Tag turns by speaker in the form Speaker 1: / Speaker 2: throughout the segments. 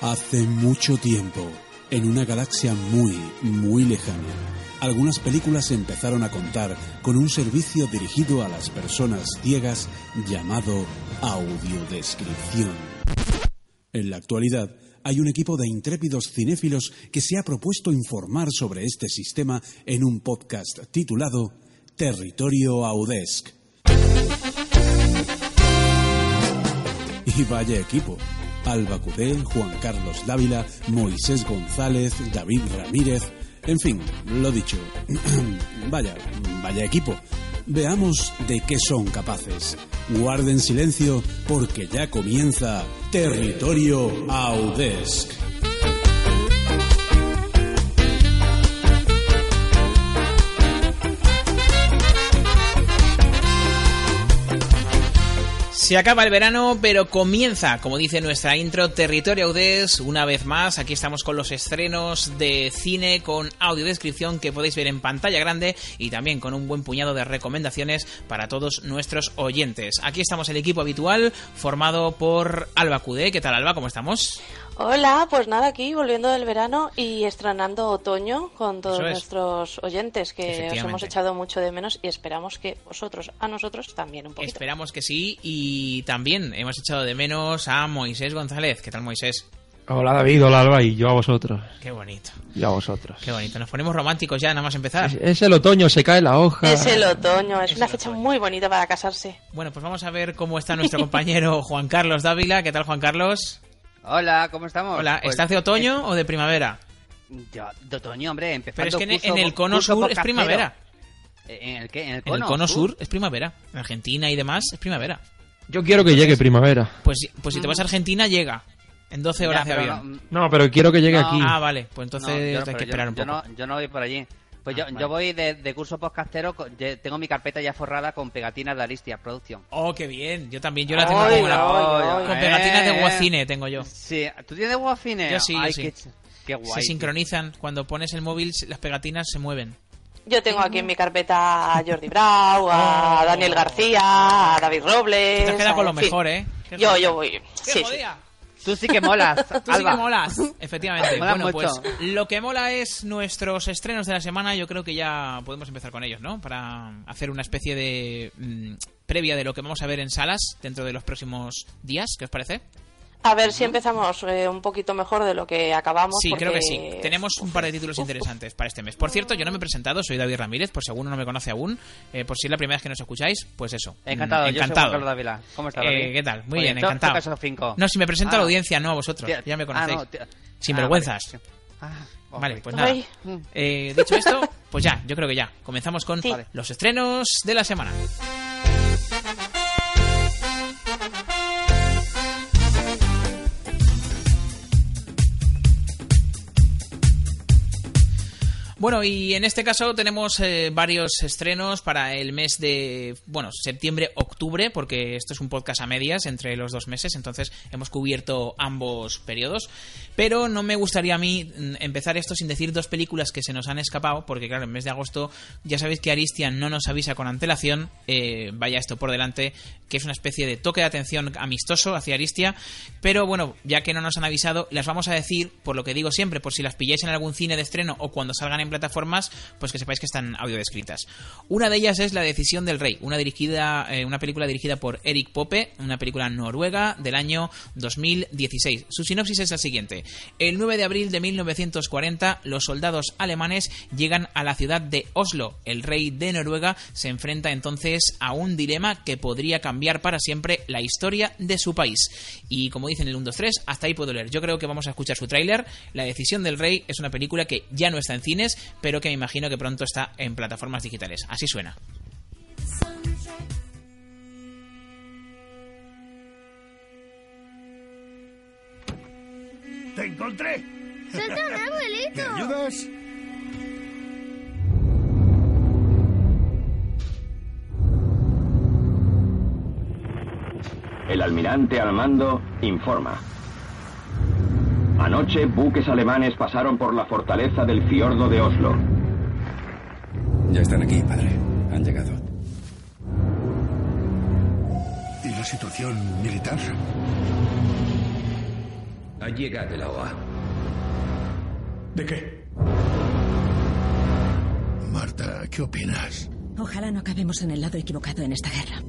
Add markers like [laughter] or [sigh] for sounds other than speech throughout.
Speaker 1: Hace mucho tiempo, en una galaxia muy, muy lejana, algunas películas empezaron a contar con un servicio dirigido a las personas ciegas llamado audiodescripción. En la actualidad, hay un equipo de intrépidos cinéfilos que se ha propuesto informar sobre este sistema en un podcast titulado Territorio Audesc. Y vaya equipo. Alba Cudé, Juan Carlos Dávila, Moisés González, David Ramírez. En fin, lo dicho. [clears throat] vaya, vaya equipo. Veamos de qué son capaces. Guarden silencio porque ya comienza Territorio Audesc.
Speaker 2: Se acaba el verano, pero comienza, como dice nuestra intro, Territorio Audes. Una vez más, aquí estamos con los estrenos de cine con audiodescripción que podéis ver en pantalla grande y también con un buen puñado de recomendaciones para todos nuestros oyentes. Aquí estamos el equipo habitual, formado por Alba Cude. ¿Qué tal, Alba? ¿Cómo estamos?
Speaker 3: Hola, pues nada, aquí volviendo del verano y estrenando otoño con todos es. nuestros oyentes que os hemos echado mucho de menos y esperamos que vosotros, a nosotros también un poquito.
Speaker 2: Esperamos que sí y también hemos echado de menos a Moisés González. ¿Qué tal, Moisés?
Speaker 4: Hola David, hola Alba y yo a vosotros.
Speaker 2: Qué bonito.
Speaker 4: Y a vosotros.
Speaker 2: Qué bonito. Nos ponemos románticos ya, nada más empezar.
Speaker 4: Es, es el otoño, se cae la hoja.
Speaker 3: Es el otoño, es, es una fecha otoño. muy bonita para casarse.
Speaker 2: Bueno, pues vamos a ver cómo está nuestro compañero Juan Carlos Dávila. ¿Qué tal, Juan Carlos?
Speaker 5: Hola, ¿cómo estamos?
Speaker 2: Hola, pues, ¿estás de otoño es... o de primavera?
Speaker 5: Yo, de otoño, hombre,
Speaker 2: empezando Pero es que en, en el cono sur bocacero. es primavera.
Speaker 5: Eh, ¿En el qué? En el
Speaker 2: cono, en el cono sur? sur es primavera. En Argentina y demás es primavera.
Speaker 4: Yo quiero que Entonces, llegue primavera.
Speaker 2: Pues, pues si te vas a Argentina, llega. En 12 horas ya, de avión.
Speaker 4: No, no, pero quiero que llegue no, aquí.
Speaker 2: Ah, vale, pues entonces no, yo, hay que esperar
Speaker 5: mm, yo,
Speaker 2: un poco.
Speaker 5: Yo no, yo voy por allí. Pues ah, yo, vale. yo, voy de, de curso podcastero, con, de, tengo mi carpeta ya forrada con pegatinas de Aristia Producción.
Speaker 2: Oh, qué bien, yo también, yo la tengo ay, ay, con ay, pegatinas
Speaker 5: Eh.
Speaker 2: de Guacine, tengo yo.
Speaker 5: Sí, ¿tú tienes Guacine?
Speaker 2: Yo sí, yo sí.
Speaker 5: Qué, qué guay,
Speaker 2: se sincronizan, tío. cuando pones el móvil las pegatinas se mueven.
Speaker 3: Yo tengo aquí en mi carpeta a Jordi Brau, a Daniel García, a David Robles...
Speaker 2: Te has quedado Oh. con lo mejor, sí. ¿eh?
Speaker 3: Qué yo, yo voy...
Speaker 2: ¡Qué
Speaker 3: sí,
Speaker 2: jodida!
Speaker 5: Tú sí que molas.
Speaker 2: [laughs] Tú Alba. sí que molas, efectivamente. Mola bueno, mucho. pues lo que mola es nuestros estrenos de la semana. Yo creo que ya podemos empezar con ellos, ¿no? Para hacer una especie de mmm, previa de lo que vamos a ver en salas dentro de los próximos días. ¿Qué os parece?
Speaker 3: A ver si empezamos eh, un poquito mejor de lo que acabamos.
Speaker 2: Sí,
Speaker 3: porque...
Speaker 2: creo que sí. Tenemos un par de títulos interesantes para este mes. Por cierto, yo no me he presentado, soy David Ramírez, por si alguno no me conoce aún, eh, por si es la primera vez que nos escucháis, pues eso.
Speaker 5: Encantado,
Speaker 2: encantado.
Speaker 5: Yo soy Dávila. ¿Cómo estás,
Speaker 2: eh, ¿Qué tal? Muy Oye, bien, encantado.
Speaker 5: Cinco.
Speaker 2: No, si me presento ah, a la audiencia, no a vosotros, tía, ya me conocéis. Ah, no, Sin ah, vergüenzas. Vale. Ah, oh, vale, pues nada. dicho esto, pues ya, yo creo que ya. Comenzamos con sí. los estrenos de la semana. Bueno, y en este caso tenemos eh, varios estrenos para el mes de, bueno, septiembre-octubre, porque esto es un podcast a medias entre los dos meses, entonces hemos cubierto ambos periodos. Pero no me gustaría a mí mm, empezar esto sin decir dos películas que se nos han escapado, porque claro, en mes de agosto ya sabéis que Aristian no nos avisa con antelación, eh, vaya esto por delante, que es una especie de toque de atención amistoso hacia Aristia, pero bueno, ya que no nos han avisado, las vamos a decir, por lo que digo siempre, por si las pilláis en algún cine de estreno o cuando salgan en plataformas, pues que sepáis que están audiodescritas. Una de ellas es La decisión del rey, una dirigida eh, una película dirigida por Eric Pope, una película noruega del año 2016. Su sinopsis es la siguiente: El 9 de abril de 1940, los soldados alemanes llegan a la ciudad de Oslo. El rey de Noruega se enfrenta entonces a un dilema que podría cambiar para siempre la historia de su país. Y como dicen el 1 2 3, hasta ahí puedo leer. Yo creo que vamos a escuchar su tráiler. La decisión del rey es una película que ya no está en cines, pero que me imagino que pronto está en plataformas digitales. Así suena.
Speaker 6: ¡Te encontré!
Speaker 7: ¡Suelta un abuelito!
Speaker 6: ¿Me ayudas?
Speaker 8: El almirante al mando informa. Anoche buques alemanes pasaron por la fortaleza del fiordo de Oslo.
Speaker 9: Ya están aquí, padre. Han llegado.
Speaker 6: ¿Y la situación militar?
Speaker 9: Ha llegado la OA.
Speaker 6: ¿De qué?
Speaker 10: Marta, ¿qué opinas?
Speaker 11: Ojalá no acabemos en el lado equivocado en esta guerra.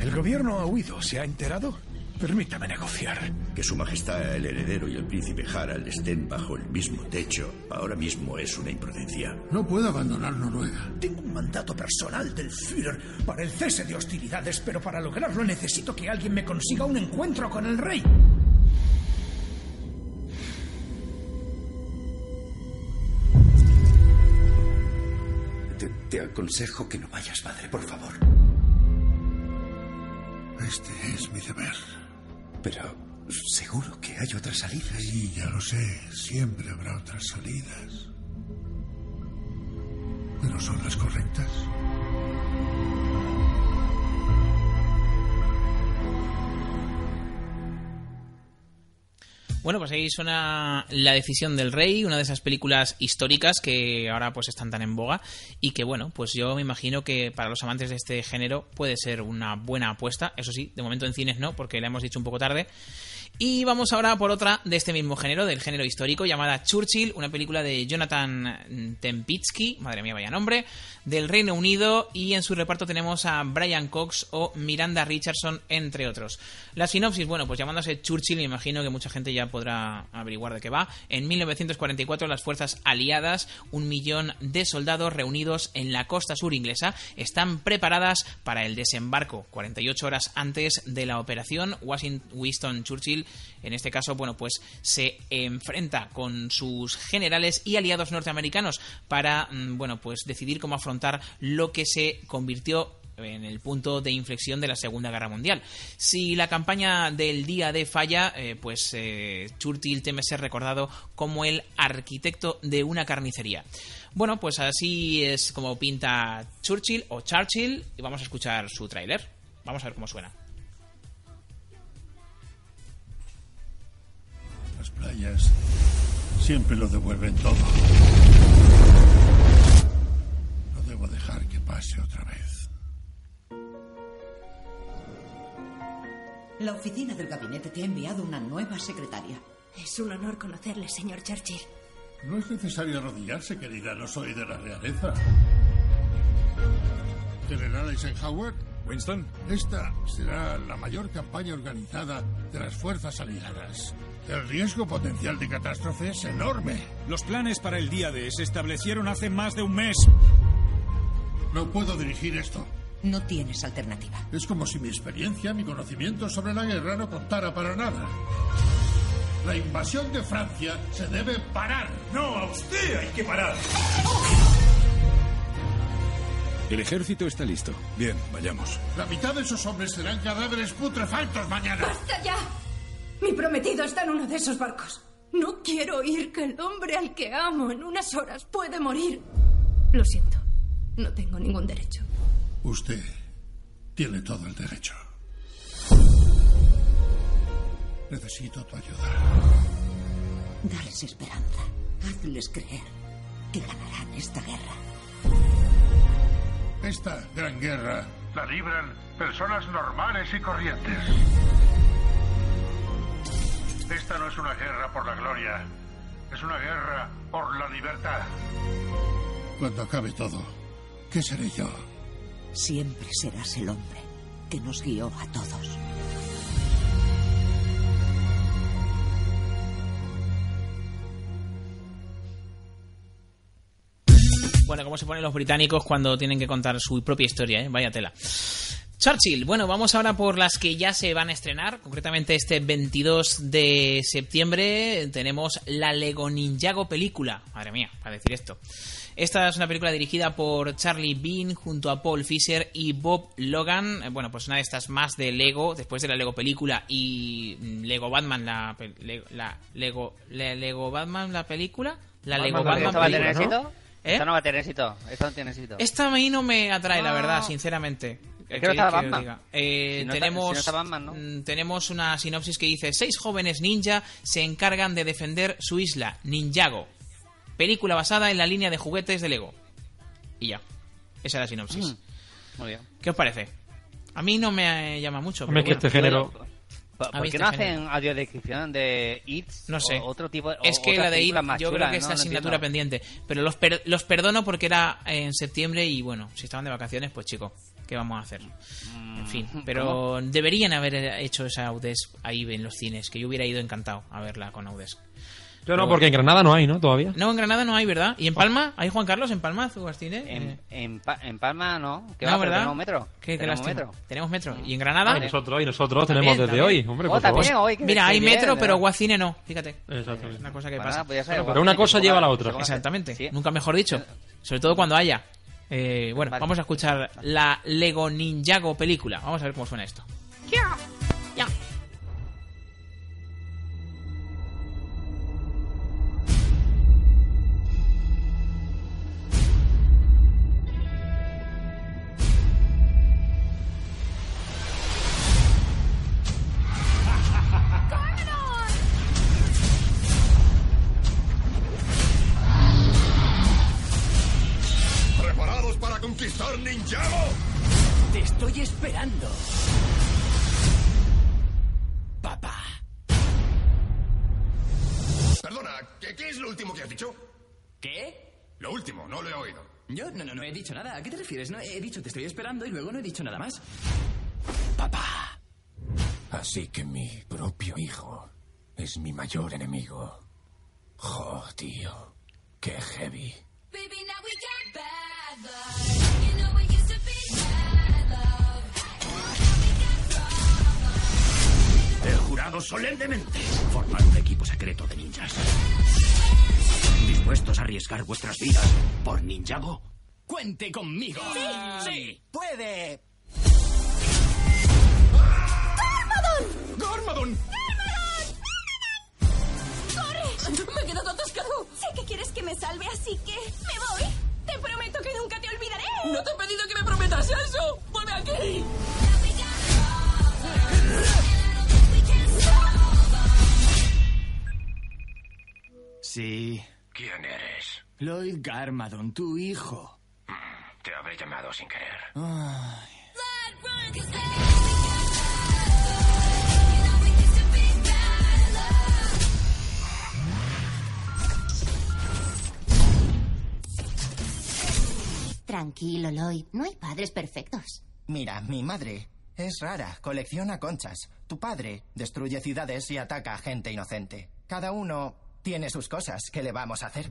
Speaker 10: El gobierno ha huido, ¿se ha enterado? Permítame negociar.
Speaker 12: Que su majestad el heredero y el príncipe Harald estén bajo el mismo techo ahora mismo es una imprudencia.
Speaker 10: No puedo abandonar Noruega.
Speaker 6: Tengo un mandato personal del Führer para el cese de hostilidades, pero para lograrlo necesito que alguien me consiga un encuentro con el rey.
Speaker 12: Te, te aconsejo que no vayas, madre, por favor.
Speaker 10: Este es mi deber.
Speaker 12: Pero seguro que hay otras salidas.
Speaker 10: Sí, ya lo sé. Siempre habrá otras salidas. Pero son las correctas.
Speaker 2: Bueno, pues ahí suena La decisión del rey, una de esas películas históricas que ahora pues están tan en boga y que bueno, pues yo me imagino que para los amantes de este género puede ser una buena apuesta, eso sí, de momento en cines no, porque la hemos dicho un poco tarde. Y vamos ahora por otra de este mismo género, del género histórico, llamada Churchill, una película de Jonathan Tempitsky, madre mía, vaya nombre, del Reino Unido y en su reparto tenemos a Brian Cox o Miranda Richardson, entre otros. La sinopsis, bueno, pues llamándose Churchill, me imagino que mucha gente ya podrá averiguar de qué va. En 1944 las fuerzas aliadas, un millón de soldados reunidos en la costa sur inglesa, están preparadas para el desembarco 48 horas antes de la operación. Winston Churchill, en este caso, bueno, pues se enfrenta con sus generales y aliados norteamericanos para, bueno, pues decidir cómo afrontar lo que se convirtió en el punto de inflexión de la Segunda Guerra Mundial. Si la campaña del día de falla, eh, pues eh, Churchill teme ser recordado como el arquitecto de una carnicería. Bueno, pues así es como pinta Churchill o Churchill y vamos a escuchar su tráiler. Vamos a ver cómo suena.
Speaker 10: Las playas siempre lo devuelven todo. No debo dejar que pase otra vez.
Speaker 13: La oficina del gabinete te ha enviado una nueva secretaria.
Speaker 14: Es un honor conocerle, señor Churchill.
Speaker 10: No es necesario arrodillarse, querida. No soy de la realeza. General Eisenhower.
Speaker 15: Winston.
Speaker 10: Esta será la mayor campaña organizada de las fuerzas aliadas. El riesgo potencial de catástrofe es enorme.
Speaker 15: Los planes para el día D se establecieron hace más de un mes.
Speaker 10: No puedo dirigir esto.
Speaker 13: No tienes alternativa.
Speaker 10: Es como si mi experiencia, mi conocimiento sobre la guerra no contara para nada. La invasión de Francia se debe parar.
Speaker 6: No, a usted hay que parar.
Speaker 9: El ejército está listo. Bien, vayamos.
Speaker 10: La mitad de esos hombres serán cadáveres putrefactos mañana.
Speaker 14: ¡Basta ya! Mi prometido está en uno de esos barcos. No quiero oír que el hombre al que amo en unas horas puede morir. Lo siento. No tengo ningún derecho.
Speaker 10: Usted tiene todo el derecho. Necesito tu ayuda.
Speaker 13: Darles esperanza. Hazles creer que ganarán esta guerra.
Speaker 10: Esta gran guerra la libran personas normales y corrientes. Esta no es una guerra por la gloria. Es una guerra por la libertad. Cuando acabe todo, ¿qué seré yo?
Speaker 13: siempre serás el hombre que nos guió a todos.
Speaker 2: Bueno, cómo se ponen los británicos cuando tienen que contar su propia historia, ¿eh? Vaya tela. Churchill, bueno, vamos ahora por las que ya se van a estrenar. Concretamente este 22 de septiembre tenemos la Lego Ninjago película. Madre mía, para decir esto. Esta es una película dirigida por Charlie Bean junto a Paul Fisher y Bob Logan. Bueno, pues una de estas más de Lego, después de la Lego película y mm, Lego Batman, la, Lego, la Lego, la Lego Batman, la película. La Lego Batman,
Speaker 5: Batman película,
Speaker 2: ¿no?
Speaker 5: ¿Eh? Esta no va a tener éxito. Esta no tiene éxito.
Speaker 2: Esta a mí no me atrae, la verdad, sinceramente.
Speaker 5: Que, que Batman.
Speaker 2: Eh, si no tenemos, está, si no Batman, ¿no? tenemos una sinopsis que dice: Seis jóvenes ninja se encargan de defender su isla, Ninjago. Película basada en la línea de juguetes de Lego. Y ya. Esa es la sinopsis.
Speaker 5: Mm. Muy bien.
Speaker 2: ¿Qué os parece? A mí no me llama mucho.
Speaker 4: Hombre,
Speaker 2: pero bueno.
Speaker 4: que este género.
Speaker 5: ¿Por, ¿por qué no hacen audiodescripción de It's?
Speaker 2: No sé.
Speaker 5: O otro tipo,
Speaker 2: es
Speaker 5: o-
Speaker 2: que
Speaker 5: otra
Speaker 2: la de It,
Speaker 5: película más
Speaker 2: yo
Speaker 5: chula,
Speaker 2: creo que
Speaker 5: ¿no?
Speaker 2: es
Speaker 5: No
Speaker 2: asignatura
Speaker 5: entiendo.
Speaker 2: pendiente. Pero los, per- los perdono porque era en septiembre y bueno, si estaban de vacaciones, pues chico, ¿qué vamos a hacer? En fin, pero
Speaker 5: ¿cómo?
Speaker 2: deberían haber eh, hecho esa Audes ahí en los cines, que yo hubiera ido encantado a verla con Audes.
Speaker 4: Yo no, porque en Granada no hay, ¿no? Todavía.
Speaker 2: No, en Granada no hay, ¿verdad? ¿Y en Palma? ¿Hay Juan Carlos en Palma, Zugastine?
Speaker 5: Oh. En, en, Pa- en Palma no. ¿Qué
Speaker 2: No,
Speaker 5: va, pero
Speaker 2: ¿verdad?
Speaker 5: Tenemos metro.
Speaker 2: Qué- qué
Speaker 5: tenemos
Speaker 2: lástima.
Speaker 5: metro.
Speaker 2: Tenemos metro. ¿Y en Granada?
Speaker 4: Ah, nosotros, y nosotros tenemos
Speaker 2: También,
Speaker 4: desde
Speaker 2: también.
Speaker 4: hoy, hombre,
Speaker 5: Oh,
Speaker 4: por favor.
Speaker 5: también hoy, que
Speaker 2: Mira,
Speaker 5: estoy
Speaker 2: hay
Speaker 5: bien,
Speaker 2: metro,
Speaker 5: ¿verdad?
Speaker 2: pero Guacine no, fíjate.
Speaker 4: Exactamente.
Speaker 2: Una cosa que
Speaker 5: Bueno,
Speaker 2: pasa.
Speaker 5: pues ya sabes,
Speaker 2: Pero
Speaker 4: Pero una
Speaker 5: Guacine,
Speaker 4: cosa
Speaker 5: que
Speaker 4: lleva a la
Speaker 5: ponga-
Speaker 4: otra.
Speaker 5: que ponga-
Speaker 2: Exactamente,
Speaker 5: Sí. Eh,
Speaker 2: nunca mejor dicho. Sobre todo cuando haya. Eh, bueno,
Speaker 5: Vale.
Speaker 2: vamos a escuchar la Lego Ninjago película. Vamos a ver cómo suena esto.
Speaker 9: ¿Preparados para conquistar Ninjago?
Speaker 6: Te estoy esperando.
Speaker 9: Papá. Perdona, ¿qué, qué es lo último que has dicho?
Speaker 16: ¿Qué?
Speaker 9: Lo último, no lo he oído.
Speaker 16: Yo no, no, no he dicho nada. ¿A qué te refieres? No, he dicho te estoy esperando y luego no he dicho nada más.
Speaker 9: Así que mi propio hijo es mi mayor enemigo. Jo, tío. Qué heavy.
Speaker 16: He jurado solemnemente formar un equipo secreto de ninjas. ¿Dispuestos a arriesgar vuestras vidas por Ninjago? ¡Cuente conmigo! ¡Sí! ¡Sí! ¡Puede! ¡Gormadon! ¡Gormadon!
Speaker 14: ¡Corre! Me he quedado atascado. Sé que quieres que me salve, así que me voy. Te prometo que nunca te olvidaré.
Speaker 16: ¡No te he pedido que me prometas eso! ¡Vuelve aquí! Sí.
Speaker 9: ¿Quién eres?
Speaker 16: Lloyd Garmadon, tu hijo.
Speaker 9: Te habré llamado sin querer.
Speaker 16: Ay.
Speaker 17: Tranquilo, Lloyd. No hay padres perfectos.
Speaker 16: Mira, mi madre es rara, colecciona conchas. Tu padre destruye ciudades y ataca a gente inocente. Cada uno tiene sus cosas. ¿Qué le vamos a hacer?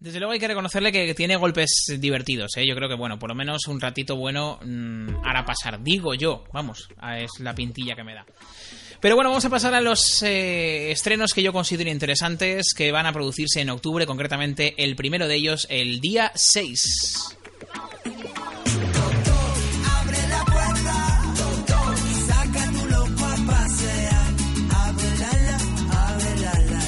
Speaker 2: Desde luego hay que reconocerle que tiene golpes divertidos, ¿eh? Yo creo que, bueno, por lo menos un ratito bueno mm, hará pasar. Digo yo, vamos, ah, es la pintilla que me da. Pero bueno, vamos a pasar a los eh, estrenos que yo considero interesantes, que van a producirse en octubre, concretamente el primero de ellos, el día 6.
Speaker 18: Saca tu lopa a pasear. Abuelala, abuelala.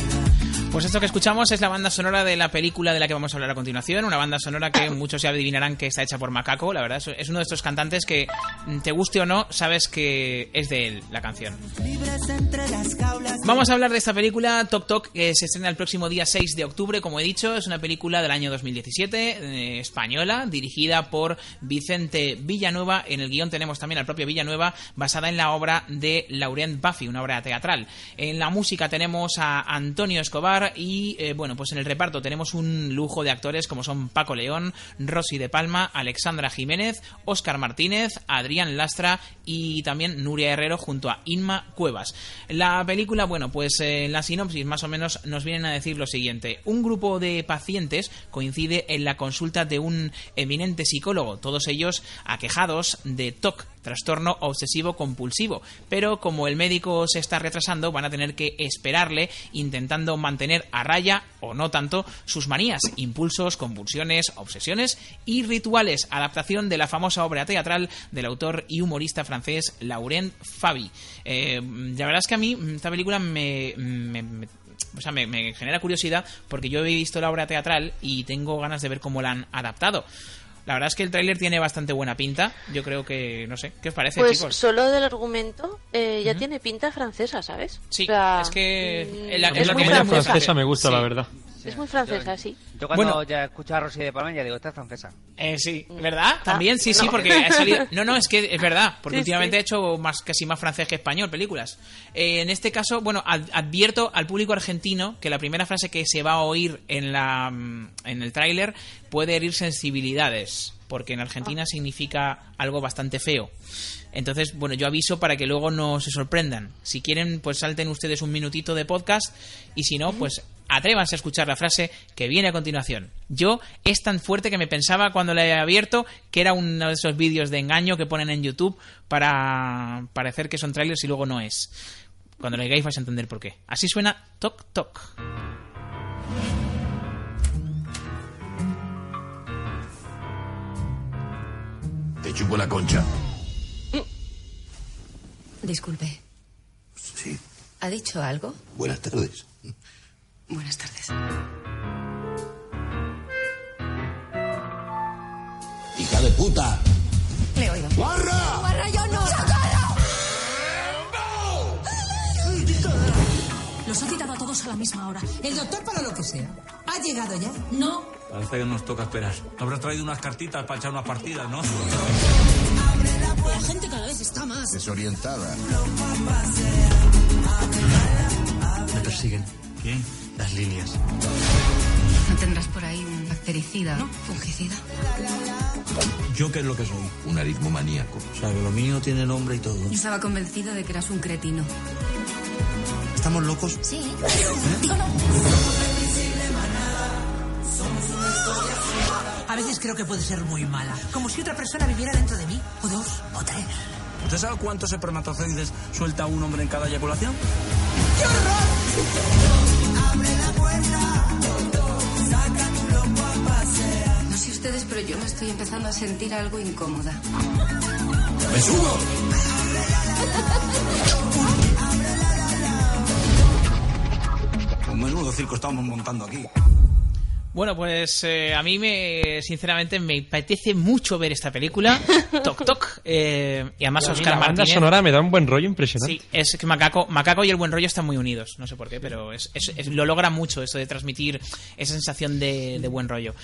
Speaker 2: Pues esto que escuchamos es la banda sonora de la película de la que vamos a hablar a continuación, una banda sonora que muchos ya adivinarán que está hecha por Macaco, la verdad, es- es uno de estos cantantes que, mm, te guste o no, sabes que es de él la canción.
Speaker 18: Libres entre las jaulas.
Speaker 2: Vamos a hablar de esta película, Tok Tok, que se estrena el próximo día 6 de octubre, como he dicho. Es una película del año 2017, eh, española, dirigida por Vicente Villanueva. En el guión tenemos también al propio Villanueva, basada en la obra de Laurent Buffy, una obra teatral. En la música tenemos a Antonio Escobar y, eh, bueno, pues en el reparto tenemos un lujo de actores como son Paco León, Rosy de Palma, Alexandra Jiménez, Óscar Martínez, Adrián Lastra y también Nuria Herrero junto a Inma Cuevas. La película, bueno, pues eh, en la sinopsis más o menos nos vienen a decir lo siguiente. Un grupo de pacientes coincide en la consulta de un eminente psicólogo, todos ellos aquejados de TOC, trastorno obsesivo compulsivo. Pero como el médico se está retrasando, van a tener que esperarle intentando mantener a raya, o no tanto, sus manías, impulsos, convulsiones, obsesiones y rituales. Adaptación de la famosa obra teatral del autor y humorista francés Laurent Fabi. Eh, la verdad es que a mí mm, esta película me- me- me o sea, me, me genera curiosidad porque yo he visto la obra teatral y tengo ganas de ver cómo la han adaptado. La verdad es que el tráiler tiene bastante buena pinta. Yo creo que, no sé, ¿qué os parece,
Speaker 3: Pues
Speaker 2: chicos?
Speaker 3: solo del argumento eh, ya
Speaker 2: Ujú.
Speaker 3: tiene pinta francesa, ¿sabes?
Speaker 2: Sí,
Speaker 3: O sea,
Speaker 2: es que
Speaker 3: mm,
Speaker 2: en la-
Speaker 4: A mí
Speaker 2: es
Speaker 4: la
Speaker 2: muy
Speaker 4: comedia
Speaker 2: francesa.
Speaker 4: francesa me gusta, la verdad.
Speaker 3: Es muy francesa,
Speaker 5: Yo-
Speaker 3: sí.
Speaker 5: Yo cuando
Speaker 2: Bueno.
Speaker 5: ya escucho a Rosy de Palma ya digo, esta es francesa.
Speaker 2: Eh, sí, ¿verdad? También, sí, sí, porque ha
Speaker 5: [laughs]
Speaker 2: salido... No, no, es que es verdad, porque
Speaker 5: Ah, Sí,
Speaker 2: últimamente ha hecho más, casi más francés que español películas. Eh, en este caso, bueno, ad- advierto al público argentino que la primera frase que se va a oír en, la, mm, en el tráiler puede herir sensibilidades, porque en Argentina
Speaker 5: Ah.
Speaker 2: significa algo bastante feo. Entonces, bueno, yo aviso para que luego no se sorprendan. Si quieren, pues salten ustedes un minutito de podcast y si no, pues atrévanse a escuchar la frase que viene a continuación. Yo es tan fuerte que me pensaba cuando la he abierto que era uno de esos vídeos de engaño que ponen en YouTube para parecer que son trailers y luego no es. Cuando lo digáis vais a entender por qué. Así suena Toc Toc.
Speaker 12: Te chupo la concha.
Speaker 19: Disculpe,
Speaker 12: Sí.
Speaker 19: ¿ha dicho algo?
Speaker 12: Buenas tardes.
Speaker 19: Buenas tardes.
Speaker 20: ¡Hija de puta!
Speaker 19: Le oigo.
Speaker 20: ¡Guarra!
Speaker 19: ¡Guarra, yo no!
Speaker 21: Los ha citado a todos a la misma hora. El doctor para lo que sea. ¿Ha llegado ya? No.
Speaker 22: Parece que nos toca esperar. Habrás traído unas cartitas para echar unas partidas, ¿no?
Speaker 21: La gente cada vez está más.
Speaker 23: Desorientada.
Speaker 22: Me persiguen. ¿Quién? Las líneas.
Speaker 19: ¿No tendrás por ahí un bactericida? ¿No? ¿Fungicida?
Speaker 22: ¿Yo qué es lo que soy? Un aritmomaníaco. O sea, que lo mío tiene nombre y todo.
Speaker 19: Yo estaba convencido de que eras un cretino.
Speaker 22: ¿Estamos locos?
Speaker 19: Sí.
Speaker 21: ¿Eh? A veces creo que puede ser muy mala. Como si otra persona viviera dentro de mí. O dos. O tres.
Speaker 22: ¿Usted sabe cuántos espermatozoides suelta un hombre en cada eyaculación?
Speaker 19: No sé ustedes, pero yo me estoy empezando a sentir algo incómoda.
Speaker 20: ¡Me subo!
Speaker 22: Un menudo circo estamos montando aquí.
Speaker 2: Bueno, pues eh, a mí me, sinceramente me apetece mucho ver esta película. Toc Toc. eh, y además
Speaker 4: A mí
Speaker 2: Oscar
Speaker 4: la banda
Speaker 2: Martínez.
Speaker 4: sonora me da un buen rollo impresionante.
Speaker 2: Sí, es que Macaco, Macaco y el buen rollo están muy unidos, no sé por qué, pero es, es- es- lo logra mucho esto de transmitir esa sensación de, de buen rollo.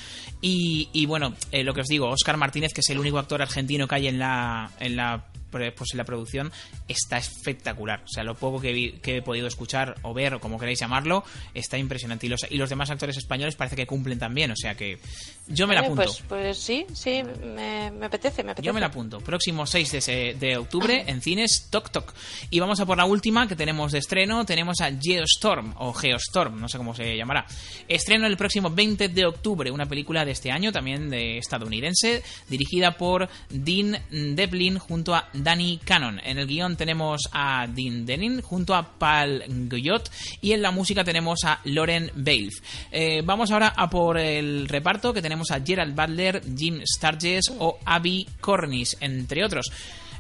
Speaker 2: Y, y bueno, eh, lo que os digo, Oscar Martínez, que es el único actor argentino que hay en la, en la pre- pues en la producción, está espectacular. O sea, lo poco que, vi- que he podido escuchar o ver, o como queráis llamarlo, está impresionante. Y los, y los demás actores españoles parece que cumplen también, o sea que yo me la
Speaker 3: Eh,
Speaker 2: apunto.
Speaker 3: Pues, pues sí, sí, me, me apetece, me apetece.
Speaker 2: Yo me la apunto. Próximo 6 de, se- de octubre en cines Toc Toc. Y vamos a por la última que tenemos de estreno. Tenemos a Geostorm o Geostorm, no sé cómo se llamará. Estreno el próximo 20 de octubre, una película de este año, también de estadounidense, dirigida por Dean Devlin junto a Danny Cannon. En el guión tenemos a Dean Denin junto a Pal Goyot y en la música tenemos a Lauren Balfe. Eh, vamos ahora a por el reparto que tenemos a Gerald Butler, Jim Sturges o Abby Cornish, entre otros.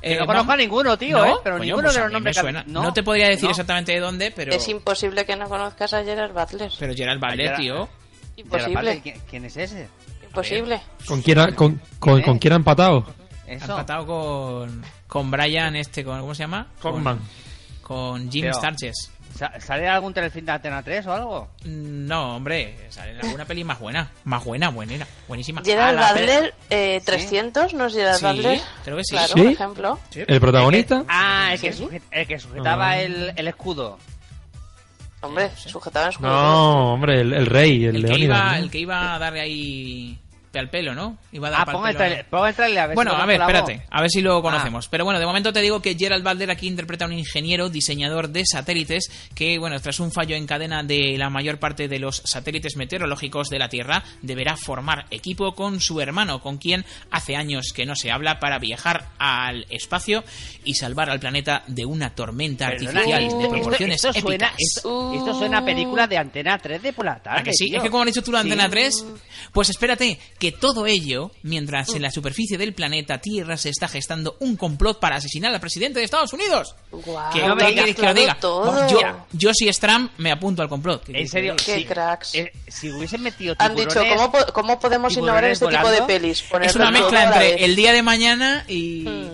Speaker 5: Que
Speaker 2: Eh,
Speaker 5: no conozco
Speaker 2: vam-
Speaker 5: a ninguno, tío,
Speaker 2: ¿No?
Speaker 5: ¿eh? Pero
Speaker 2: Coño,
Speaker 5: ninguno
Speaker 2: pues
Speaker 5: de
Speaker 2: a
Speaker 5: los
Speaker 2: mí
Speaker 5: nombres
Speaker 2: me
Speaker 5: que-
Speaker 2: suena.
Speaker 5: No.
Speaker 2: No te podría decir
Speaker 5: No.
Speaker 2: exactamente de dónde, pero,
Speaker 3: Es imposible que no conozcas a Gerard Butler.
Speaker 2: pero Gerald Butler,
Speaker 5: Gerard-
Speaker 2: tío.
Speaker 5: Pero aparte,
Speaker 3: Imposible,
Speaker 5: ¿quién- ¿Quién es ese?
Speaker 3: imposible.
Speaker 2: Eh,
Speaker 4: ¿Con quién ha, con, con,
Speaker 5: ¿Eh?
Speaker 4: con quién ha empatado?
Speaker 2: Ha empatado con, con Brian, este, con, ¿cómo se llama?
Speaker 4: Cogman.
Speaker 2: Con, con Jim
Speaker 5: Pero-
Speaker 2: Sturges.
Speaker 5: Sa- ¿Sale algún telefilm de Antena 3 o algo?
Speaker 2: No, hombre, sale en alguna peli más buena. Más buena, buena, buenísima.
Speaker 3: Gerard
Speaker 2: A la
Speaker 3: Butler,
Speaker 2: pe-
Speaker 3: eh, 300, ¿no es Gerard
Speaker 2: Sí,
Speaker 3: Butler?
Speaker 2: creo que sí.
Speaker 3: Claro,
Speaker 2: ¿Sí?
Speaker 3: por ejemplo.
Speaker 4: ¿El protagonista?
Speaker 5: Ah, el que, sujet- el que sujetaba
Speaker 2: Ah.
Speaker 5: el, el escudo.
Speaker 3: Hombre, sujetaba el escudo.
Speaker 4: No, hombre, el, el rey, el,
Speaker 2: El que,
Speaker 4: Leónidas.
Speaker 2: iba,
Speaker 4: ¿no?
Speaker 2: el que iba a darle ahí al pelo, ¿no? Iba a dar
Speaker 5: Ah,
Speaker 2: pal
Speaker 5: ponga el
Speaker 2: pelo a-
Speaker 5: trailer, ponga el trailer a ver
Speaker 2: bueno,
Speaker 5: si lo Ah.
Speaker 2: a ver,
Speaker 5: conozco la
Speaker 2: espérate,
Speaker 5: voz.
Speaker 2: a ver si lo conocemos. Pero bueno, de momento te digo que Gerald Butler aquí interpreta a un ingeniero diseñador de satélites que, bueno, tras un fallo en cadena de la mayor parte de los satélites meteorológicos de la Tierra, deberá formar equipo con su hermano, con quien hace años que no se habla, para viajar al espacio y salvar al planeta de una tormenta
Speaker 5: Perdona,
Speaker 2: artificial
Speaker 5: esto-
Speaker 2: de
Speaker 5: esto-
Speaker 2: proporciones
Speaker 5: esto suena,
Speaker 2: épicas.
Speaker 5: esto, esto suena a película de Antena 3 de por la tarde.
Speaker 2: ¿A que sí?
Speaker 5: tío.
Speaker 2: Es que como han dicho tú la
Speaker 5: Sí.
Speaker 2: antena 3, pues espérate que todo ello, mientras en la superficie del planeta Tierra se está gestando un complot para asesinar al presidente de Estados Unidos.
Speaker 3: Guau,
Speaker 2: Que
Speaker 3: lo
Speaker 2: ¿qué
Speaker 3: has
Speaker 2: quieres que lo
Speaker 3: mezclado
Speaker 2: diga? Pues
Speaker 3: todo.
Speaker 2: Yo, yo si es Trump me apunto al complot. ¿Qué
Speaker 5: En
Speaker 2: quieres que
Speaker 5: serio,
Speaker 2: diga?
Speaker 3: Qué
Speaker 5: si,
Speaker 3: cracks.
Speaker 5: eh, si hubiesen metido
Speaker 3: Han dicho,
Speaker 5: tiburones-
Speaker 3: ¿cómo, po- cómo podemos innovar en
Speaker 5: tiburones
Speaker 3: este tipo de
Speaker 5: volando?
Speaker 3: pelis?
Speaker 2: Es
Speaker 3: Ponerlo
Speaker 2: una
Speaker 3: todo
Speaker 2: mezcla
Speaker 3: a la
Speaker 2: entre
Speaker 3: vez.
Speaker 2: el día de mañana y,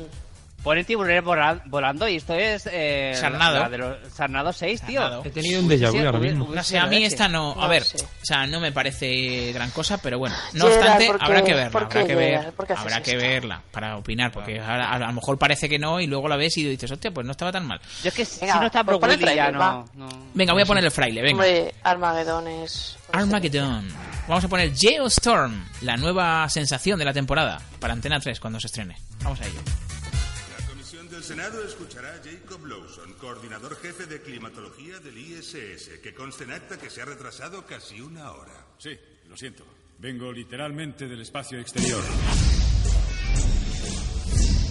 Speaker 5: Ponen tiburones vola- volando y esto es. Eh,
Speaker 2: Sarnado.
Speaker 5: la de los- Sarnado 6,
Speaker 2: Sarnado.
Speaker 5: tío.
Speaker 2: He tenido
Speaker 4: un déjà vu
Speaker 5: Sí,
Speaker 4: ahora
Speaker 5: hubiera-
Speaker 4: mismo.
Speaker 5: hubiera
Speaker 2: No sé, a mí
Speaker 5: sido
Speaker 2: esta
Speaker 5: ese.
Speaker 2: no. A
Speaker 3: No
Speaker 2: ver,
Speaker 3: sé.
Speaker 2: o sea, no me parece gran cosa, pero bueno. No
Speaker 3: Gerard,
Speaker 2: obstante,
Speaker 3: ¿por qué-
Speaker 2: habrá que verla.
Speaker 3: por
Speaker 2: Habrá
Speaker 3: qué,
Speaker 2: que,
Speaker 3: Gerard?
Speaker 2: ver,
Speaker 3: ¿Por qué haces
Speaker 2: habrá que
Speaker 3: esto?
Speaker 2: verla para opinar, porque ahora- a, a lo mejor parece que no y luego la ves y dices, hostia, pues no estaba tan mal.
Speaker 5: Yo es que si-
Speaker 3: Venga,
Speaker 5: si no está
Speaker 3: pues
Speaker 5: Bruce
Speaker 3: pon el
Speaker 5: Willis ya
Speaker 3: tráiler, va.
Speaker 5: no. no.
Speaker 2: Venga, voy a poner el fraile, venga.
Speaker 3: Pues Hombre, Armageddon es.
Speaker 2: Armageddon. Vamos a poner Geostorm, la nueva sensación de la temporada, para Antena 3 cuando se estrene. Vamos a ello.
Speaker 10: La Comisión del Senado escuchará a Jacob Lawson, coordinador jefe de climatología del ISS, que consta en acta que se ha retrasado casi una hora.
Speaker 24: Sí, lo siento. Vengo literalmente del espacio exterior.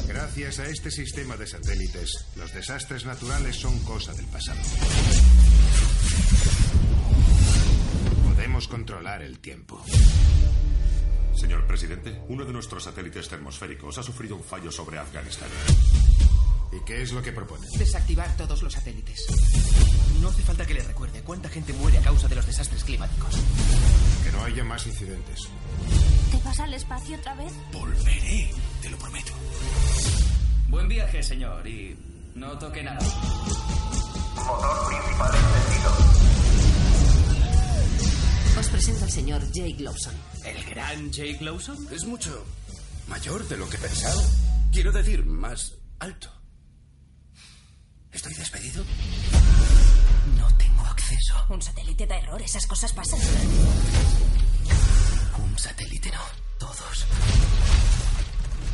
Speaker 10: Gracias a este sistema de satélites, los desastres naturales son cosa del pasado. Podemos controlar el tiempo.
Speaker 25: Señor presidente, uno de nuestros satélites termosféricos ha sufrido un fallo sobre Afganistán.
Speaker 10: ¿Y qué es lo que propone?
Speaker 26: Desactivar todos los satélites. No hace falta que le recuerde cuánta gente muere a causa de los desastres climáticos.
Speaker 10: Que no haya más incidentes.
Speaker 27: ¿Te vas al espacio otra vez?
Speaker 25: Volveré, te lo prometo.
Speaker 28: Buen viaje, señor, y no toque nada.
Speaker 14: Os presento al señor Jake Lawson.
Speaker 28: ¿El gran Jake Lawson?
Speaker 25: Es mucho mayor de lo que pensaba. Quiero decir, más alto. ¿Estoy despedido?
Speaker 16: No tengo acceso.
Speaker 14: Un satélite da error, esas cosas pasan.
Speaker 16: Un satélite no. Todos.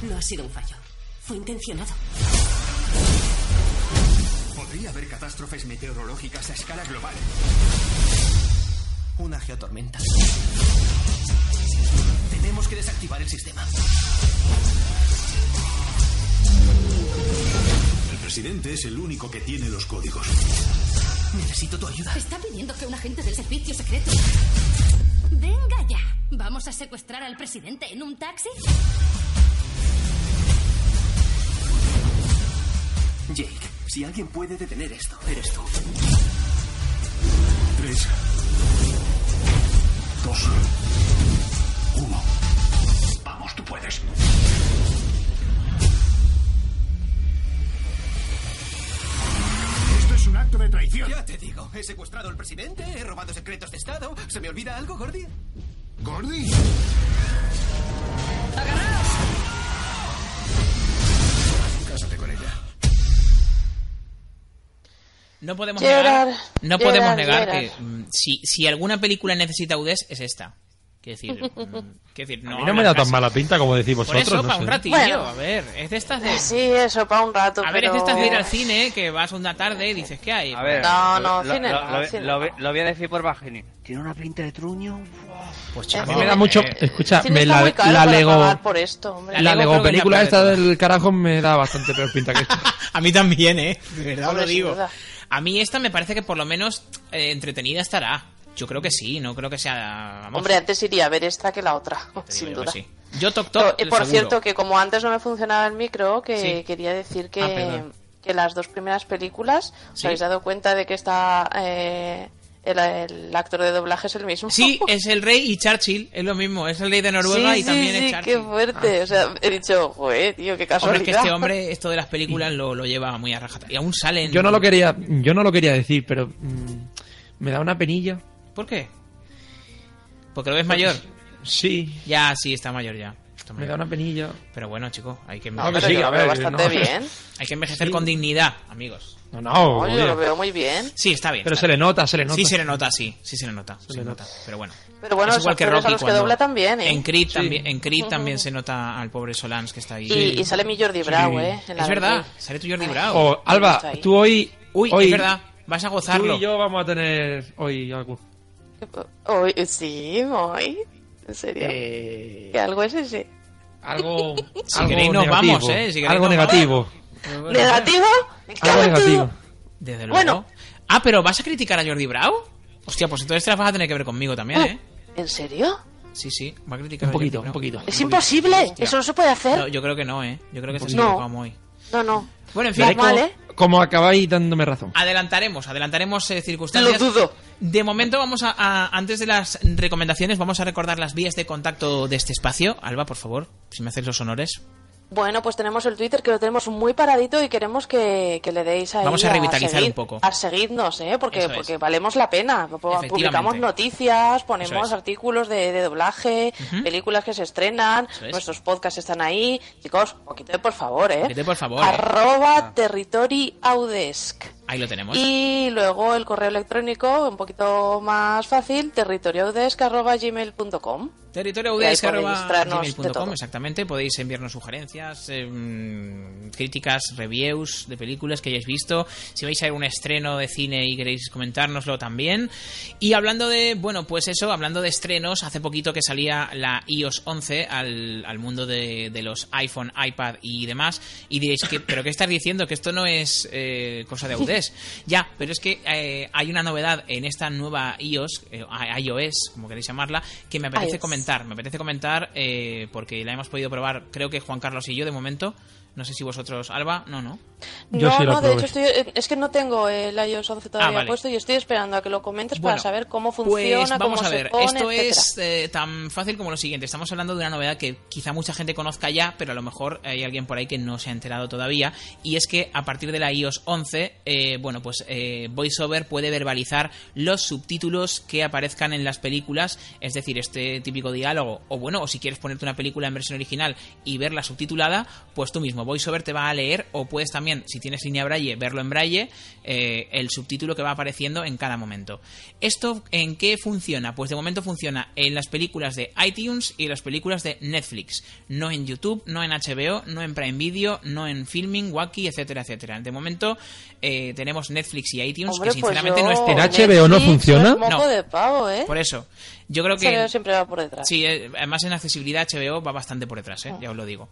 Speaker 14: No ha sido un fallo. Fue intencionado.
Speaker 26: Podría haber catástrofes meteorológicas a escala global.
Speaker 16: Una geotormenta. Tenemos que desactivar el sistema.
Speaker 25: El presidente es el único que tiene los códigos.
Speaker 16: Necesito tu ayuda.
Speaker 14: Está pidiendo que un agente del servicio secreto. Venga ya. ¿Vamos a secuestrar al presidente en un taxi?
Speaker 16: Jake, si alguien puede detener esto, eres tú.
Speaker 25: Tres. Dos. Uno. Vamos, tú puedes.
Speaker 10: Esto es un acto de traición.
Speaker 16: Ya te digo, he secuestrado al presidente, he robado secretos de Estado. ¿Se me olvida algo, Gordy?
Speaker 10: ¿Gordy?
Speaker 25: Cásate con ella.
Speaker 2: No podemos
Speaker 3: Gerard,
Speaker 2: negar, no
Speaker 3: Gerard,
Speaker 2: podemos negar
Speaker 3: Gerard.
Speaker 2: que mm, si, si alguna película necesita UDES es esta. Quiero
Speaker 3: [laughs]
Speaker 2: decir, mm, quiero decir,
Speaker 4: A
Speaker 2: no,
Speaker 4: mí no me da tan mala pinta como decís
Speaker 2: Por
Speaker 4: vosotros.
Speaker 2: eso,
Speaker 4: no
Speaker 2: para
Speaker 4: sé.
Speaker 2: un ratillo,
Speaker 3: Bueno.
Speaker 2: a ver, es de estas de...
Speaker 3: Sí, eso, para un rato.
Speaker 2: A ver, es
Speaker 3: pero...
Speaker 2: de estas de
Speaker 3: [laughs]
Speaker 2: ir al cine, que vas una tarde y dices, ¿qué hay?
Speaker 5: A ver,
Speaker 3: No, no,
Speaker 5: lo,
Speaker 3: cine
Speaker 5: lo-
Speaker 3: no,
Speaker 5: lo-
Speaker 3: cine
Speaker 5: lo-
Speaker 3: no.
Speaker 5: lo voy a decir por Bajini. Tiene una pinta de truño.
Speaker 2: Pues
Speaker 4: A mí me da mucho. Escucha,
Speaker 3: Sí,
Speaker 4: me
Speaker 3: está
Speaker 4: la,
Speaker 3: muy caro
Speaker 4: la
Speaker 3: para
Speaker 4: Lego.
Speaker 3: pagar por esto, hombre.
Speaker 4: La Lego
Speaker 2: creo que
Speaker 4: película
Speaker 2: la
Speaker 4: esta
Speaker 2: puede
Speaker 4: del carajo me da bastante peor pinta que [laughs] esto.
Speaker 2: [laughs] A mí también, ¿eh? De verdad os
Speaker 3: Hombre,
Speaker 2: lo
Speaker 3: sin
Speaker 2: digo.
Speaker 3: duda.
Speaker 2: A mí esta me parece que por lo menos eh, entretenida estará. Yo creo que sí, no creo que sea... vamos,
Speaker 3: Hombre, antes iría a ver esta que la otra,
Speaker 2: te
Speaker 3: [laughs]
Speaker 2: digo
Speaker 3: sin
Speaker 2: yo que
Speaker 3: duda.
Speaker 2: sí. Yo Toc
Speaker 3: To-
Speaker 2: Toc,
Speaker 3: eh, por
Speaker 2: seguro.
Speaker 3: cierto, que como antes no me funcionaba el micro, que
Speaker 2: Sí.
Speaker 3: quería decir que,
Speaker 2: Ah, perdón.
Speaker 3: que las dos primeras películas, ¿os
Speaker 2: Sí.
Speaker 3: habéis dado cuenta de que está eh, el, el actor de doblaje es el
Speaker 2: [laughs]
Speaker 3: mismo? [laughs]
Speaker 2: Sí, es el rey y Churchill, es lo mismo, es el rey de Noruega
Speaker 3: Sí,
Speaker 2: y
Speaker 3: sí,
Speaker 2: también
Speaker 3: sí,
Speaker 2: es
Speaker 3: qué
Speaker 2: Churchill.
Speaker 3: fuerte. O sea, he dicho, joder, tío, qué
Speaker 2: Ah. Hombre,
Speaker 3: casualidad.
Speaker 2: es que este hombre esto de las películas lo, lo lleva muy a rajatabla. Y aún salen...
Speaker 4: Yo no lo quería, yo no lo quería decir, pero mm, me da una penilla.
Speaker 2: ¿Por qué? ¿Porque lo ves mayor?
Speaker 4: Sí,
Speaker 2: Ya, sí, está mayor ya. Está
Speaker 4: Pues- me
Speaker 2: mayor.
Speaker 4: da una penilla.
Speaker 2: Pero bueno, chicos, hay que
Speaker 4: No,
Speaker 2: envejecer.
Speaker 4: que sí, a ver,
Speaker 3: bastante
Speaker 4: no.
Speaker 3: bien.
Speaker 2: Hay que envejecer con dignidad, amigos.
Speaker 4: No, no,
Speaker 3: Oye,
Speaker 4: joder.
Speaker 3: lo veo muy bien.
Speaker 2: Sí, está bien.
Speaker 4: pero
Speaker 2: está
Speaker 4: se le
Speaker 2: bien.
Speaker 4: nota, se le nota.
Speaker 2: Sí, se le nota, sí. Sí, se le nota. se le nota. Pero bueno.
Speaker 3: Pero bueno,
Speaker 2: Es
Speaker 3: los
Speaker 2: igual que
Speaker 3: actores
Speaker 2: Rocky
Speaker 3: a los que
Speaker 2: cuando-
Speaker 3: dobla también, ¿eh?
Speaker 2: En Creed,
Speaker 3: Sí.
Speaker 2: también, en Creed también se nota al pobre Solans que está ahí.
Speaker 3: Y, y sale mi Jordi Brau, ¿eh? En la
Speaker 2: Es
Speaker 3: de
Speaker 2: verdad,
Speaker 3: Creed.
Speaker 2: sale tu Jordi Bravo.
Speaker 4: Oh, Alba,
Speaker 3: Está ahí.
Speaker 4: tú hoy,
Speaker 2: Uy,
Speaker 4: hoy
Speaker 2: es verdad. Vas a gozarlo.
Speaker 4: tú y yo vamos a tener hoy algo.
Speaker 3: Hoy, sí, hoy. ¿En serio? ¿Que algo es ese?
Speaker 4: [laughs] Algo,
Speaker 2: Si
Speaker 4: algo
Speaker 2: queréis nos
Speaker 4: negativo,
Speaker 2: vamos, ¿eh? Si queréis
Speaker 4: algo
Speaker 2: nos vamos.
Speaker 4: negativo,
Speaker 3: ¿Negativo?
Speaker 4: algo negativo.
Speaker 2: Desde luego.
Speaker 3: Bueno.
Speaker 2: Ah, pero ¿vas a criticar a Jordi Bravo? Hostia, pues entonces te las vas a tener que ver conmigo también,
Speaker 3: Uh.
Speaker 2: ¿eh?
Speaker 3: ¿En serio?
Speaker 2: Sí, sí, va a criticar
Speaker 4: Un poquito,
Speaker 2: a Jordi
Speaker 4: un
Speaker 2: Bravo.
Speaker 4: poquito.
Speaker 3: Es imposible,
Speaker 2: Hostia.
Speaker 3: eso no se puede
Speaker 2: No,
Speaker 3: hacer.
Speaker 2: yo creo que no, ¿eh? Yo creo que estás
Speaker 3: No.
Speaker 2: equivocado hoy.
Speaker 3: No, no.
Speaker 2: Bueno, en fin.
Speaker 4: Veréis
Speaker 3: Normal,
Speaker 4: cómo-
Speaker 3: ¿eh?
Speaker 4: Como acabáis dándome razón.
Speaker 2: Adelantaremos, adelantaremos eh, circunstancias.
Speaker 3: Lo dudo.
Speaker 2: De momento vamos a, a- antes de las recomendaciones vamos a recordar las vías de contacto de este espacio. Alba, por favor, si me haces los honores.
Speaker 3: Bueno, pues tenemos el Twitter que lo tenemos muy paradito y queremos que, que le deis ahí
Speaker 2: Vamos a revitalizar
Speaker 3: seguir-
Speaker 2: un poco.
Speaker 3: A seguirnos, ¿eh? Porque,
Speaker 2: Eso es.
Speaker 3: porque valemos la pena.
Speaker 2: Efectivamente.
Speaker 3: Publicamos noticias, ponemos
Speaker 2: Eso es.
Speaker 3: artículos de, de doblaje, películas que se estrenan,
Speaker 2: Eso es.
Speaker 3: nuestros podcasts están ahí. Chicos, un poquito de por favor, ¿eh?
Speaker 2: Vete, por favor. Ah.
Speaker 3: Arroba Territory Audesc.
Speaker 2: Ahí lo tenemos.
Speaker 3: Y luego el correo electrónico, un poquito más fácil, territorioaudesc.gmail.com.
Speaker 2: Territorio
Speaker 3: Y ahí
Speaker 2: UDS
Speaker 3: podéis
Speaker 2: arroba
Speaker 3: mostrarnos de
Speaker 2: gmail punto com,
Speaker 3: todo.
Speaker 2: exactamente. Podéis enviarnos sugerencias, eh, mm, críticas, reviews de películas que hayáis visto. Si vais a ir a un estreno de cine y queréis comentárnoslo también. Y hablando de, bueno, pues eso, hablando de estrenos, hace poquito que salía la iOS 11 al, al mundo de, de los iPhone, iPad y demás. Y diréis, que, ¿pero qué estás diciendo? Que esto no es eh, cosa de Audes. Ya, pero es que eh, hay una novedad en esta nueva iOS, eh, iOS, como queréis llamarla, que me apetece
Speaker 6: iOS.
Speaker 2: comentar. Me apetece comentar eh, porque la hemos podido probar, creo que Juan Carlos y yo de momento. No sé si vosotros, Alba, no, no.
Speaker 3: no, no, de hecho estoy- eh, es que no tengo el iOS 11 todavía
Speaker 2: Ah, vale.
Speaker 3: puesto y estoy esperando a que lo comentes
Speaker 2: Bueno,
Speaker 3: para saber cómo funciona,
Speaker 2: Pues vamos
Speaker 3: cómo
Speaker 2: a ver,
Speaker 3: se pone,
Speaker 2: esto
Speaker 3: etcétera.
Speaker 2: es eh, tan fácil como lo siguiente. Estamos hablando de una novedad que quizá mucha gente conozca ya, pero a lo mejor hay alguien por ahí que no se ha enterado todavía. Y es que a partir de la iOS 11, eh, bueno, pues eh, VoiceOver puede verbalizar los subtítulos que aparezcan en las películas. Es decir, este típico diálogo, o bueno, o si quieres ponerte una película en versión original y verla subtitulada, pues tú mismo, VoiceOver te va a leer, o puedes también, si tienes línea braille, verlo en braille, eh, el subtítulo que va apareciendo en cada momento. ¿Esto en qué funciona? Pues de momento funciona en las películas de iTunes y las películas de Netflix. No en YouTube, no en HBO, no en Prime Video, no en Filming, Wacky, etcétera, etcétera. De momento eh, tenemos Netflix y iTunes
Speaker 3: Hombre,
Speaker 2: que
Speaker 3: pues
Speaker 2: sinceramente
Speaker 3: yo-
Speaker 2: no estén.
Speaker 4: ¿En HBO no Netflix, funciona? no es moco
Speaker 2: No.
Speaker 3: de pavo, ¿eh?
Speaker 2: Por eso. Yo creo
Speaker 3: HBO
Speaker 2: que...
Speaker 3: siempre va por detrás.
Speaker 2: Sí, eh, además en accesibilidad HBO va bastante por detrás,
Speaker 3: Ah.
Speaker 2: ¿eh? ya os lo digo.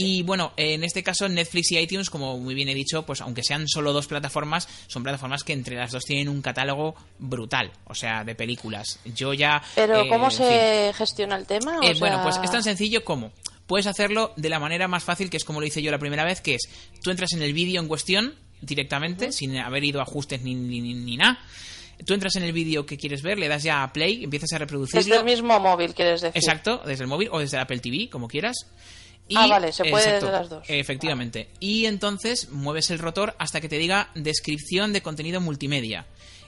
Speaker 2: Y bueno, en este caso Netflix y iTunes, como muy bien he dicho, pues aunque sean solo dos plataformas, son plataformas que entre las dos tienen un catálogo brutal, o sea, de películas. Yo ya...
Speaker 3: Pero
Speaker 2: eh,
Speaker 3: ¿cómo
Speaker 2: en fin.
Speaker 3: se gestiona el tema? O
Speaker 2: Eh, Bueno,
Speaker 3: sea,
Speaker 2: pues es tan sencillo como. Puedes hacerlo de la manera más fácil, que es como lo hice yo la primera vez, que es tú entras en el vídeo en cuestión directamente, sin haber ido a ajustes ni, ni, ni- ni nada. Tú entras en el vídeo que quieres ver, le das ya a play, empiezas a reproducirlo.
Speaker 3: desde el mismo móvil, quieres decir.
Speaker 2: Exacto, desde el móvil o desde el Apple TV, como quieras.
Speaker 3: Ah, vale, se puede desde las dos.
Speaker 2: Efectivamente. Y entonces mueves el rotor hasta que te diga descripción de contenido multimedia.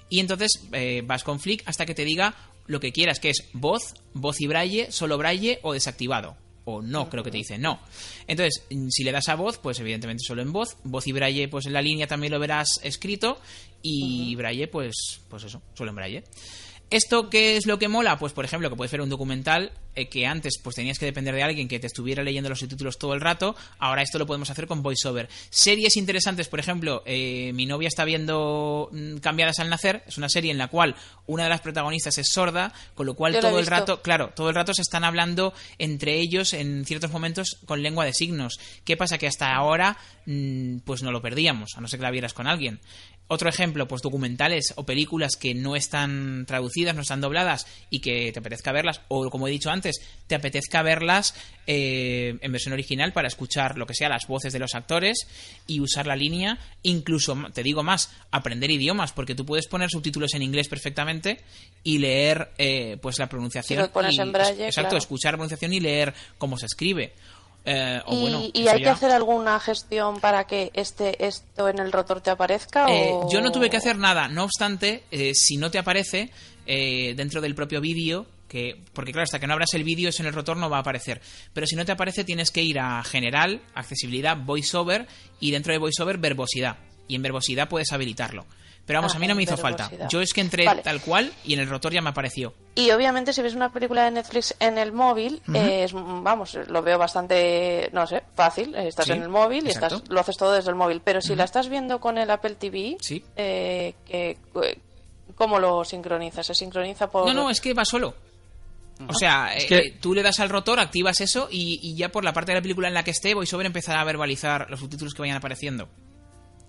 Speaker 2: Y entonces eh, vas con flick hasta que te diga lo que quieras, que es voz, voz y braille, solo braille o desactivado. O no, creo que te dice no. Entonces, mm, si le das a voz, pues evidentemente solo en voz. Voz y braille, pues en la línea también lo verás escrito. Y braille, pues, pues eso, solo en braille. ¿Esto qué es lo que mola? Pues, por ejemplo, que puedes ver un documental eh, que antes pues tenías que depender de alguien que te estuviera leyendo los subtítulos todo el rato. Ahora esto lo podemos hacer con voiceover. Series interesantes, por ejemplo, eh, mi novia está viendo mm, Cambiadas al Nacer. Es una serie en la cual una de las protagonistas es sorda, con lo
Speaker 8: Yo
Speaker 2: cual
Speaker 8: la he
Speaker 2: todo el
Speaker 8: visto.
Speaker 2: rato, claro, todo el rato se están hablando entre ellos en ciertos momentos con lengua de signos. ¿Qué pasa? Que hasta ahora mm, pues no lo perdíamos, a no ser que la vieras con alguien. Otro ejemplo, pues documentales o películas que no están traducidas, no están dobladas y que te apetezca verlas, o como he dicho antes, te apetezca verlas eh, en versión original para escuchar lo que sea las voces de los actores y usar la línea, incluso, te digo más, aprender idiomas, porque tú puedes poner subtítulos en inglés perfectamente y leer eh, pues la pronunciación.
Speaker 3: Si lo pones
Speaker 2: y-
Speaker 3: en braille,
Speaker 2: exacto,
Speaker 3: claro.
Speaker 2: escuchar la pronunciación y leer cómo se escribe. Eh, o
Speaker 3: ¿Y,
Speaker 2: bueno,
Speaker 3: y
Speaker 2: eso
Speaker 3: hay que
Speaker 2: ya.
Speaker 3: hacer alguna gestión para que este esto en el rotor te aparezca?
Speaker 2: Eh,
Speaker 3: o...
Speaker 2: Yo no tuve que hacer nada, no obstante, eh, si no te aparece eh, dentro del propio vídeo, que porque claro, hasta que no abras el vídeo eso en el rotor no va a aparecer, pero si no te aparece tienes que ir a General, Accesibilidad, VoiceOver y dentro de VoiceOver Verbosidad. Y en Verbosidad puedes habilitarlo. Pero vamos,
Speaker 3: Ah,
Speaker 2: a mí no
Speaker 3: en
Speaker 2: me hizo falta.
Speaker 3: Verbosidad.
Speaker 2: Yo es que entré
Speaker 3: Vale.
Speaker 2: tal cual y en el rotor ya me apareció.
Speaker 3: Y obviamente si ves una película de Netflix en el móvil,
Speaker 2: Ujú.
Speaker 3: eh, es, mm, vamos, lo veo bastante, no sé, fácil. Eh, Estás
Speaker 2: Sí,
Speaker 3: en el móvil y
Speaker 2: exacto.
Speaker 3: estás, lo haces todo desde el móvil. Pero si
Speaker 2: Ujú.
Speaker 3: la estás viendo con el Apple TV,
Speaker 2: Sí.
Speaker 3: eh, que- eh, ¿cómo lo sincronizas? ¿Se sincroniza por...?
Speaker 2: No, no, es que va solo. O sea,
Speaker 4: Es
Speaker 2: eh,
Speaker 4: que-
Speaker 2: eh, tú le das al rotor, activas eso y, y ya por la parte de la película en la que esté, VoiceOver empezará a verbalizar los subtítulos que vayan apareciendo.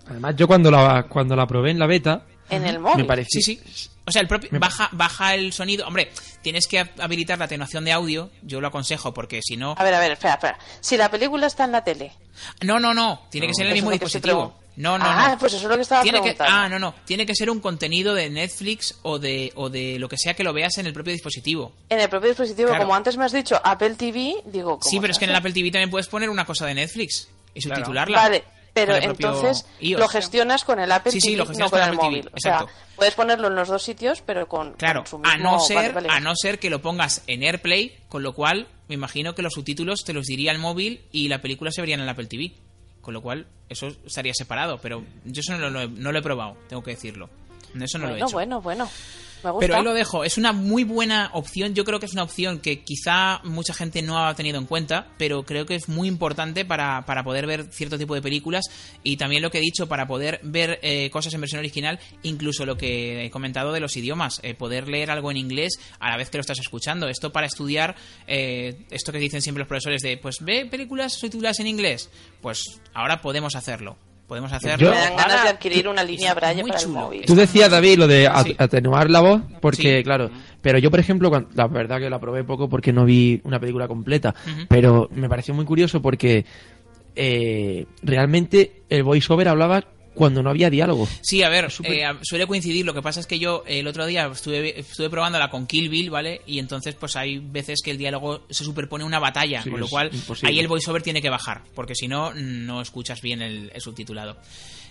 Speaker 4: Además, yo cuando la, cuando la probé en la beta,
Speaker 3: en el móvil.
Speaker 4: Me parece.
Speaker 2: Sí, sí. O sea, el propio, baja, baja el sonido. Hombre, tienes que habilitar la atenuación de audio. Yo lo aconsejo porque si no.
Speaker 3: A ver, a ver, espera, espera. Si la película está en la tele.
Speaker 2: No, no, no. Tiene que ser en el
Speaker 3: Eso
Speaker 2: mismo
Speaker 3: es lo que se
Speaker 2: dispositivo. No, no,
Speaker 3: ah,
Speaker 2: no.
Speaker 3: pues eso es lo que estaba
Speaker 2: Tiene que,
Speaker 3: preguntando.
Speaker 2: ah, no, no. Tiene que ser un contenido de Netflix o de, o de lo que sea que lo veas en el propio dispositivo.
Speaker 3: En el propio dispositivo,
Speaker 2: Claro.
Speaker 3: como antes me has dicho, Apple TV, digo. ¿cómo
Speaker 2: Sí, pero es
Speaker 3: se
Speaker 2: que en el
Speaker 3: hace?
Speaker 2: Apple TV también puedes poner una cosa de Netflix y subtitularla.
Speaker 3: Vale, pero
Speaker 2: Con el propio
Speaker 3: entonces
Speaker 2: iOS.
Speaker 3: lo gestionas con el Apple
Speaker 2: Sí, sí,
Speaker 3: TV,
Speaker 2: lo gestionas
Speaker 3: no con,
Speaker 2: con
Speaker 3: el
Speaker 2: Apple
Speaker 3: móvil.
Speaker 2: TV,
Speaker 3: O sea,
Speaker 2: exacto.
Speaker 3: puedes ponerlo en los dos sitios, pero con,
Speaker 2: Claro,
Speaker 3: con su
Speaker 2: a
Speaker 3: mismo-
Speaker 2: no ser,
Speaker 3: vale, vale.
Speaker 2: a no ser que lo pongas en AirPlay, con lo cual me imagino que los subtítulos te los diría el móvil y la película se vería en el Apple TV. Con lo cual, eso estaría separado, pero yo eso no lo, he- no lo he probado, tengo que decirlo. No, Eso no lo he
Speaker 3: bueno,
Speaker 2: hecho.
Speaker 3: bueno, bueno. Me gusta.
Speaker 2: Pero ahí lo dejo. Es una muy buena opción. Yo creo que es una opción que quizá mucha gente no ha tenido en cuenta, pero creo que es muy importante para, para poder ver cierto tipo de películas y también lo que he dicho, para poder ver eh, cosas en versión original, incluso lo que he comentado de los idiomas, eh, poder leer algo en inglés a la vez que lo estás escuchando. Esto para estudiar, eh, esto que dicen siempre los profesores de, pues ve películas subtituladas en inglés. Pues ahora podemos hacerlo. Podemos hacerlo.
Speaker 4: Me dan
Speaker 3: ganas de
Speaker 2: Ahora,
Speaker 3: adquirir
Speaker 2: tú-
Speaker 3: una línea
Speaker 2: está
Speaker 3: Braille
Speaker 2: muy
Speaker 3: para el
Speaker 2: chulo.
Speaker 3: móvil.
Speaker 4: Tú decías, David, lo de at-
Speaker 2: Sí.
Speaker 4: atenuar la voz, porque,
Speaker 2: Sí.
Speaker 4: claro, pero yo, por ejemplo, cuan- la verdad que la probé poco porque no vi una película completa, pero me pareció muy curioso porque eh, realmente el voiceover hablaba cuando no había diálogo.
Speaker 2: Sí, a ver, eh, a- suele coincidir. Lo que pasa es que yo eh, el otro día estuve, estuve probándola con Kill Bill, ¿vale? Y entonces, pues hay veces que el diálogo se superpone a una batalla,
Speaker 4: Sí,
Speaker 2: con lo
Speaker 4: es
Speaker 2: cual
Speaker 4: imposible.
Speaker 2: ahí el voiceover tiene que bajar, porque si no, no escuchas bien el, el subtitulado.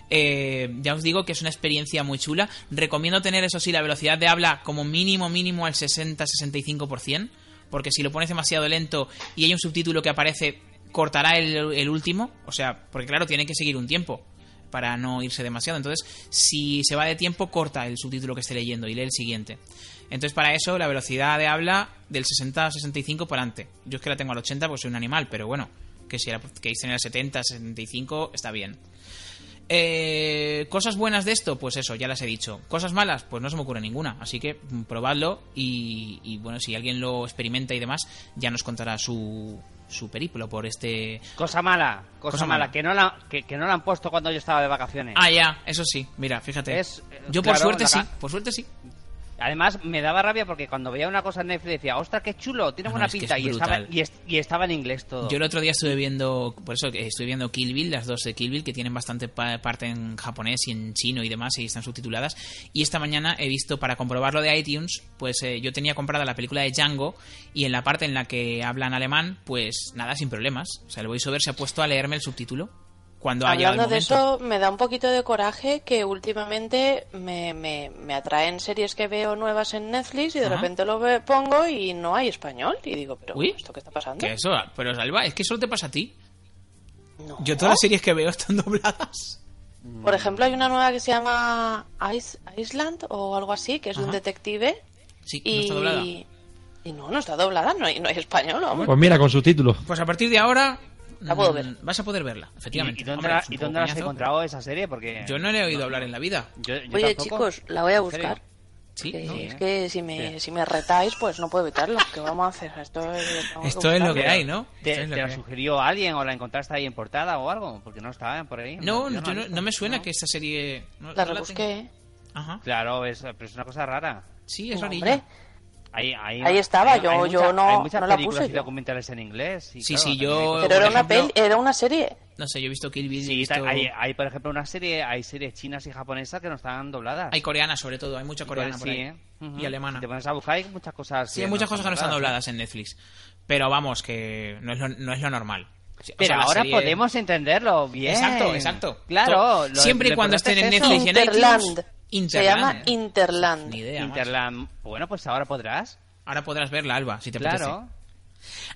Speaker 2: Eh, ya os digo que es una experiencia muy chula. Recomiendo tener, eso sí, la velocidad de habla como mínimo, mínimo al 60-65%, porque si lo pones demasiado lento y hay un subtítulo que aparece, cortará el, el último. O sea, porque claro, tiene que seguir un tiempo para no irse demasiado. Entonces, si se va de tiempo, corta el subtítulo que esté leyendo y lee el siguiente. Entonces, para eso, la velocidad de habla del 60 a 65 para adelante. Yo es que la tengo al 80 porque soy un animal, pero bueno, que si la queréis tener al 70, 65, está bien. Eh, cosas buenas de esto, pues eso, ya las he dicho. Cosas malas, pues no se me ocurre ninguna. Así que mm, probadlo y, y, bueno, si alguien lo experimenta y demás, ya nos contará su, su periplo por este...
Speaker 5: Cosa mala, cosa,
Speaker 2: Cosa
Speaker 5: mala,
Speaker 2: mala.
Speaker 5: Que, no la, que, que no la han puesto cuando yo estaba de vacaciones.
Speaker 2: [laughs] Ah, ya, eso sí, mira, fíjate.
Speaker 5: Es, eh,
Speaker 2: Yo por
Speaker 5: claro,
Speaker 2: suerte
Speaker 5: la
Speaker 2: sí,
Speaker 5: ca-
Speaker 2: por suerte sí.
Speaker 5: Además, me daba rabia porque cuando veía una cosa en Netflix decía, ostras, qué chulo, tiene
Speaker 2: Ah, No,
Speaker 5: buena
Speaker 2: es que
Speaker 5: pinta.
Speaker 2: es
Speaker 5: y, estaba,
Speaker 2: brutal.
Speaker 5: y, es- y estaba en inglés todo.
Speaker 2: Yo el otro día estuve viendo, por eso que estoy viendo Kill Bill, las dos de Kill Bill, que tienen bastante pa- parte en japonés y en chino y demás, y están subtituladas. Y esta mañana he visto, para comprobarlo de iTunes, pues eh, yo tenía comprada la película de Django, y en la parte en la que hablan alemán, pues nada, sin problemas. O sea, el voiceover se ha puesto a leerme el subtítulo cuando ha llegado
Speaker 3: Hablando
Speaker 2: el
Speaker 3: de
Speaker 2: momento.
Speaker 3: eso, me da un poquito de coraje que últimamente me, me, me atraen series que veo nuevas en Netflix y de
Speaker 2: Ajá.
Speaker 3: repente lo ve- pongo y no hay español. Y digo, pero
Speaker 2: Uy.
Speaker 3: ¿esto qué está pasando?
Speaker 2: Que eso, pero Salva, es que solo te pasa a ti.
Speaker 3: No.
Speaker 2: Yo todas las series que veo están dobladas.
Speaker 3: Por ejemplo, hay una nueva que se llama Ice- Island o algo así, que es de un
Speaker 2: Ajá.
Speaker 3: detective.
Speaker 2: Sí,
Speaker 3: y...
Speaker 2: no está doblada.
Speaker 3: y no, no está doblada, no hay, no hay español. vamos.
Speaker 4: Pues mira, con subtítulos.
Speaker 2: Pues a partir de ahora
Speaker 3: La puedo ver.
Speaker 2: mm, vas a poder verla, efectivamente.
Speaker 5: ¿Y, y dónde,
Speaker 2: Hombre,
Speaker 5: la-
Speaker 2: es un
Speaker 5: y
Speaker 2: poco
Speaker 5: dónde la has
Speaker 2: coñazo,
Speaker 5: encontrado esa serie? Porque
Speaker 2: pero Yo no le he oído hablar en la vida.
Speaker 5: yo- yo
Speaker 3: Oye,
Speaker 5: tampoco.
Speaker 3: chicos, la voy a
Speaker 5: ¿En serio?
Speaker 3: buscar.
Speaker 2: Sí,
Speaker 3: que
Speaker 2: ¿no?
Speaker 3: es que si me, si me retáis, pues no puedo evitarlo. ¿Qué vamos a hacer? Esto es, lo tengo
Speaker 2: Esto es lo que
Speaker 3: buscar.
Speaker 2: hay, ¿no?
Speaker 5: ¿Te,
Speaker 2: Esto es lo
Speaker 5: te la
Speaker 2: que hay.
Speaker 5: sugirió alguien o la encontraste ahí en portada o algo? Porque no estaba por ahí.
Speaker 2: No, yo
Speaker 5: yo la
Speaker 2: no,
Speaker 5: vi.
Speaker 2: no me suena que esta serie. No,
Speaker 3: La
Speaker 2: no
Speaker 3: rebusqué. ¿eh?
Speaker 2: tengo. Ajá.
Speaker 5: Claro, es, pero es una cosa rara.
Speaker 2: Sí, es
Speaker 3: No,
Speaker 2: rarilla.
Speaker 3: hombre.
Speaker 5: Ahí, ahí,
Speaker 3: Ahí estaba, yo-
Speaker 5: mucha-
Speaker 3: yo no-
Speaker 5: hay muchas
Speaker 3: no la
Speaker 5: películas
Speaker 3: puse
Speaker 5: y
Speaker 3: yo.
Speaker 5: documentales en inglés. y
Speaker 2: Sí,
Speaker 5: claro,
Speaker 2: sí,
Speaker 5: también
Speaker 2: yo-
Speaker 3: Pero
Speaker 5: hay-
Speaker 3: era
Speaker 2: por
Speaker 3: una,
Speaker 2: ejemplo-
Speaker 3: peli, era una serie.
Speaker 2: No sé, yo he visto Kill Bill. he
Speaker 5: Sí,
Speaker 2: visto-
Speaker 5: ta- hay, hay, por ejemplo, una serie, hay series chinas y japonesas que no están dobladas.
Speaker 2: Hay coreana, sobre todo. Hay mucha coreana por
Speaker 5: sí,
Speaker 2: ahí.
Speaker 5: ¿eh? Ujú.
Speaker 2: Y alemana.
Speaker 5: Si te pones a buscar, hay muchas cosas.
Speaker 2: Sí, hay muchas cosas que no están
Speaker 5: dobladas.
Speaker 2: dobladas en Netflix. Pero vamos, que no es lo, no es lo normal. Sí, o
Speaker 5: Pero
Speaker 2: sea, la
Speaker 5: ahora
Speaker 2: serie-
Speaker 5: podemos entenderlo bien.
Speaker 2: Exacto, exacto.
Speaker 5: Claro.
Speaker 2: To- siempre y cuando
Speaker 5: importante
Speaker 2: estén en
Speaker 5: es
Speaker 2: Netflix y en
Speaker 3: Interland.
Speaker 2: iTunes,
Speaker 3: Se
Speaker 2: Interland.
Speaker 3: llama Interland.
Speaker 2: Ni idea. macho.
Speaker 5: Interland. Bueno, pues ahora podrás.
Speaker 2: Ahora podrás verla, Alba, si te apetece.
Speaker 5: Claro.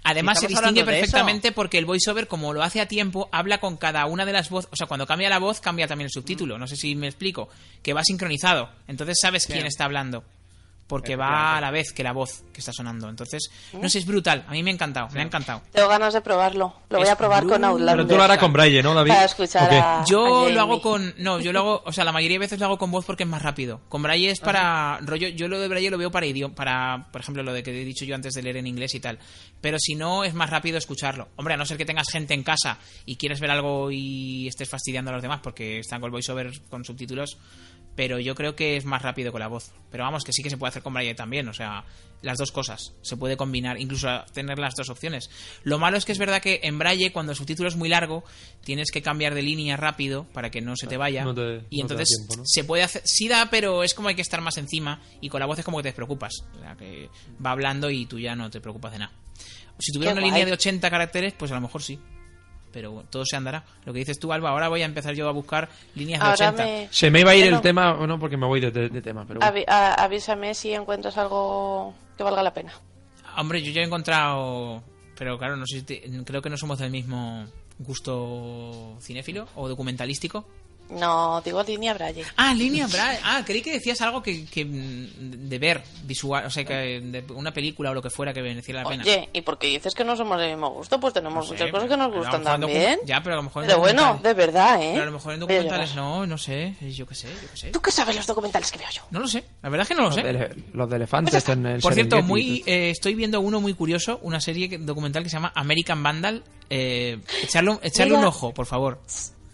Speaker 2: Además, se
Speaker 5: Estamos
Speaker 2: distingue
Speaker 5: hablando de eso.
Speaker 2: perfectamente porque el voiceover, como lo hace a tiempo, habla con cada una de las voces. O sea, cuando cambia la voz, cambia también el
Speaker 5: Mm.
Speaker 2: subtítulo. No sé si me explico. Que va sincronizado. Entonces sabes quién
Speaker 5: Bien.
Speaker 2: está hablando. Porque va
Speaker 5: Efectivamente. Mm.
Speaker 2: a la vez que la voz que está sonando. Entonces, no sé, es brutal. A mí me ha encantado. Me ha encantado.
Speaker 3: Tengo ganas de probarlo. Lo voy
Speaker 2: Es
Speaker 3: a probar con
Speaker 2: brutal.
Speaker 3: Outlander.
Speaker 4: Pero tú lo harás con Braille, ¿no, David?
Speaker 3: Para escuchar
Speaker 4: ¿O qué?
Speaker 3: a-
Speaker 2: Yo
Speaker 3: a
Speaker 2: lo hago
Speaker 3: Jamie.
Speaker 2: con. No, yo lo hago. O sea, la mayoría de veces lo hago con voz porque es más rápido. Con Braille es para. rollo Yo lo de Braille lo veo para idioma. Para, por ejemplo, lo de que he dicho yo antes de leer en inglés y tal. Pero si no, es más rápido escucharlo. Hombre, a no ser que tengas gente en casa y quieres ver algo y estés fastidiando a los demás porque están con el voiceover con subtítulos. pero yo creo que es más rápido con la voz. Pero vamos, que sí que se puede hacer con braille también, o sea, las dos cosas, se puede combinar, incluso tener las dos opciones. Lo malo es que es verdad que en braille, cuando el subtítulo es muy largo, tienes que cambiar de línea rápido para que no se te vaya.
Speaker 6: Ah, No te,
Speaker 2: y
Speaker 6: no
Speaker 2: entonces
Speaker 6: te da tiempo, ¿no?
Speaker 2: se puede hacer, sí da, pero es como hay que estar más encima y con la voz es como que te preocupas. O sea, que va hablando y tú ya no te preocupas de nada. Si tuviera
Speaker 3: Qué
Speaker 2: una
Speaker 3: guay.
Speaker 2: línea de 80 caracteres, pues a lo mejor sí. Pero todo se andará. Lo que dices tú, Alba, ahora voy a empezar yo a buscar líneas de
Speaker 3: Ahora
Speaker 2: 80.
Speaker 3: me-
Speaker 4: Se me iba a ir el
Speaker 3: Bueno.
Speaker 4: tema, o no, porque me voy de, de- de tema, pero bueno.
Speaker 3: Avi- a- avísame si encuentras algo que valga la pena.
Speaker 2: Hombre, yo ya he encontrado. Pero claro, no sé si te- creo que no somos del mismo gusto cinéfilo o documentalístico.
Speaker 3: No, digo línea Braille.
Speaker 2: Ah, línea Braille. Ah, creí que decías algo que, que, mm, de ver, visual, o sea, que de una película o lo que fuera que mereciera la pena.
Speaker 3: Oye, ¿y por qué dices que no somos del mismo gusto? Pues tenemos
Speaker 2: No sé,
Speaker 3: muchas cosas
Speaker 2: pero
Speaker 3: que nos
Speaker 2: a lo
Speaker 3: gustan
Speaker 2: mejor en docu-
Speaker 3: también.
Speaker 2: Ya, pero a lo mejor en
Speaker 3: Pero bueno,
Speaker 2: documentales-
Speaker 3: de verdad, ¿eh?
Speaker 2: Pero a lo mejor en
Speaker 3: Voy a
Speaker 2: documentales
Speaker 3: llorar.
Speaker 2: no, no sé, yo qué sé, yo qué sé.
Speaker 3: ¿Tú qué sabes los documentales que veo yo?
Speaker 2: No lo sé, la verdad es que no lo
Speaker 4: Los
Speaker 2: sé.
Speaker 4: de, los de elefantes en el
Speaker 2: Por cierto,
Speaker 4: Serengeti.
Speaker 2: muy eh, estoy viendo uno muy curioso, una serie que- documental que se llama American Vandal. Eh, echarle un, echarle
Speaker 3: Mira.
Speaker 2: un ojo, por favor.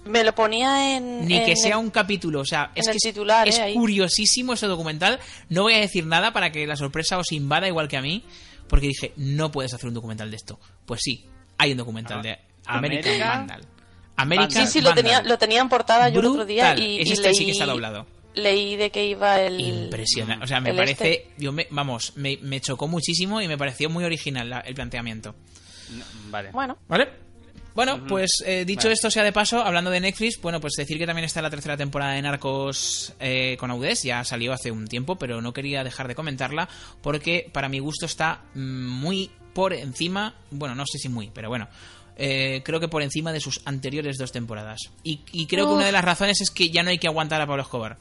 Speaker 3: Me lo ponía en.
Speaker 2: Ni que
Speaker 3: en
Speaker 2: sea
Speaker 3: el-
Speaker 2: un capítulo, o sea, es que
Speaker 3: en el
Speaker 2: es-
Speaker 3: titular,
Speaker 2: es,
Speaker 3: eh, ahí.
Speaker 2: curiosísimo ese documental. No voy a decir nada para que la sorpresa os invada igual que a mí, porque dije, no puedes hacer un documental de esto. Pues sí, hay un documental de American
Speaker 3: América-
Speaker 2: Vandal. American
Speaker 3: Sí, sí, lo
Speaker 2: Vandal.
Speaker 3: tenía, lo tenía en portada yo el otro día
Speaker 2: Brutal.
Speaker 3: y,
Speaker 2: Ese
Speaker 3: y
Speaker 2: este
Speaker 3: leí,
Speaker 2: sí que está doblado.
Speaker 3: leí de que iba el.
Speaker 2: Impresionante. O sea, me
Speaker 3: el
Speaker 2: parece.
Speaker 3: este.
Speaker 2: Yo me, vamos, me, me chocó muchísimo y me pareció muy original la- el planteamiento.
Speaker 5: Vale.
Speaker 3: Bueno.
Speaker 2: ¿Vale? Bueno, pues eh, dicho
Speaker 5: Vale.
Speaker 2: esto sea de paso, hablando de Netflix, bueno, pues decir que también está la tercera temporada de Narcos eh, con Audes, ya salió hace un tiempo, pero no quería dejar de comentarla porque para mi gusto está mm, muy por encima, bueno, no sé si muy, pero bueno, eh, creo que por encima de sus anteriores dos temporadas. Y, y creo que
Speaker 3: Uf.
Speaker 2: una de las razones es que ya no hay que aguantar a Pablo Escobar,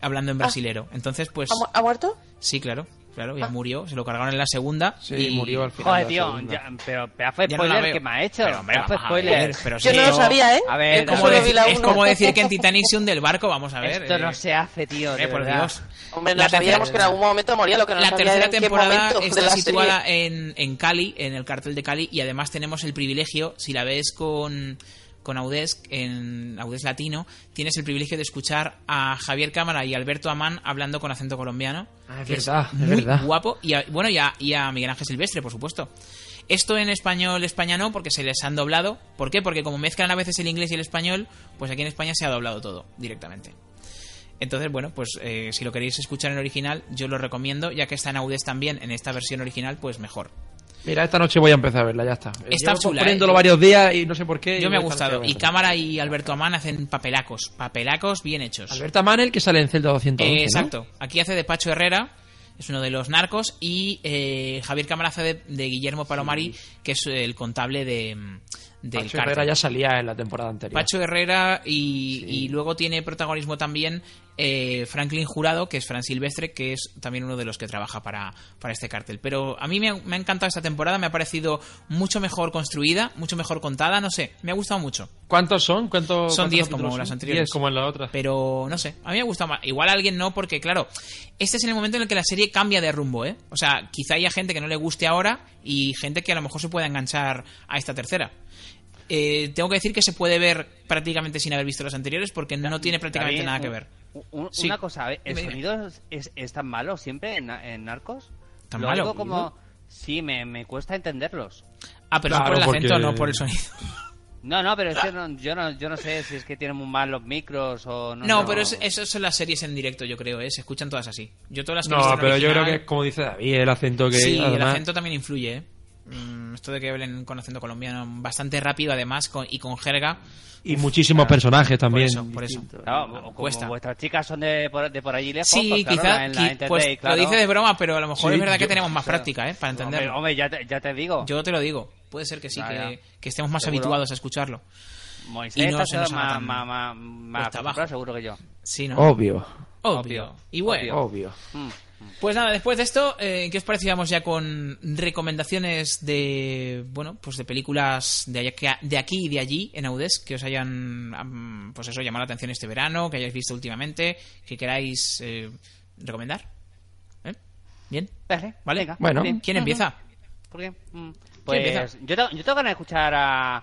Speaker 2: hablando en brasilero. Entonces, pues...
Speaker 3: ¿Ha, mu- ha muerto?
Speaker 2: Sí, claro, claro, ya murió, se lo cargaron en la segunda.
Speaker 4: Sí,
Speaker 2: eh, y-
Speaker 4: murió al final.
Speaker 5: Joder,
Speaker 4: de la
Speaker 5: tío,
Speaker 4: segunda.
Speaker 5: ya- pero pedazo de
Speaker 2: Ya no la
Speaker 5: spoiler
Speaker 2: veo.
Speaker 5: que me ha hecho.
Speaker 2: Pero, hombre,
Speaker 5: pedazo de
Speaker 2: vamos a
Speaker 5: spoiler.
Speaker 2: ver, pero
Speaker 3: Yo
Speaker 2: sí,
Speaker 3: no lo
Speaker 2: pero-
Speaker 3: sabía, ¿eh?
Speaker 5: A ver,
Speaker 2: es
Speaker 5: no,
Speaker 2: como,
Speaker 3: solo
Speaker 2: deci-
Speaker 3: vi la
Speaker 2: es
Speaker 3: uno.
Speaker 2: como decir que en Titanic se hunde el barco, vamos a ver.
Speaker 5: esto
Speaker 2: eh,
Speaker 5: no se hace, tío.
Speaker 2: eh,
Speaker 5: de
Speaker 2: por
Speaker 5: verdad.
Speaker 2: Dios.
Speaker 3: Hombre, no
Speaker 2: La tercera-
Speaker 3: sabíamos que en algún momento moría, lo que no
Speaker 2: la
Speaker 3: sabía era
Speaker 2: tercera
Speaker 3: en qué
Speaker 2: temporada
Speaker 3: momento de
Speaker 2: está
Speaker 3: la
Speaker 2: situada
Speaker 3: serie.
Speaker 2: en, en Cali, en el cartel de Cali, y además tenemos el privilegio, si la ves con, con Audesc, en Audesc Latino, tienes el privilegio de escuchar a Javier Cámara y Alberto Amán hablando con acento colombiano.
Speaker 4: Ah, es
Speaker 2: que es
Speaker 4: verdad, es
Speaker 2: muy
Speaker 4: verdad.
Speaker 2: guapo. Y a- bueno, y a, y a Miguel Ángel Silvestre, por supuesto. Esto en español, España no, porque se les han doblado. ¿Por qué? Porque como mezclan a veces el inglés y el español, pues aquí en España se ha doblado todo directamente. Entonces, bueno, pues eh, si lo queréis escuchar en original, yo lo recomiendo, ya que está en Audes también, en esta versión original, pues mejor.
Speaker 4: Mira, esta noche voy a empezar a verla, ya está.
Speaker 2: Está
Speaker 4: Llevo
Speaker 2: chula,
Speaker 4: poniéndolo
Speaker 2: ¿eh?
Speaker 4: varios días y no sé por qué. y
Speaker 2: Yo me ha
Speaker 4: voy a estar
Speaker 2: gustado.
Speaker 4: noche
Speaker 2: Y
Speaker 4: a verla.
Speaker 2: Cámara y Alberto Amán hacen papelacos, papelacos bien hechos.
Speaker 4: Alberta Manel, que sale en Celta 211.
Speaker 2: Eh,
Speaker 4: ¿no?
Speaker 2: exacto. Aquí hace de Pacho Herrera, es uno de los narcos, y eh, Javier Cámara hace de, de Guillermo Palomari, que es el contable de, mm, del
Speaker 4: Pacho
Speaker 2: cártel.
Speaker 4: Herrera ya salía en la temporada anterior.
Speaker 2: Pacho Herrera y, y luego tiene protagonismo también eh, Franklin Jurado, que es Fran Silvestre, que es también uno de los que trabaja para, para este cartel. Pero a mí me ha, me ha encantado esta temporada, me ha parecido mucho mejor construida, mucho mejor contada, no sé, me ha gustado mucho.
Speaker 4: ¿Cuántos son? ¿Cuántos,
Speaker 2: Son
Speaker 4: cuántos
Speaker 2: 10
Speaker 4: capítulos
Speaker 2: como
Speaker 4: son?
Speaker 2: las anteriores.
Speaker 4: 10 como en la otra.
Speaker 2: Pero no sé, a mí me ha gustado más. Igual a alguien no, porque claro, este es en el momento en el que la serie cambia de rumbo, ¿eh? O sea, quizá haya gente que no le guste ahora y gente que a lo mejor se pueda enganchar a esta tercera. Eh, tengo que decir que se puede ver prácticamente sin haber visto las anteriores porque no tiene prácticamente
Speaker 5: David,
Speaker 2: nada
Speaker 5: un-
Speaker 2: que ver.
Speaker 5: un- un-
Speaker 2: Sí.
Speaker 5: Una cosa, a ver, ¿el
Speaker 2: Dime, dime.
Speaker 5: sonido es, es- es tan malo siempre en, en Narcos?
Speaker 2: ¿Tan
Speaker 5: Lo
Speaker 2: malo?
Speaker 5: oigo como... Sí, me, me cuesta entenderlos.
Speaker 2: Ah, pero
Speaker 4: Claro,
Speaker 2: es por el acento,
Speaker 4: porque-
Speaker 2: no por el
Speaker 4: [laughs]
Speaker 2: sonido.
Speaker 5: No, no, pero es que no- yo, no, yo no sé si es que tienen muy mal los micros o no.
Speaker 2: No, pero es- eh, esas son las series en directo, yo creo, ¿eh? Se escuchan todas así. Yo todas las que he visto ¿eh?
Speaker 4: No,
Speaker 2: en
Speaker 4: pero yo creo
Speaker 2: original-
Speaker 4: que, como dice David, el acento que.
Speaker 2: Sí, el
Speaker 4: además-
Speaker 2: acento también influye, ¿eh? Mm, Esto de que hablen con acento colombiano bastante rápido, además, con- y con jerga.
Speaker 4: Y muchísimos personajes
Speaker 2: Por
Speaker 4: también.
Speaker 2: eso, por eso.
Speaker 5: Claro, o como
Speaker 2: Cuesta.
Speaker 5: vuestras chicas son de por, de por allí lejos,
Speaker 2: Sí,
Speaker 5: pues, claro,
Speaker 2: quizá.
Speaker 5: en
Speaker 2: qui-
Speaker 5: la Internet,
Speaker 2: pues
Speaker 5: claro.
Speaker 2: lo dice de broma, pero a lo mejor
Speaker 4: Sí,
Speaker 2: es verdad que
Speaker 4: yo-
Speaker 2: tenemos más
Speaker 5: claro.
Speaker 2: práctica, ¿eh? Para
Speaker 5: Hombre,
Speaker 2: entenderlo.
Speaker 5: hombre, ya te, ya te digo.
Speaker 2: Yo te lo digo. Puede ser que sí,
Speaker 5: Ya,
Speaker 2: que,
Speaker 5: ya.
Speaker 2: que estemos más
Speaker 5: Seguro.
Speaker 2: habituados a escucharlo.
Speaker 5: Moisés
Speaker 2: y no
Speaker 5: está
Speaker 2: se nos
Speaker 5: más-
Speaker 2: haga tan-
Speaker 5: más- más- más
Speaker 2: cuesta abajo.
Speaker 5: acostumbrado, seguro que yo.
Speaker 2: Sí, ¿no?
Speaker 4: Obvio.
Speaker 2: Obvio. Y bueno.
Speaker 4: Obvio.
Speaker 5: Mm.
Speaker 2: Pues nada, después de esto, eh, ¿qué os parece? Vamos ya con recomendaciones de, bueno, pues de películas de, allá- de aquí y de allí en Audes que os hayan, am, pues eso, llamado la atención este verano, que hayáis visto últimamente, que queráis eh, recomendar. ¿Eh? ¿Bien?
Speaker 5: Vale,
Speaker 2: ¿Vale?
Speaker 5: venga,
Speaker 4: Bueno.
Speaker 5: bien.
Speaker 2: ¿Quién empieza?
Speaker 5: ¿Por qué? Mm. Pues
Speaker 2: empieza?
Speaker 5: yo tengo, yo tengo ganas de escuchar a,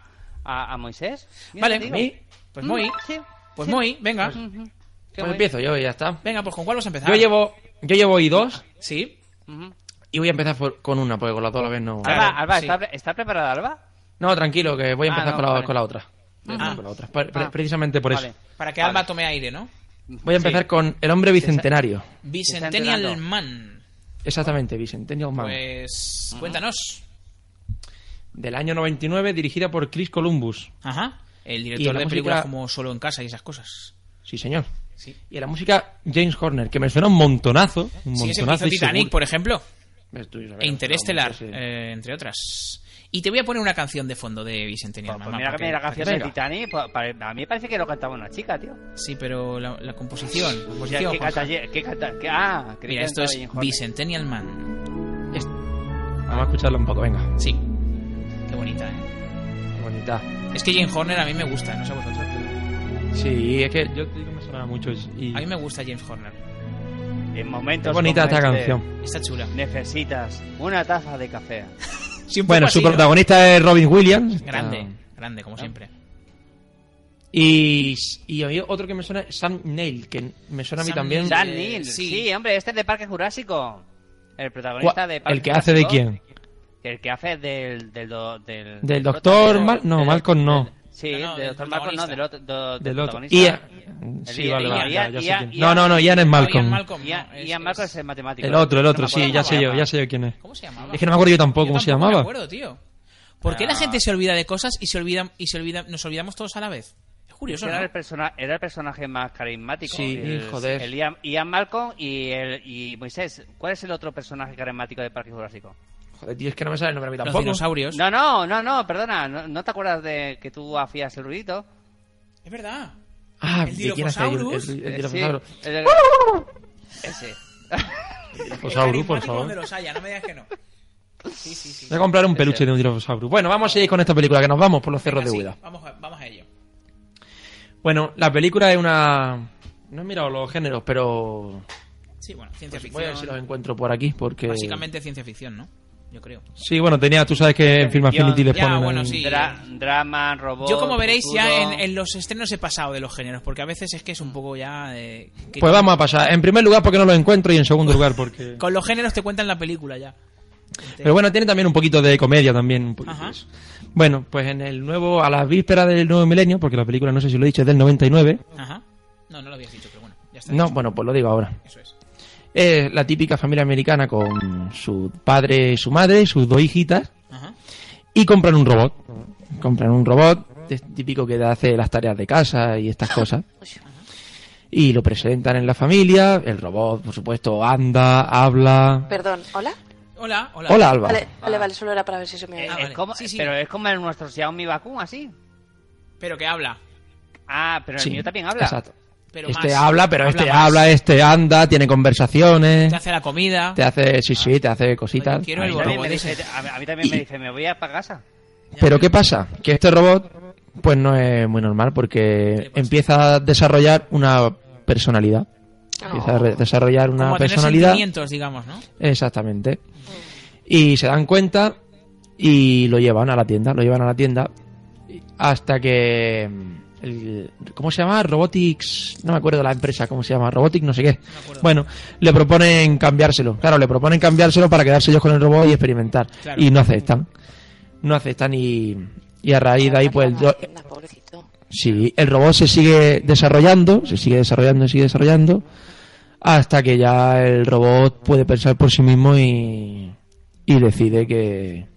Speaker 5: a, a Moisés. Mira,
Speaker 2: Vale,
Speaker 5: te digo.
Speaker 2: Muy. pues muy,
Speaker 5: Mm, sí,
Speaker 2: pues
Speaker 5: sí.
Speaker 2: muy, venga.
Speaker 5: Ujú.
Speaker 4: Pues empiezo yo y ya está.
Speaker 2: Venga, pues ¿con cuál vas a empezar?
Speaker 4: Yo llevo, yo llevo I2.
Speaker 2: Sí.
Speaker 4: Y voy a empezar por- con una, porque con las dos a la vez no.
Speaker 2: Ah,
Speaker 5: Alba, Alba, ¿está, está preparada Alba?
Speaker 4: No, tranquilo, que voy a empezar
Speaker 5: Ah, no,
Speaker 4: con, la,
Speaker 5: vale.
Speaker 4: con la otra.
Speaker 2: Ah.
Speaker 4: Voy a empezar con la otra. Pre- pre- Precisamente por
Speaker 5: Vale.
Speaker 4: eso.
Speaker 2: Para que
Speaker 5: Vale.
Speaker 2: Alba tome aire, ¿no?
Speaker 4: Pues Voy a empezar con El hombre bicentenario.
Speaker 2: Bicentennial Man.
Speaker 4: Exactamente, Bicentennial Man.
Speaker 2: Pues cuéntanos.
Speaker 4: Del año 99, dirigida por Chris Columbus.
Speaker 2: Ajá. El
Speaker 4: Y la
Speaker 2: director de
Speaker 4: música-
Speaker 2: películas como Solo en casa y esas cosas.
Speaker 4: Sí, señor.
Speaker 2: Sí.
Speaker 4: Y la música James Horner, que me suena un montonazo. Un
Speaker 2: Sí, es el que
Speaker 4: montonazo.
Speaker 2: hizo
Speaker 4: y seguro-
Speaker 2: Titanic, por ejemplo.
Speaker 4: sabes,
Speaker 2: E Interestelar,
Speaker 4: sí.
Speaker 2: eh, entre otras. Y te voy a poner una canción de fondo de Bicentennial Man.
Speaker 5: Pues mira
Speaker 2: para
Speaker 5: que me la
Speaker 2: para
Speaker 5: canción de
Speaker 2: sepa.
Speaker 5: Titanic, pues, para- a mí me parece que lo cantaba una chica, tío.
Speaker 2: Sí, pero la, la composición. la
Speaker 4: Pues
Speaker 5: O sea,
Speaker 2: composición,
Speaker 5: ¿qué
Speaker 2: Juanjo.
Speaker 5: canta? ¿Qué canta? qué- ah, creí
Speaker 2: Mira,
Speaker 5: que
Speaker 2: esto
Speaker 5: cantaba
Speaker 2: es
Speaker 5: Jane Horner.
Speaker 2: Bicentennial Man.
Speaker 4: Vamos a escucharlo un poco, venga.
Speaker 2: Sí. Qué bonita, ¿eh?
Speaker 4: Qué bonita.
Speaker 2: Es que Jane Horner a mí me gusta, no sé a vosotros.
Speaker 4: Sí, es que yo te digo que me sonaba mucho. Y...
Speaker 2: A mí me gusta James Horner.
Speaker 5: En momentos
Speaker 4: Qué bonita
Speaker 5: como
Speaker 4: esta
Speaker 5: este,
Speaker 4: canción.
Speaker 2: Está chula.
Speaker 5: Necesitas una taza de café.
Speaker 4: Bueno, su protagonista es Robin Williams.
Speaker 2: Grande,
Speaker 4: Está-
Speaker 2: grande, como siempre.
Speaker 4: Y, y a mí otro que me suena es Sam Neill, que me suena a mí también.
Speaker 5: Dan
Speaker 4: Eh,
Speaker 5: Neil, sí.
Speaker 2: sí.
Speaker 5: hombre, este es de Parque Jurásico. El protagonista
Speaker 4: Gua-
Speaker 5: de Parque
Speaker 4: ¿El que hace de
Speaker 5: Jurásico.
Speaker 4: quién?
Speaker 5: El que hace del... Del, do- del,
Speaker 4: Del doctor Mal... No, Malcolm no.
Speaker 5: Sí,
Speaker 2: No, no,
Speaker 5: del
Speaker 2: del
Speaker 5: doctor Malcolm, no, del otro... do-
Speaker 4: Del otro.
Speaker 5: protagonista.
Speaker 4: Ian.
Speaker 5: El
Speaker 4: Sí,
Speaker 5: Ian-
Speaker 4: vale, vale,
Speaker 5: Ian-
Speaker 4: ya, ya sé
Speaker 5: Ian-
Speaker 4: quién. No, no, no, Ian es Malcolm.
Speaker 2: Malcolm,
Speaker 5: Ian,
Speaker 2: no, es-
Speaker 5: Ian Malcolm
Speaker 2: es-
Speaker 5: es el matemático.
Speaker 4: El otro, el
Speaker 5: No
Speaker 4: otro,
Speaker 5: me
Speaker 4: sí,
Speaker 5: acuerdo
Speaker 4: ya
Speaker 5: cómo
Speaker 4: sé
Speaker 5: se
Speaker 4: yo,
Speaker 5: llama.
Speaker 4: ya sé yo quién es.
Speaker 2: ¿Cómo se llamaba?
Speaker 4: Es que no me acuerdo yo tampoco
Speaker 2: Yo
Speaker 4: cómo se
Speaker 2: tampoco Me
Speaker 4: llamaba.
Speaker 2: acuerdo, tío. ¿Por qué la
Speaker 5: Ah.
Speaker 2: gente se olvida de cosas y se olvidan y se olvidan, nos olvidamos todos a la vez? Es curioso,
Speaker 5: Era,
Speaker 2: ¿no?
Speaker 5: el persona- era el personaje más carismático.
Speaker 4: Sí,
Speaker 5: el,
Speaker 4: joder.
Speaker 5: el Ian, Ian Malcolm y, el, y Moisés. ¿Cuál es el otro personaje carismático de Parque Jurásico?
Speaker 4: Joder, tío, es que no me sale el nombre a mí
Speaker 2: Los
Speaker 4: tampoco.
Speaker 2: dinosaurios.
Speaker 5: No, no, no, no, perdona. ¿No, no te acuerdas de que tú hacías el ruidito?
Speaker 2: Es verdad.
Speaker 4: Ah,
Speaker 2: El
Speaker 4: ¿de quién hace el,
Speaker 2: Dilophosaurus.
Speaker 4: el, el
Speaker 5: Eh,
Speaker 4: Dilophosaurus?
Speaker 5: sí, el- ¡Uh! Ese.
Speaker 4: Dilophosaurus, Pues por
Speaker 2: Carismático donde
Speaker 4: favor.
Speaker 2: los haya, no me digas que no. Sí, sí, sí.
Speaker 4: Voy a comprar un peluche de un Dilophosaurus. Bueno, vamos a seguir con esta película, que nos vamos por los cerros
Speaker 2: Venga,
Speaker 4: de
Speaker 2: sí,
Speaker 4: huida.
Speaker 2: Vamos a, vamos a ello.
Speaker 4: Bueno, la película es una... No he mirado los géneros, pero...
Speaker 2: Sí, bueno, ciencia
Speaker 4: Pues Voy a ver si los
Speaker 2: ficción.
Speaker 4: encuentro por aquí, porque...
Speaker 2: Básicamente ciencia ficción, ¿no? Yo creo.
Speaker 4: Sí, bueno, tenía... Tú sabes que en Film Affinity le
Speaker 2: Ya,
Speaker 4: ponen...
Speaker 2: bueno,
Speaker 4: ahí-
Speaker 2: sí.
Speaker 5: Dra- drama, robot.
Speaker 2: Yo, como veréis, ya
Speaker 5: futuro.
Speaker 2: en, en los estrenos he pasado de los géneros, porque a veces es que es un poco ya. eh, que-
Speaker 4: Pues vamos a pasar. En primer lugar porque no lo encuentro y en segundo lugar porque...
Speaker 2: Con los géneros te cuentan la película ya.
Speaker 4: Pero bueno, tiene también un poquito de comedia también. un poquito
Speaker 2: Ajá.
Speaker 4: de eso. Bueno, pues en el nuevo, a la víspera del nuevo milenio, porque la película no sé si lo he dicho, es del 99.
Speaker 2: Ajá. No, no lo habías dicho, pero bueno, ya está.
Speaker 4: No, bueno, pues lo digo ahora.
Speaker 2: Eso es.
Speaker 4: Es la típica familia americana con su padre, su madre, sus dos hijitas
Speaker 2: Ajá.
Speaker 4: y compran un robot. Compran un robot de- típico que hace las tareas de casa y estas cosas. Y lo presentan en la familia. El robot, por supuesto, anda, habla.
Speaker 3: Perdón, ¿hola?
Speaker 2: Hola, hola.
Speaker 4: Hola, Alba.
Speaker 3: Vale, vale, vale, solo era para ver si se me
Speaker 5: Eh,
Speaker 3: oía.
Speaker 5: es
Speaker 2: vale.
Speaker 5: como-
Speaker 2: Sí, sí.
Speaker 5: Pero es como en nuestro Xiaomi Bakun, así.
Speaker 2: Pero que habla.
Speaker 5: Ah, pero el
Speaker 4: Sí,
Speaker 5: mío también habla.
Speaker 4: Exacto.
Speaker 2: Pero
Speaker 4: este
Speaker 2: más.
Speaker 4: habla, pero este
Speaker 2: más.
Speaker 4: habla, este anda, tiene conversaciones.
Speaker 2: Te hace la comida.
Speaker 4: Te hace, sí, sí, te hace
Speaker 2: Oye,
Speaker 4: cositas.
Speaker 2: quiero
Speaker 5: A
Speaker 4: Ahí
Speaker 5: mí,
Speaker 2: el
Speaker 4: está.
Speaker 5: también
Speaker 2: robot
Speaker 5: me
Speaker 2: ese.
Speaker 5: dice, a a mí también me dice, me voy a para casa.
Speaker 4: Pero ¿qué pasa? Que este robot, pues no es muy normal porque empieza a desarrollar una personalidad. Empieza a re- desarrollar una
Speaker 2: Como a tener
Speaker 4: personalidad.
Speaker 2: sentimientos, digamos, ¿no?
Speaker 4: Exactamente. Y se dan cuenta y lo llevan a la tienda, lo llevan a la tienda hasta que... mm, el- ¿Cómo se llama? Robotics... No me acuerdo la empresa, ¿cómo se llama? Robotics, no sé qué. bueno, le proponen cambiárselo. Claro, le proponen cambiárselo para quedarse ellos con el robot y experimentar.
Speaker 2: Claro.
Speaker 4: Y no aceptan. No aceptan y, y a raíz de ahí pues... el do-
Speaker 3: Anda, pobrecito.
Speaker 4: Sí, el robot se sigue desarrollando, se sigue desarrollando, se sigue desarrollando, hasta que ya el robot puede pensar por sí mismo y, y decide que,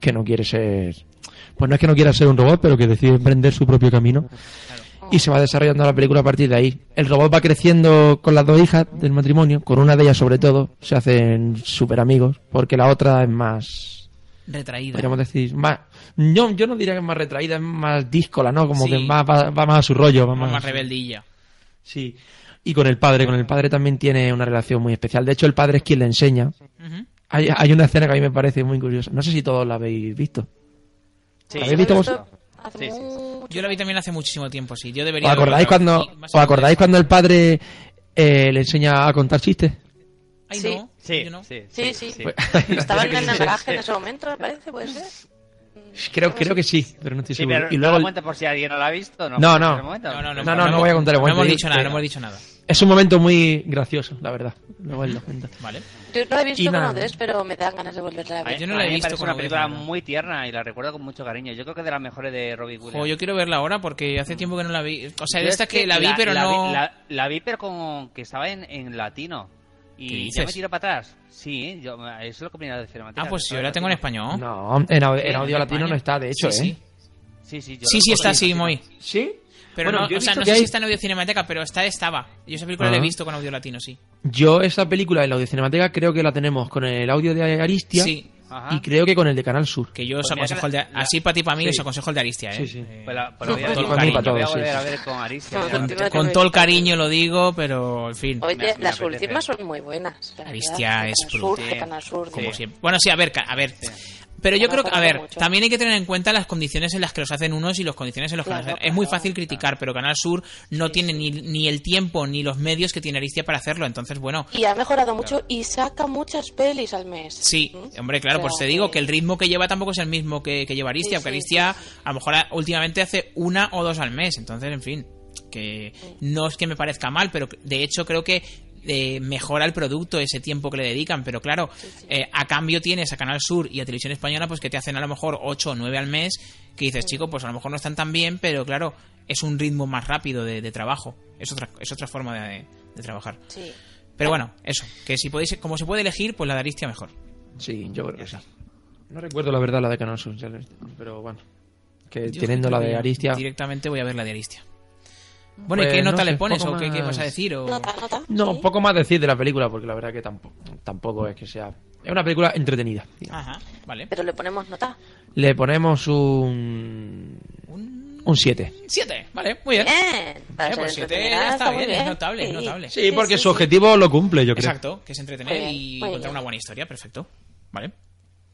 Speaker 4: que no quiere ser... Pues no es que no quiera ser un robot, pero que decide emprender su propio camino. Y se va desarrollando la película a partir de ahí. El robot va creciendo con las dos hijas del matrimonio, con una de ellas sobre todo, se hacen súper amigos, porque la otra es más
Speaker 2: Retraída.
Speaker 4: podríamos decir más no, yo no diría que es más retraída es más díscola no como
Speaker 2: Sí.
Speaker 4: que más va, va más a su rollo va
Speaker 2: Como
Speaker 4: más,
Speaker 2: más rebeldilla.
Speaker 4: sí y con el padre con el padre también tiene una relación muy especial de hecho el padre es quien le enseña
Speaker 2: Ujú.
Speaker 4: hay, hay una escena que a mí me parece muy curiosa no sé si todos la habéis visto
Speaker 5: Sí,
Speaker 4: ¿La habéis visto vos-
Speaker 3: Hace
Speaker 5: Sí, sí, sí.
Speaker 3: mucho-
Speaker 2: Yo la vi también hace muchísimo tiempo, sí. Yo debería.
Speaker 4: os acordáis
Speaker 2: verla.
Speaker 4: cuando
Speaker 2: Sí, más
Speaker 4: os acordáis
Speaker 2: adelante.
Speaker 4: cuando el padre eh, le enseña a contar chistes
Speaker 2: Ay,
Speaker 3: Sí.
Speaker 2: no.
Speaker 5: Sí,
Speaker 2: yo no.
Speaker 5: sí,
Speaker 3: Sí, sí.
Speaker 4: Pues-
Speaker 3: [laughs]
Speaker 5: [laughs]
Speaker 3: Estaba en el naranja en ese momento, me parece, puede ser.
Speaker 4: Creo, creo que sí, pero no estoy
Speaker 5: Sí,
Speaker 4: seguro.
Speaker 5: pero
Speaker 4: y
Speaker 5: no
Speaker 4: luego
Speaker 5: lo cuentes por si alguien no lo ha visto, ¿no?
Speaker 4: No,
Speaker 5: ¿En
Speaker 4: no.
Speaker 5: ese momento?
Speaker 4: No, no, no, No, no, no no voy a contar el
Speaker 2: No hemos
Speaker 4: momento.
Speaker 2: dicho nada, no hemos dicho nada.
Speaker 4: es un momento muy gracioso, la verdad. Luego él lo cuenta.
Speaker 2: Vale.
Speaker 3: Yo no la he
Speaker 4: Y
Speaker 3: visto
Speaker 4: nada.
Speaker 3: con Odés, pero me dan ganas de volverla a ver.
Speaker 5: Yo no la he visto. Es una película muy tierna y la recuerdo con mucho cariño. Yo creo que es de las mejores de Robbie Williams.
Speaker 2: Jo, yo quiero verla ahora porque hace tiempo que no la vi. O sea,
Speaker 5: Yo
Speaker 2: de esta
Speaker 5: es que
Speaker 2: que la vi, pero
Speaker 5: la
Speaker 2: no.
Speaker 5: la, la vi, pero con, que estaba en, en latino.
Speaker 2: ¿Qué
Speaker 5: Y
Speaker 2: dices?
Speaker 5: ya me tiro para atrás. Sí, yo, eso es lo que me iba a decir. Matías,
Speaker 2: Ah, pues
Speaker 5: que
Speaker 2: yo
Speaker 5: estaba
Speaker 2: la tengo en español.
Speaker 4: No, en, au- en
Speaker 2: Eh,
Speaker 4: audio
Speaker 2: en
Speaker 4: latino
Speaker 2: España.
Speaker 4: no está, de hecho,
Speaker 2: Sí, sí.
Speaker 4: ¿eh?
Speaker 5: latino. Sí, sí, yo
Speaker 2: Sí, sí,
Speaker 5: recuerdo
Speaker 2: está,
Speaker 5: que-
Speaker 2: sí, Moy.
Speaker 4: ¿Sí?
Speaker 2: Pero
Speaker 4: Bueno,
Speaker 2: no,
Speaker 4: yo he
Speaker 2: o sea,
Speaker 4: visto
Speaker 2: no
Speaker 4: que
Speaker 2: sé si
Speaker 4: hay- Ah.
Speaker 2: está en audio cinemateca, pero esta estaba. Yo esa película la he
Speaker 4: Ajá.
Speaker 2: visto con audio latino, sí.
Speaker 4: Yo esa película en la audio cinemateca creo que la tenemos con el audio de Aristia
Speaker 2: Sí. Ah. Ajá.
Speaker 4: y creo que con el de Canal Sur.
Speaker 2: Que yo os
Speaker 5: Pues mira
Speaker 2: aconsejo el
Speaker 5: que
Speaker 2: de.
Speaker 5: la-
Speaker 2: Así para ti, para mí,
Speaker 5: Sí.
Speaker 2: os aconsejo el de Aristia, ¿eh?
Speaker 4: Sí, sí.
Speaker 2: Eh,
Speaker 5: Pues la- pues
Speaker 2: con
Speaker 5: la voy a
Speaker 2: todo
Speaker 5: ver
Speaker 2: el cariño.
Speaker 5: con cariño, voy a
Speaker 4: todos, sí,
Speaker 5: volver a
Speaker 4: sí,
Speaker 5: ver
Speaker 4: sí.
Speaker 5: con Aristia.
Speaker 3: Con-
Speaker 5: ya.
Speaker 3: Efectivamente.
Speaker 2: Con todo el cariño lo digo, pero en fin.
Speaker 5: Me-
Speaker 3: Oye,
Speaker 5: me
Speaker 3: las
Speaker 5: apetece.
Speaker 3: últimas son muy buenas. la verdad.
Speaker 2: Aristia
Speaker 3: De
Speaker 2: es
Speaker 3: Canal Sur, de
Speaker 2: brutal.
Speaker 3: Canal Sur, de-
Speaker 2: Como siempre. Bueno, sí, a ver, ca- a ver. Pero yo
Speaker 3: Me
Speaker 2: creo que, a
Speaker 3: acuerdo
Speaker 2: ver,
Speaker 3: mucho.
Speaker 2: también hay que tener en cuenta las condiciones en las que los hacen unos y las condiciones en las que los
Speaker 3: Claro,
Speaker 2: hacen. Es muy fácil criticar, pero Canal Sur no tiene ni, ni el tiempo ni los medios que tiene Aristia para hacerlo. Entonces, bueno,
Speaker 3: Y ha mejorado mucho y saca muchas pelis al mes. ¿Mm?
Speaker 2: sí, hombre, claro,
Speaker 3: O
Speaker 2: pues
Speaker 3: sea,
Speaker 2: te digo que el ritmo que lleva tampoco es el mismo que, que lleva Aristia,
Speaker 3: Sí,
Speaker 2: porque
Speaker 3: sí,
Speaker 2: Aristia a lo mejor a- últimamente hace una o dos al mes. Entonces, en fin, que no es que me parezca mal, pero de hecho creo que eh, mejora el producto ese tiempo que le dedican. Pero claro, eh, a cambio tienes a Canal Sur y a Televisión Española, pues que te hacen a lo mejor 8 o 9 al mes, que dices, chico, pues a lo mejor no están tan bien, pero claro, es un ritmo más rápido de, de trabajo. Es otra, es otra forma de, de trabajar.
Speaker 3: Sí.
Speaker 2: Pero bueno, eso, que si podéis, como se puede elegir, pues la de Aristia mejor.
Speaker 4: Sí, yo creo que sí. No recuerdo la verdad la de Canal Sur, ya lo- pero bueno. Que
Speaker 2: Yo
Speaker 4: teniendo
Speaker 2: creo
Speaker 4: la
Speaker 2: que
Speaker 4: de
Speaker 2: yo
Speaker 4: Aristia.
Speaker 2: Directamente voy a ver la de Aristia. Bueno, ¿y
Speaker 4: Pues
Speaker 2: qué
Speaker 4: no
Speaker 2: nota
Speaker 4: sé,
Speaker 2: le pones
Speaker 4: poco
Speaker 2: o qué, qué
Speaker 4: más.
Speaker 2: vas a decir? O...
Speaker 4: No, poco más decir de la película, porque la verdad que tampoco, tampoco es que sea. Es una película entretenida.
Speaker 2: Ajá, vale.
Speaker 3: Pero le ponemos nota.
Speaker 4: Le ponemos un. Un 7.
Speaker 2: Siete, vale, muy bien.
Speaker 3: Bien, para
Speaker 2: Eh,
Speaker 3: ser
Speaker 2: pues siete
Speaker 3: entretenida
Speaker 2: ya
Speaker 3: está
Speaker 2: está
Speaker 3: muy
Speaker 2: bien,
Speaker 3: bien.
Speaker 2: es notable, es notable.
Speaker 4: Sí, porque su objetivo lo cumple, yo creo.
Speaker 2: Exacto, que es entretener
Speaker 3: Muy bien,
Speaker 2: y
Speaker 3: muy
Speaker 2: contar
Speaker 3: bien.
Speaker 2: una buena historia, perfecto. Vale.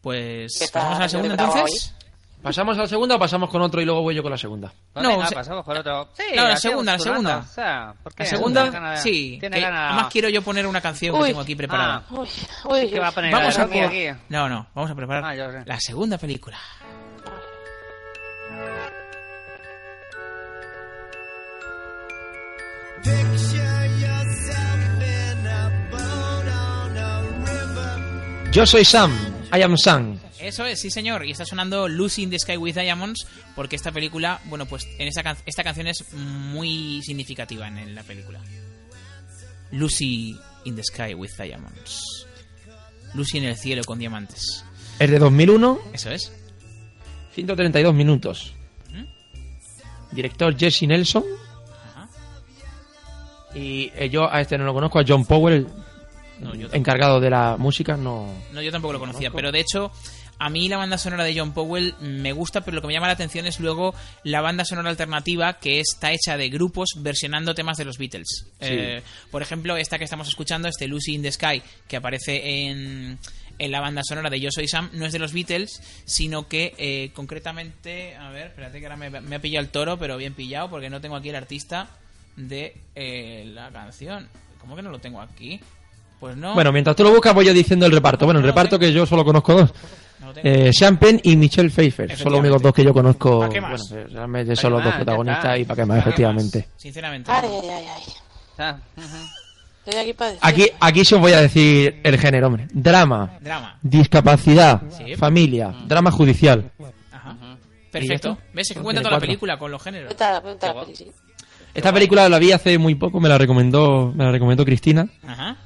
Speaker 2: Pues
Speaker 3: ¿Qué tal?
Speaker 2: pasamos a la segunda
Speaker 3: ¿Qué tal
Speaker 2: entonces.
Speaker 4: ¿Pasamos a la segunda o pasamos con otro y luego voy yo con la segunda?
Speaker 5: No,
Speaker 2: No,
Speaker 5: venga,
Speaker 2: se-
Speaker 5: pasamos con otro. Sí,
Speaker 2: No, la
Speaker 5: hacemos
Speaker 2: segunda, la
Speaker 5: turrando,
Speaker 2: segunda.
Speaker 5: o sea, ¿por qué?
Speaker 2: La segunda,
Speaker 5: Tiene ganas-
Speaker 2: sí.
Speaker 5: tiene
Speaker 2: que
Speaker 5: ganas- Ah.
Speaker 2: Además quiero yo poner una canción que
Speaker 5: Uy.
Speaker 2: tengo aquí preparada.
Speaker 3: Uy, uy,
Speaker 5: ¿Qué va a poner?
Speaker 2: Vamos
Speaker 5: la
Speaker 2: a
Speaker 5: de Rocky
Speaker 2: por-
Speaker 5: aquí?
Speaker 2: No, no, vamos a preparar
Speaker 5: Ah, yo sé.
Speaker 2: la segunda película.
Speaker 20: Picture yourself in a boat on a river.
Speaker 4: Yo soy Sam. I am Sam.
Speaker 2: Eso es, sí señor, y está sonando Lucy in the Sky with Diamonds porque esta película, bueno, pues en esta, can- esta canción es muy significativa en, en la película. Lucy in the Sky with Diamonds. Lucy en el cielo con diamantes.
Speaker 4: Es de 2001,
Speaker 2: Eso es.
Speaker 4: 132 minutos. Director Jesse Nelson.
Speaker 2: Ajá.
Speaker 4: Y eh, yo a este no lo conozco, a John Powell,
Speaker 2: No, yo tampoco.
Speaker 4: encargado de la música, no.
Speaker 2: No, yo tampoco lo conocía, pero de hecho, a mí la banda sonora de John Powell me gusta, pero lo que me llama la atención es luego la banda sonora alternativa que está hecha de grupos versionando temas de los Beatles. Eh, por ejemplo, esta que estamos escuchando, este Lucy in the Sky, que aparece en, en la banda sonora de Yo Soy Sam, no es de los Beatles, sino que eh, concretamente, a ver, espérate que ahora me, me ha pillado el toro, pero bien pillado, porque no tengo aquí el artista de eh, la canción. ¿Cómo que no lo tengo aquí? Pues no.
Speaker 4: Bueno, mientras tú lo buscas, voy yo diciendo el reparto. Bueno, el reparto que yo solo conozco dos: eh, Sean Penn y Michelle Pfeiffer. Son los
Speaker 2: Efectivamente.
Speaker 4: únicos dos que yo conozco.
Speaker 2: ¿Pa' qué más?
Speaker 4: Bueno, eh, realmente
Speaker 5: ¿Pa'
Speaker 4: son
Speaker 5: qué
Speaker 4: los dos
Speaker 5: más? Ya
Speaker 4: protagonistas
Speaker 5: está.
Speaker 4: y para qué más,
Speaker 5: ¿Pa' qué
Speaker 4: efectivamente.
Speaker 2: Sinceramente.
Speaker 3: Ay, ay, ay, ay.
Speaker 5: Ah,
Speaker 3: Estoy aquí para decir.
Speaker 4: Aquí, aquí sí os voy a decir el género, hombre: drama,
Speaker 2: Drama.
Speaker 4: discapacidad,
Speaker 2: Sí. Mm.
Speaker 4: familia, drama judicial.
Speaker 2: Ajá.
Speaker 4: ¿Y
Speaker 2: Perfecto.
Speaker 4: esto?
Speaker 2: ¿Ves? Es que
Speaker 4: Tiene
Speaker 2: cuenta toda la
Speaker 4: cuatro.
Speaker 2: película con los géneros.
Speaker 3: Cuenta- cuenta la peli, sí.
Speaker 4: Esta película la vi hace muy poco, me la recomendó, me la recomendó Cristina,
Speaker 2: Ajá.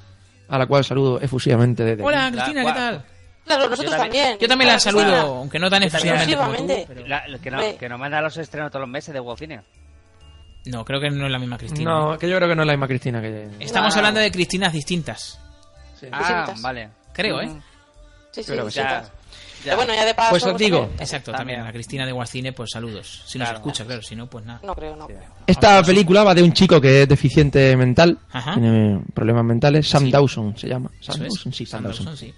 Speaker 4: a la cual saludo efusivamente desde.
Speaker 2: Hola,
Speaker 5: La
Speaker 2: Cristina, ¿qué
Speaker 5: cua-
Speaker 2: tal?
Speaker 3: Claro, nosotros
Speaker 5: Yo también-
Speaker 3: también.
Speaker 2: Yo también la
Speaker 3: Claro, Cristina.
Speaker 2: saludo, aunque no tan efectivamente como tú.
Speaker 3: Efectivamente.
Speaker 5: La- que, no,
Speaker 3: Hombre.
Speaker 5: que nos manda los estrenos todos los meses de Wofine.
Speaker 2: No, creo que no es la misma Cristina.
Speaker 4: No, que yo creo que no es la misma Cristina que.
Speaker 2: Estamos
Speaker 5: No.
Speaker 2: hablando de Cristinas distintas.
Speaker 5: Ah, vale.
Speaker 2: Creo, ¿eh?
Speaker 5: Mm,
Speaker 3: Sí, sí,
Speaker 4: Creo que
Speaker 3: sí,
Speaker 4: sí.
Speaker 5: Ya,
Speaker 3: sí.
Speaker 5: ya.
Speaker 3: Pero bueno, ya de paso.
Speaker 4: Pues os digo,
Speaker 3: Ah, también.
Speaker 2: Exacto, también.
Speaker 5: También.
Speaker 2: A la Cristina de Guarcine, pues saludos. Si nos
Speaker 5: Claro.
Speaker 2: escucha, claro. Si no, pues nada.
Speaker 3: No creo, no creo.
Speaker 4: Esta película va de un chico que es deficiente mental,
Speaker 2: Ajá.
Speaker 4: tiene problemas mentales, Sam Dawson se llama. Sam
Speaker 2: Eso es.
Speaker 4: Dawson, sí, Sam
Speaker 2: Sam Dawson,
Speaker 4: Dawson.
Speaker 2: sí.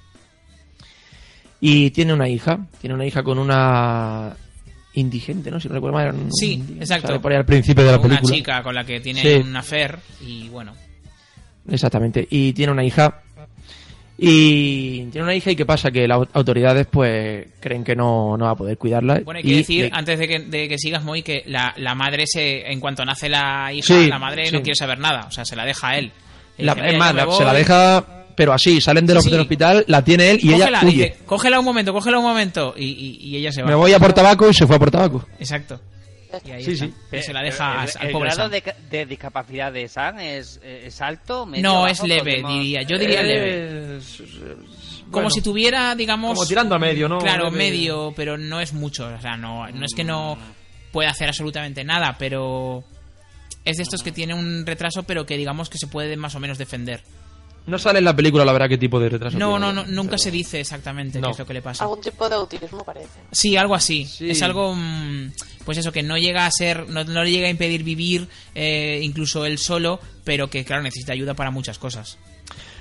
Speaker 4: Y tiene una hija, tiene una hija con una indigente, ¿no? Si no recuerdo mal. era un-
Speaker 2: Sí,
Speaker 4: un-
Speaker 2: exacto.
Speaker 4: sale por ahí al principio de la
Speaker 2: Una
Speaker 4: película.
Speaker 2: chica con la que tiene
Speaker 4: Sí.
Speaker 2: una fer y bueno.
Speaker 4: Exactamente. Y tiene una hija Y tiene una hija y qué pasa, que las autoridades pues creen que no, no va a poder cuidarla.
Speaker 2: Bueno, hay que
Speaker 4: y
Speaker 2: decir,
Speaker 4: le-
Speaker 2: antes de que, de que sigas, Moy, que la, la madre, se en cuanto nace la hija,
Speaker 4: Sí,
Speaker 2: la madre
Speaker 4: sí.
Speaker 2: no quiere saber nada. O sea, se la deja a él. Le
Speaker 4: la-
Speaker 2: dice,
Speaker 4: es
Speaker 2: "Mira,
Speaker 4: más,
Speaker 2: yo me
Speaker 4: la-
Speaker 2: voy".
Speaker 4: se la deja, pero así, salen del,
Speaker 2: Sí.
Speaker 4: del hospital, la tiene él y
Speaker 2: Cógela,
Speaker 4: ella huye.
Speaker 2: dice, cógela un momento, cógela un momento. Y, y- y ella se va.
Speaker 4: Me voy a por tabaco y se fue a por tabaco.
Speaker 2: Exacto. Y ahí
Speaker 4: Sí,
Speaker 2: está.
Speaker 4: sí.
Speaker 2: Y se la deja
Speaker 5: Eh, el,
Speaker 2: al- al
Speaker 5: el
Speaker 2: pobre
Speaker 5: grado
Speaker 2: Sam.
Speaker 5: de, ca- de discapacidad de Sam es, es alto, medio,
Speaker 2: No,
Speaker 5: bajo, Eh,
Speaker 2: es leve,
Speaker 5: podemos-
Speaker 2: diría. Yo diría leve. Como si tuviera, digamos...
Speaker 6: Como tirando a medio, ¿no?
Speaker 2: Claro,
Speaker 6: Leve.
Speaker 2: medio, pero no es mucho. O sea, no, no es que no pueda hacer absolutamente nada, pero... Es de estos que tiene un retraso, pero que digamos que se puede más o menos defender.
Speaker 4: No sale en la película, la verdad, qué tipo de retraso.
Speaker 2: No,
Speaker 4: tiene.
Speaker 2: no, no, nunca se dice exactamente
Speaker 4: No.
Speaker 2: qué es lo que le pasa.
Speaker 3: Algún tipo de autismo parece.
Speaker 2: Sí, algo así. Es algo, mm, pues eso, que no llega a ser, no, no le llega a impedir vivir eh, incluso él solo, pero que, claro, necesita ayuda para muchas cosas.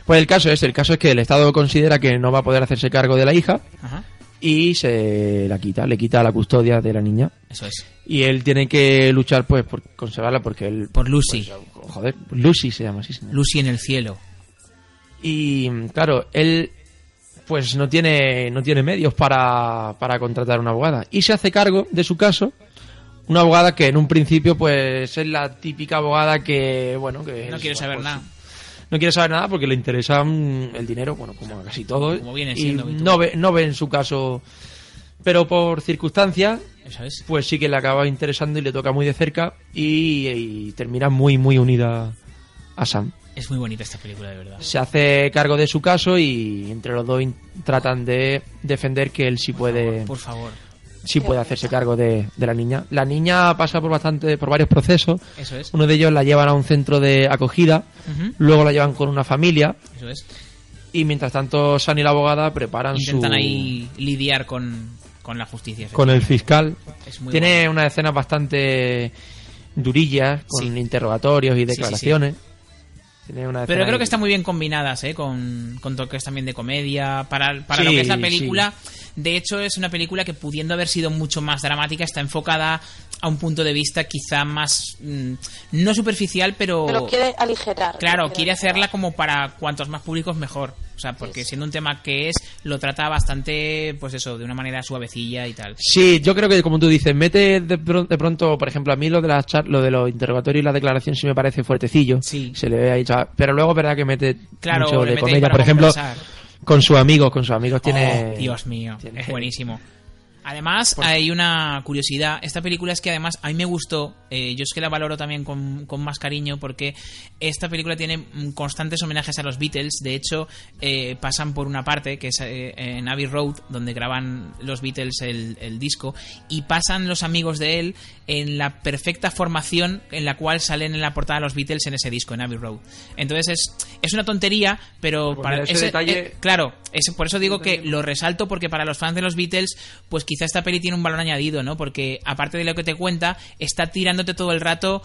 Speaker 4: Pues el caso es, el caso es que el Estado considera que no va a poder hacerse cargo de la hija
Speaker 2: Ajá.
Speaker 4: y se la quita, le quita la custodia de la niña.
Speaker 2: Eso es.
Speaker 4: Y él tiene que luchar pues por conservarla porque él...
Speaker 2: Por Lucy.
Speaker 4: pues, joder, Lucy se llama así. señor.
Speaker 2: Lucy en el cielo.
Speaker 4: Y claro, él pues no tiene, no tiene medios para, para contratar una abogada. Y se hace cargo de su caso una abogada que en un principio pues es la típica abogada que, bueno, que...
Speaker 2: No
Speaker 4: es- pues,
Speaker 2: quiere saber nada.
Speaker 4: no quiere saber nada porque le interesa mm, el dinero, bueno, como a casi todo.
Speaker 2: Como viene
Speaker 4: y
Speaker 2: siendo habitual.
Speaker 4: no ve, no ve en su caso. Pero por circunstancias,
Speaker 2: Eso es.
Speaker 4: pues sí que le acaba interesando y le toca muy de cerca y, y termina muy, muy unida a Sam.
Speaker 2: Es muy bonita esta película, de verdad.
Speaker 4: Se hace cargo de su caso y entre los dos in- tratan de defender que él sí puede,
Speaker 2: Por favor.
Speaker 4: sí puede hacerse cargo de, de la niña. La niña pasa por bastante, por varios procesos.
Speaker 2: Eso es.
Speaker 4: Uno de ellos la llevan a un centro de acogida,
Speaker 2: Ujú.
Speaker 4: luego la llevan con una familia
Speaker 2: Eso es.
Speaker 4: y mientras tanto, San y la abogada preparan
Speaker 2: Intentan
Speaker 4: su.
Speaker 2: ahí lidiar con, con la justicia.
Speaker 4: con el fiscal.
Speaker 2: Es muy
Speaker 4: Tiene unas escenas bastante durillas, con
Speaker 2: Sí.
Speaker 4: interrogatorios y
Speaker 2: Sí, sí, sí.
Speaker 4: declaraciones. Tiene una
Speaker 2: Pero
Speaker 4: escena
Speaker 2: creo que
Speaker 4: ahí-
Speaker 2: están muy bien combinadas, ¿eh? Con, con toques también de comedia. Para, para lo
Speaker 4: Sí,
Speaker 2: que es la
Speaker 4: sí.
Speaker 2: película, de hecho, es una película que pudiendo haber sido mucho más dramática, está enfocada a un punto de vista quizá más. mm, no superficial, pero.
Speaker 3: Pero quiere aligerar.
Speaker 2: Claro,
Speaker 3: Lo
Speaker 2: quiere hacerla como para cuantos más públicos mejor. O sea, porque siendo un tema que es, lo trata bastante, pues eso, de una manera suavecilla y tal.
Speaker 4: Sí, yo creo que como tú dices, mete de, pron- de pronto, por ejemplo, a mí lo de, las char- lo de los interrogatorios y la declaración sí me parece fuertecillo. Se le ve ahí, chaval. pero luego es verdad que mete
Speaker 2: Claro,
Speaker 4: mucho
Speaker 2: le
Speaker 4: de
Speaker 2: mete ahí
Speaker 4: comedia.
Speaker 2: para
Speaker 4: Por ejemplo,
Speaker 2: compensar.
Speaker 4: con sus amigos, con sus amigos tiene...
Speaker 2: Oh, Dios mío, es buenísimo. Además, hay una curiosidad. Esta película es que además a mí me gustó. eh, yo es que la valoro también con, con más cariño porque esta película tiene mm, constantes homenajes a los Beatles. De hecho, eh, pasan por una parte que es eh, en Abbey Road, donde graban los Beatles el, el disco, y pasan los amigos de él en la perfecta formación en la cual salen en la portada los Beatles en ese disco, en Abbey Road. Entonces es, es una tontería, pero
Speaker 6: Pues
Speaker 2: para
Speaker 6: mira, ese detalle-
Speaker 2: eh, Claro, es, por eso digo que lo resalto porque para los fans de los Beatles, pues quizá esta peli tiene un valor añadido, ¿no? Porque aparte de lo que te cuenta, está tirándote todo el rato,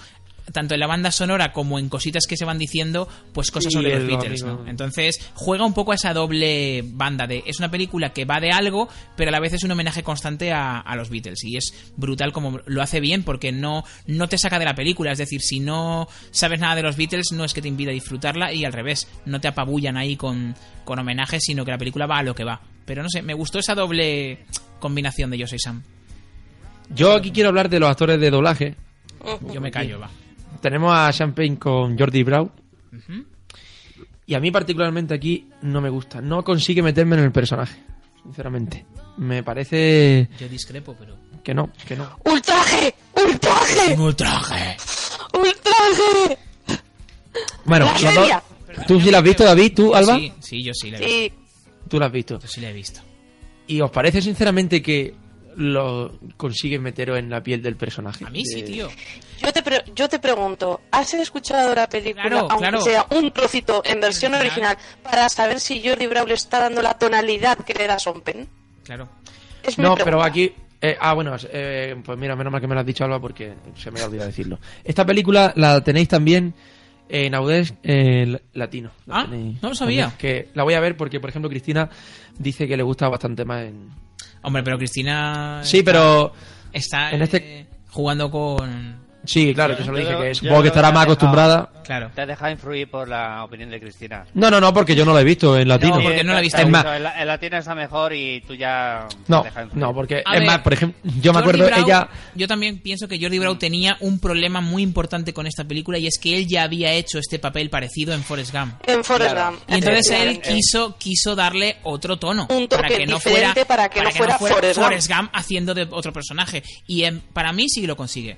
Speaker 2: tanto en la banda sonora como en cositas que se van diciendo, pues cosas
Speaker 6: Sí,
Speaker 2: sobre los
Speaker 6: el
Speaker 2: Beatles, ¿no?
Speaker 6: amigo.
Speaker 2: Entonces juega un poco a esa doble banda de... Es una película que va de algo, pero a la vez es un homenaje constante a, a los Beatles. Y es brutal como lo hace bien porque no, no te saca de la película. Es decir, si no sabes nada de los Beatles, no es que te impida disfrutarla y al revés, no te apabullan ahí con, con homenajes, sino que la película va a lo que va. Pero no sé, me gustó esa doble combinación de Yo soy Sam.
Speaker 4: Yo aquí quiero hablar de los actores de doblaje.
Speaker 2: Yo me callo, va.
Speaker 4: Tenemos a Champagne con Jordi Brau.
Speaker 2: Ujú.
Speaker 4: Y a mí particularmente aquí no me gusta. No consigue meterme en el personaje, sinceramente. Me parece
Speaker 2: Yo discrepo, pero...
Speaker 4: que no, que no.
Speaker 3: ¡Ultraje! ¡Ultraje!
Speaker 2: ¡Ultraje!
Speaker 3: ¡Ultraje!
Speaker 4: Bueno,
Speaker 3: ¡La
Speaker 4: los
Speaker 3: seria!
Speaker 4: dos- ¿tú sí la has visto, David? ¿Tú, Alba?
Speaker 2: Sí, sí, yo sí la he visto.
Speaker 3: Sí,
Speaker 4: Tú la has visto.
Speaker 2: Yo sí la he visto.
Speaker 4: ¿Y os parece sinceramente que lo consiguen meteros en la piel del personaje? A mí
Speaker 2: sí, tío.
Speaker 3: yo te, pre- yo te pregunto, ¿has escuchado la película,
Speaker 4: Claro,
Speaker 3: aunque
Speaker 4: claro.
Speaker 3: sea un trocito en versión
Speaker 2: Claro.
Speaker 3: original, para saber si Jordi Brau le está dando la tonalidad que le da Son Pen?
Speaker 2: Claro.
Speaker 3: Es
Speaker 2: [laughs]
Speaker 3: mi
Speaker 4: No,
Speaker 3: pregunta.
Speaker 4: pero aquí... eh, ah, bueno, eh, pues mira, menos mal que me lo has dicho, Alba, porque se me ha olvidado decirlo. Esta película la tenéis también en Audés eh, la- latino. La
Speaker 2: Ah,
Speaker 4: tenéis
Speaker 2: no lo sabía.
Speaker 4: también, Que la voy a ver porque, por ejemplo, Cristina dice que le gusta bastante más en...
Speaker 2: Hombre, pero Cristina... Ah,
Speaker 4: Sí,
Speaker 2: está-
Speaker 4: pero
Speaker 2: Está
Speaker 4: en
Speaker 2: eh,
Speaker 4: este-
Speaker 2: jugando con...
Speaker 4: Sí, claro, que eso lo dije, que supongo que estará más acostumbrada.
Speaker 5: Claro. Te has dejado influir por la opinión de Cristina.
Speaker 4: No, no, no, porque yo no la he visto en latino.
Speaker 5: No, porque no la he visto en
Speaker 4: más.
Speaker 5: El, el latino está mejor y tú ya.
Speaker 4: No,
Speaker 5: te has dejado influir.
Speaker 4: no, porque
Speaker 2: A
Speaker 4: es
Speaker 2: ver,
Speaker 4: más, por ejemplo, yo me
Speaker 2: Jordi
Speaker 4: acuerdo,
Speaker 2: Brau-
Speaker 4: ella.
Speaker 2: Yo también pienso que Jordi Brau tenía un problema muy importante con esta película y es que él ya había hecho este papel parecido en Forrest Gump.
Speaker 3: En Forrest
Speaker 2: Claro.
Speaker 3: Gump,
Speaker 2: Y entonces él
Speaker 3: efectivamente.
Speaker 2: quiso, quiso darle otro tono.
Speaker 3: Un toque
Speaker 2: para que no
Speaker 3: diferente
Speaker 2: fuera,
Speaker 3: para que no fuera Forrest Gump.
Speaker 2: haciendo de otro personaje. Y em, para mí sí lo consigue.